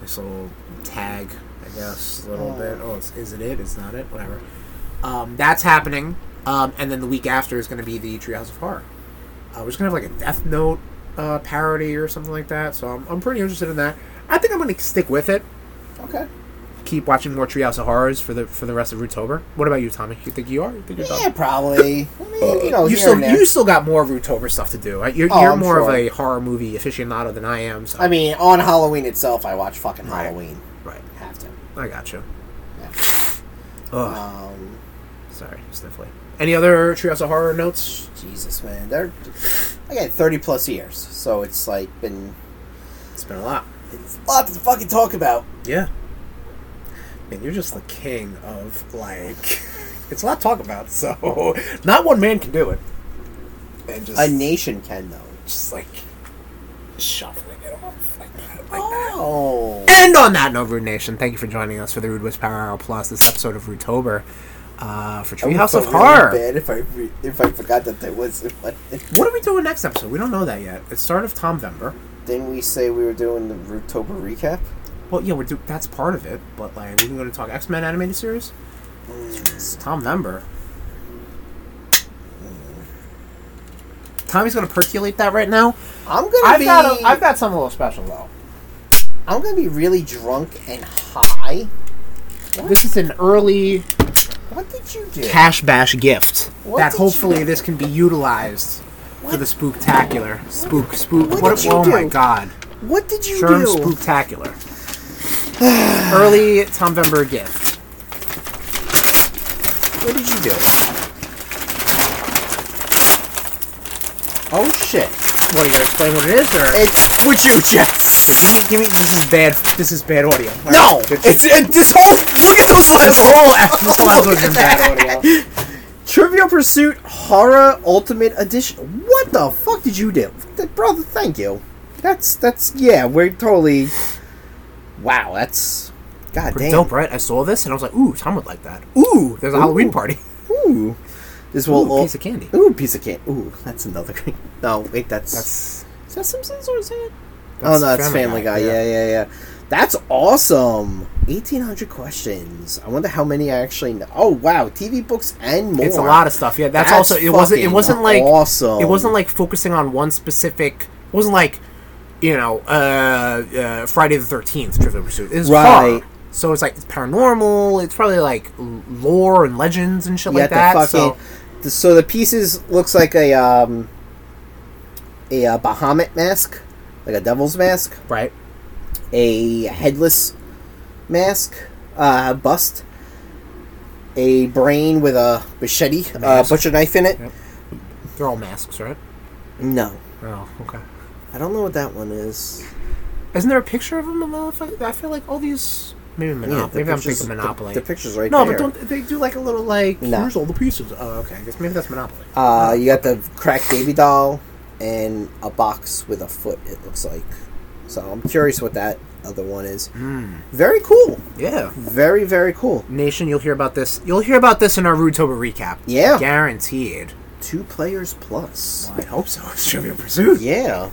S1: nice little tag, I guess, a little bit. Oh, it's, is it it? It's not it. Whatever. Um, that's happening, um, and then the week after is going to be the Treehouse of Horror. Uh, we're just gonna have like a Death Note uh, parody or something like that. So I'm, I'm pretty interested in that. I think I'm gonna stick with it
S3: Okay.
S1: keep watching more Treehouse of Horrors for the for the rest of Rootober. What about you, Tommy? You think you are? You think you're
S3: Yeah,
S1: done?
S3: probably. I mean, Uh, you know,
S1: you
S3: here
S1: still
S3: and there.
S1: you still got more Rootober stuff to do. Right? You're,
S3: Oh,
S1: you're
S3: I'm
S1: more of
S3: sure.
S1: a horror movie aficionado than I am. So.
S3: I mean, on Halloween itself, I watch fucking
S1: Right.
S3: Halloween.
S1: right.
S3: Have to.
S1: I got you.
S3: Yeah.
S1: Ugh,
S3: Um,
S1: sorry, sniffly. Any other Treehouse of Horror notes?
S3: Jesus, man, they're again thirty plus years, so it's like been
S1: It's been a lot.
S3: it's a lot to fucking talk about.
S1: Yeah. Man, you're just the king of like. <laughs> It's a lot to talk about, so <laughs> not one man can do it. And just
S3: A nation can though.
S1: just like shuffling it off like that, like that.
S3: Oh,
S1: And on that note, Rude Nation, thank you for joining us for the Rude Witch Power Hour Plus, this episode of Rootober uh, for
S3: I would
S1: Treehouse
S3: feel
S1: of
S3: really
S1: Horror.
S3: Bad Oh. if I re- if I forgot that there was.
S1: What are we doing next episode? We don't know that yet. It's start of Tom Vember.
S3: Didn't we say we were doing the Rootober recap?
S1: Well, yeah, we're do- that's part of it, but like we're going to talk X Men animated series. It's Tom Vember. Tommy's going to percolate that right now.
S3: I'm gonna
S1: I've
S3: be.
S1: got a, I've got something a little special though.
S3: I'm gonna be really drunk and high.
S1: This is an early
S3: What did you do?
S1: cash bash gift
S3: What
S1: that
S3: did
S1: hopefully
S3: you-
S1: this can be utilized for
S3: What-
S1: the spooktacular. Spook, spook.
S3: What
S1: What?
S3: did you
S1: oh my
S3: do?
S1: god.
S3: what did you
S1: Sherm
S3: do?
S1: spooktacular. <sighs> Early Tom Vember gift.
S3: What did you do? Oh shit!
S1: What are you gonna explain what it is or
S3: It's would you just?
S1: give me, give me this is bad this is bad audio. All
S3: No,
S1: right, good.
S3: it's it, this whole look at those
S1: this
S3: last
S1: whole this whole episode's been bad audio.
S3: <laughs> Trivial Pursuit Horror Ultimate Edition. What the fuck did you do, Th- brother? Thank you. That's that's yeah. We're totally. Wow, that's god
S1: Pretty
S3: damn.
S1: dope, right? I saw this and I was like, ooh, Tom would like that. Ooh, there's a Halloween
S3: Ooh.
S1: party.
S3: Ooh, this
S1: Ooh,
S3: will
S1: piece of candy.
S3: Ooh, piece of candy. Ooh, that's another. <laughs> no, wait, that's,
S1: That's
S3: is that Simpsons or is that?
S1: <laughs> That's
S3: oh no, that's
S1: Family
S3: Family
S1: Guy,
S3: Guy.
S1: yeah.
S3: Yeah. yeah, yeah, That's awesome. Eighteen hundred questions. I wonder how many I actually know. Oh wow, TV books and more.
S1: It's a lot of stuff. Yeah, that's, also it wasn't it
S3: fucking
S1: wasn't like
S3: awesome.
S1: it wasn't like focusing on one specific. It wasn't like you know uh, uh, Friday the Thirteenth Trivial Pursuit. It was
S3: Right.
S1: horror. So it's like it's paranormal. It's probably like l- lore and legends and shit
S3: you
S1: like that.
S3: had the fucking
S1: so
S3: the, so the pieces looks like a um, a uh, Bahamut mask, like a devil's mask,
S1: Right.
S3: a headless mask, uh, bust, a brain with a machete, uh,
S1: Mask.
S3: butcher knife in it.
S1: Yep. They're all masks, right?
S3: No,
S1: Oh, okay.
S3: I don't know what that one is.
S1: Isn't there a picture of him? in the- I feel like all these. Maybe Monopoly.
S3: the
S1: maybe I'm
S3: pictures-
S1: thinking
S3: the-
S1: Monopoly.
S3: The, pictures right
S1: no,
S3: there.
S1: but don't they do like a little like?
S3: No.
S1: Here's all the pieces. Oh, okay. I guess maybe that's Monopoly.
S3: Uh, you got the cracked baby doll and a box with a foot. It looks like. So I'm curious what that other one is.
S1: Mm.
S3: Very cool.
S1: Yeah.
S3: Very very cool.
S1: Nation, you'll hear about this. You'll hear about this in our Rudetober recap.
S3: Yeah.
S1: Guaranteed.
S3: Two players plus.
S1: I hope so. <laughs> It's Trivial Pursuit.
S3: Yeah.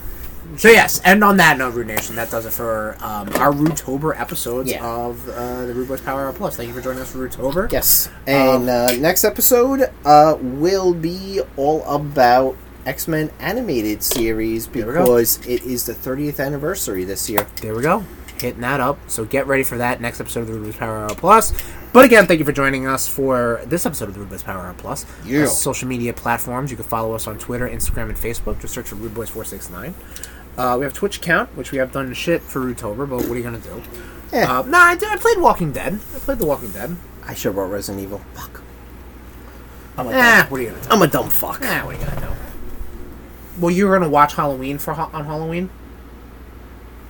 S1: So yes, and on that note, Rude Nation, that does it for um, our Rudetober episodes
S3: Yeah.
S1: of uh, the Rude Boys Power Hour Plus. Thank you for joining us for Rudetober.
S3: Yes.
S1: Um,
S3: And uh, next episode uh, will be all about X Men animated series
S1: There we go.
S3: because it is the 30th anniversary this year.
S1: There we go. Hitting that up. So get ready for that next episode of the Rude Boys Power Hour Plus. But again, thank you for joining us for this episode of the Rude Boys Power Hour Plus.
S3: Yeah.
S1: Uh, social media platforms. You can follow us on Twitter, Instagram, and Facebook. Just search for Rude Boys 469. Uh, we have Twitch account, which we have done shit for Rudetober, but what are you going to do?
S3: Yeah.
S1: Uh, nah, I, did- I played Walking Dead. I played The Walking Dead.
S3: I should have brought Resident Evil. Fuck. I'm a,
S1: Eh,
S3: dumb,
S1: what are you going to do?
S3: I'm a dumb fuck.
S1: Nah, what are you going to do? Well, you were going to watch Halloween for ha- on Halloween?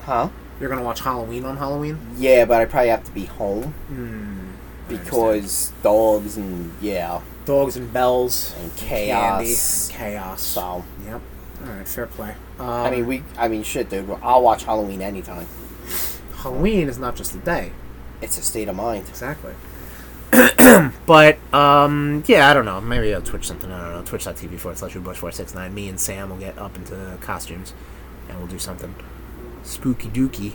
S3: Huh?
S1: You're going to watch Halloween on Halloween?
S3: Yeah, but I probably have to be home
S1: Hmm.
S3: because dogs and yeah
S1: Dogs and bells.
S3: and chaos.
S1: Candy. Chaos.
S3: So
S1: Yep. All right, fair play. Um,
S3: I mean we I mean shit, dude. I'll watch Halloween anytime.
S1: Halloween is not just a day.
S3: It's a state
S1: <laughs>
S3: of mind.
S1: Exactly. <clears throat> but um, yeah, I don't know. Maybe I'll Twitch something. I don't know. Twitch.tv forward slash Bush four six nine. Me and Sam will get up into the costumes, and we'll do something spooky dooky.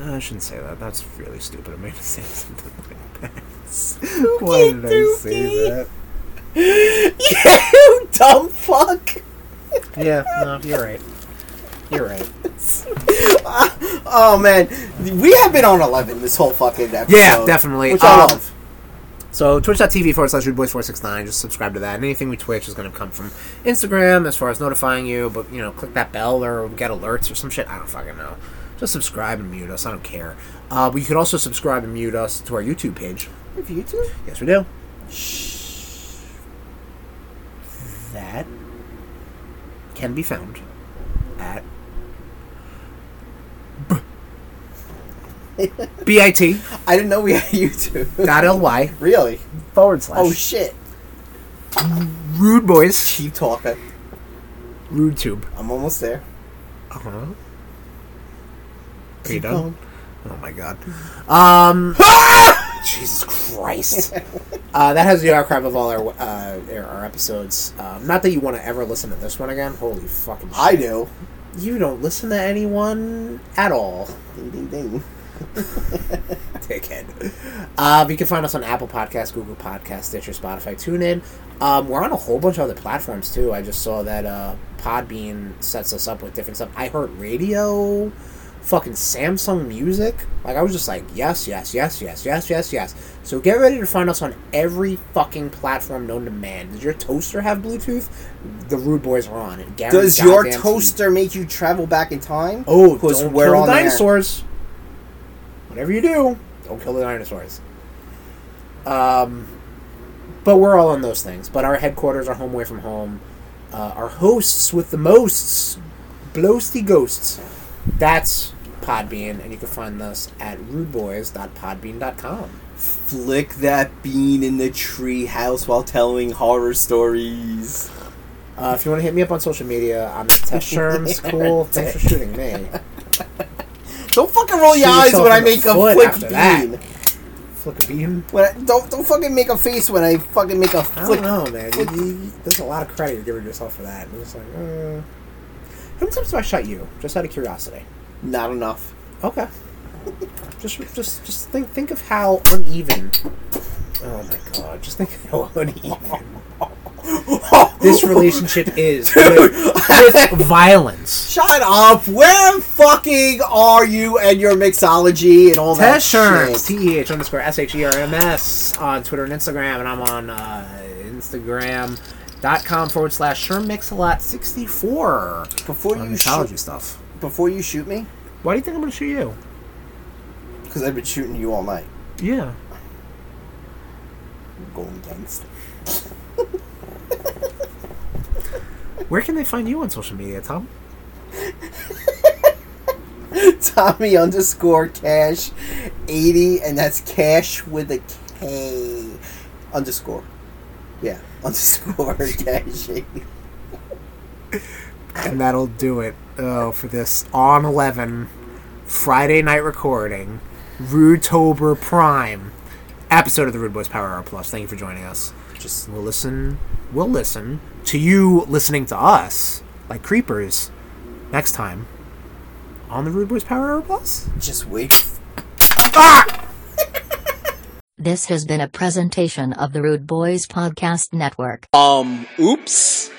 S1: Uh, I shouldn't say that. That's really stupid. I made to say <laughs> something like that. <laughs> Why did I say that?
S3: you dumb fuck.
S1: Yeah, no, you're right. You're right.
S3: Oh man, we have been on eleven this whole fucking episode.
S1: Yeah, definitely.
S3: Which I
S1: Um,
S3: love.
S1: So twitch.tv forward slash rudeboys469. Just subscribe to that. And anything we twitch is going to come from Instagram as far as notifying you. But, you know, click that bell or get alerts or some shit. I don't fucking know. Just subscribe and mute us. I don't care. Uh, but you can also subscribe and mute us to our YouTube page.
S3: If you do,
S1: Yes, we do. That can be found at bit
S3: I didn't know we had <laughs> YouTube.
S1: dot ly
S3: really?
S1: forward slash
S3: Oh shit!
S1: rude boys
S3: Keep talking.
S1: rude tube.
S3: I'm almost there.
S1: Uh-huh. Are you
S3: Keep
S1: done?
S3: going.
S1: Oh my god. <laughs> Um. Jesus Christ. <laughs> uh, that has the archive of all our uh, our our episodes. Um, not that you want to ever listen to this one again. Holy fucking shit.
S3: I do.
S1: You don't listen to anyone at all.
S3: Ding ding <laughs> ding.
S1: Dickhead. Um, you can find us on Apple Podcasts, Google Podcasts, Stitcher, Spotify, TuneIn. Um, we're on a whole bunch of other platforms too. I just saw that uh, Podbean sets us up with different stuff. I heard radio, fucking Samsung Music. Like I was just like, yes, yes, yes, yes, yes, yes, yes. So get ready to find us on every fucking platform known to man. Does your toaster have Bluetooth? The Rude Boys are on it. Guaranteed
S3: Does your
S1: goddamn
S3: toaster make you travel back in time?
S1: Oh,
S3: 'Cause
S1: don't
S3: we're
S1: kill
S3: on
S1: the
S3: there.
S1: dinosaurs. Whatever you do, don't kill the dinosaurs. Um, but we're all on those things. But our headquarters, our home away from home, uh, our hosts with the mosts, blosty ghosts. That's Podbean, and you can find us at rudeboys.podbean.com.
S3: Flick that bean in the tree house while telling horror stories.
S1: Uh, if you want to hit me up on social media, I'm at Tess <laughs> Sherms. Cool. Thanks for shooting me.
S3: Don't fucking roll your
S1: Shoot
S3: eyes
S1: yourself in
S3: when I
S1: the
S3: make a
S1: foot
S3: flick
S1: after
S3: bean.
S1: that. Flick a beam.
S3: When I, don't don't fucking make a face when I fucking make a
S1: I
S3: flick.
S1: don't know, man.
S3: flick-
S1: You, you- there's a lot of credit you're giving yourself for that. And it's like, uh, how many times do I shot you? Just out of curiosity.
S3: Not enough. <laughs>
S1: Okay. <laughs> just, just, just think, think of how uneven. Oh my god! Just think of how <laughs> uneven this <laughs> relationship is with, with <laughs> violence.
S3: Shut up! Where fucking are you and your mixology and all that
S1: Tesherms,
S3: shit?
S1: T E H underscore S H E R M S on Twitter and Instagram, and I'm on uh, Instagram.com forward slash ShermMix-a-Lot64
S3: Before
S1: on
S3: you shoot,
S1: mythology stuff.
S3: before you shoot me,
S1: Why do you think I'm going to shoot you?
S3: because I've been shooting you all night.
S1: Yeah.
S3: Going gangster.
S1: Where can they find you on social media, Tom?
S3: <laughs> Tommy underscore cash eighty, and that's cash with a K underscore. Yeah, <laughs> underscore cash eighty.
S1: And that'll do it oh, for this on 11 Friday night recording, Rudetober Prime episode of the Rude Boys Power Hour Plus. Thank you for joining us.
S3: Just
S1: We'll listen. We'll listen to you listening to us like creepers next time on the Rude Boys Power Hour Plus.
S3: just wait.
S4: This has been a presentation of the Rude Boys Podcast Network.
S5: Um, oops.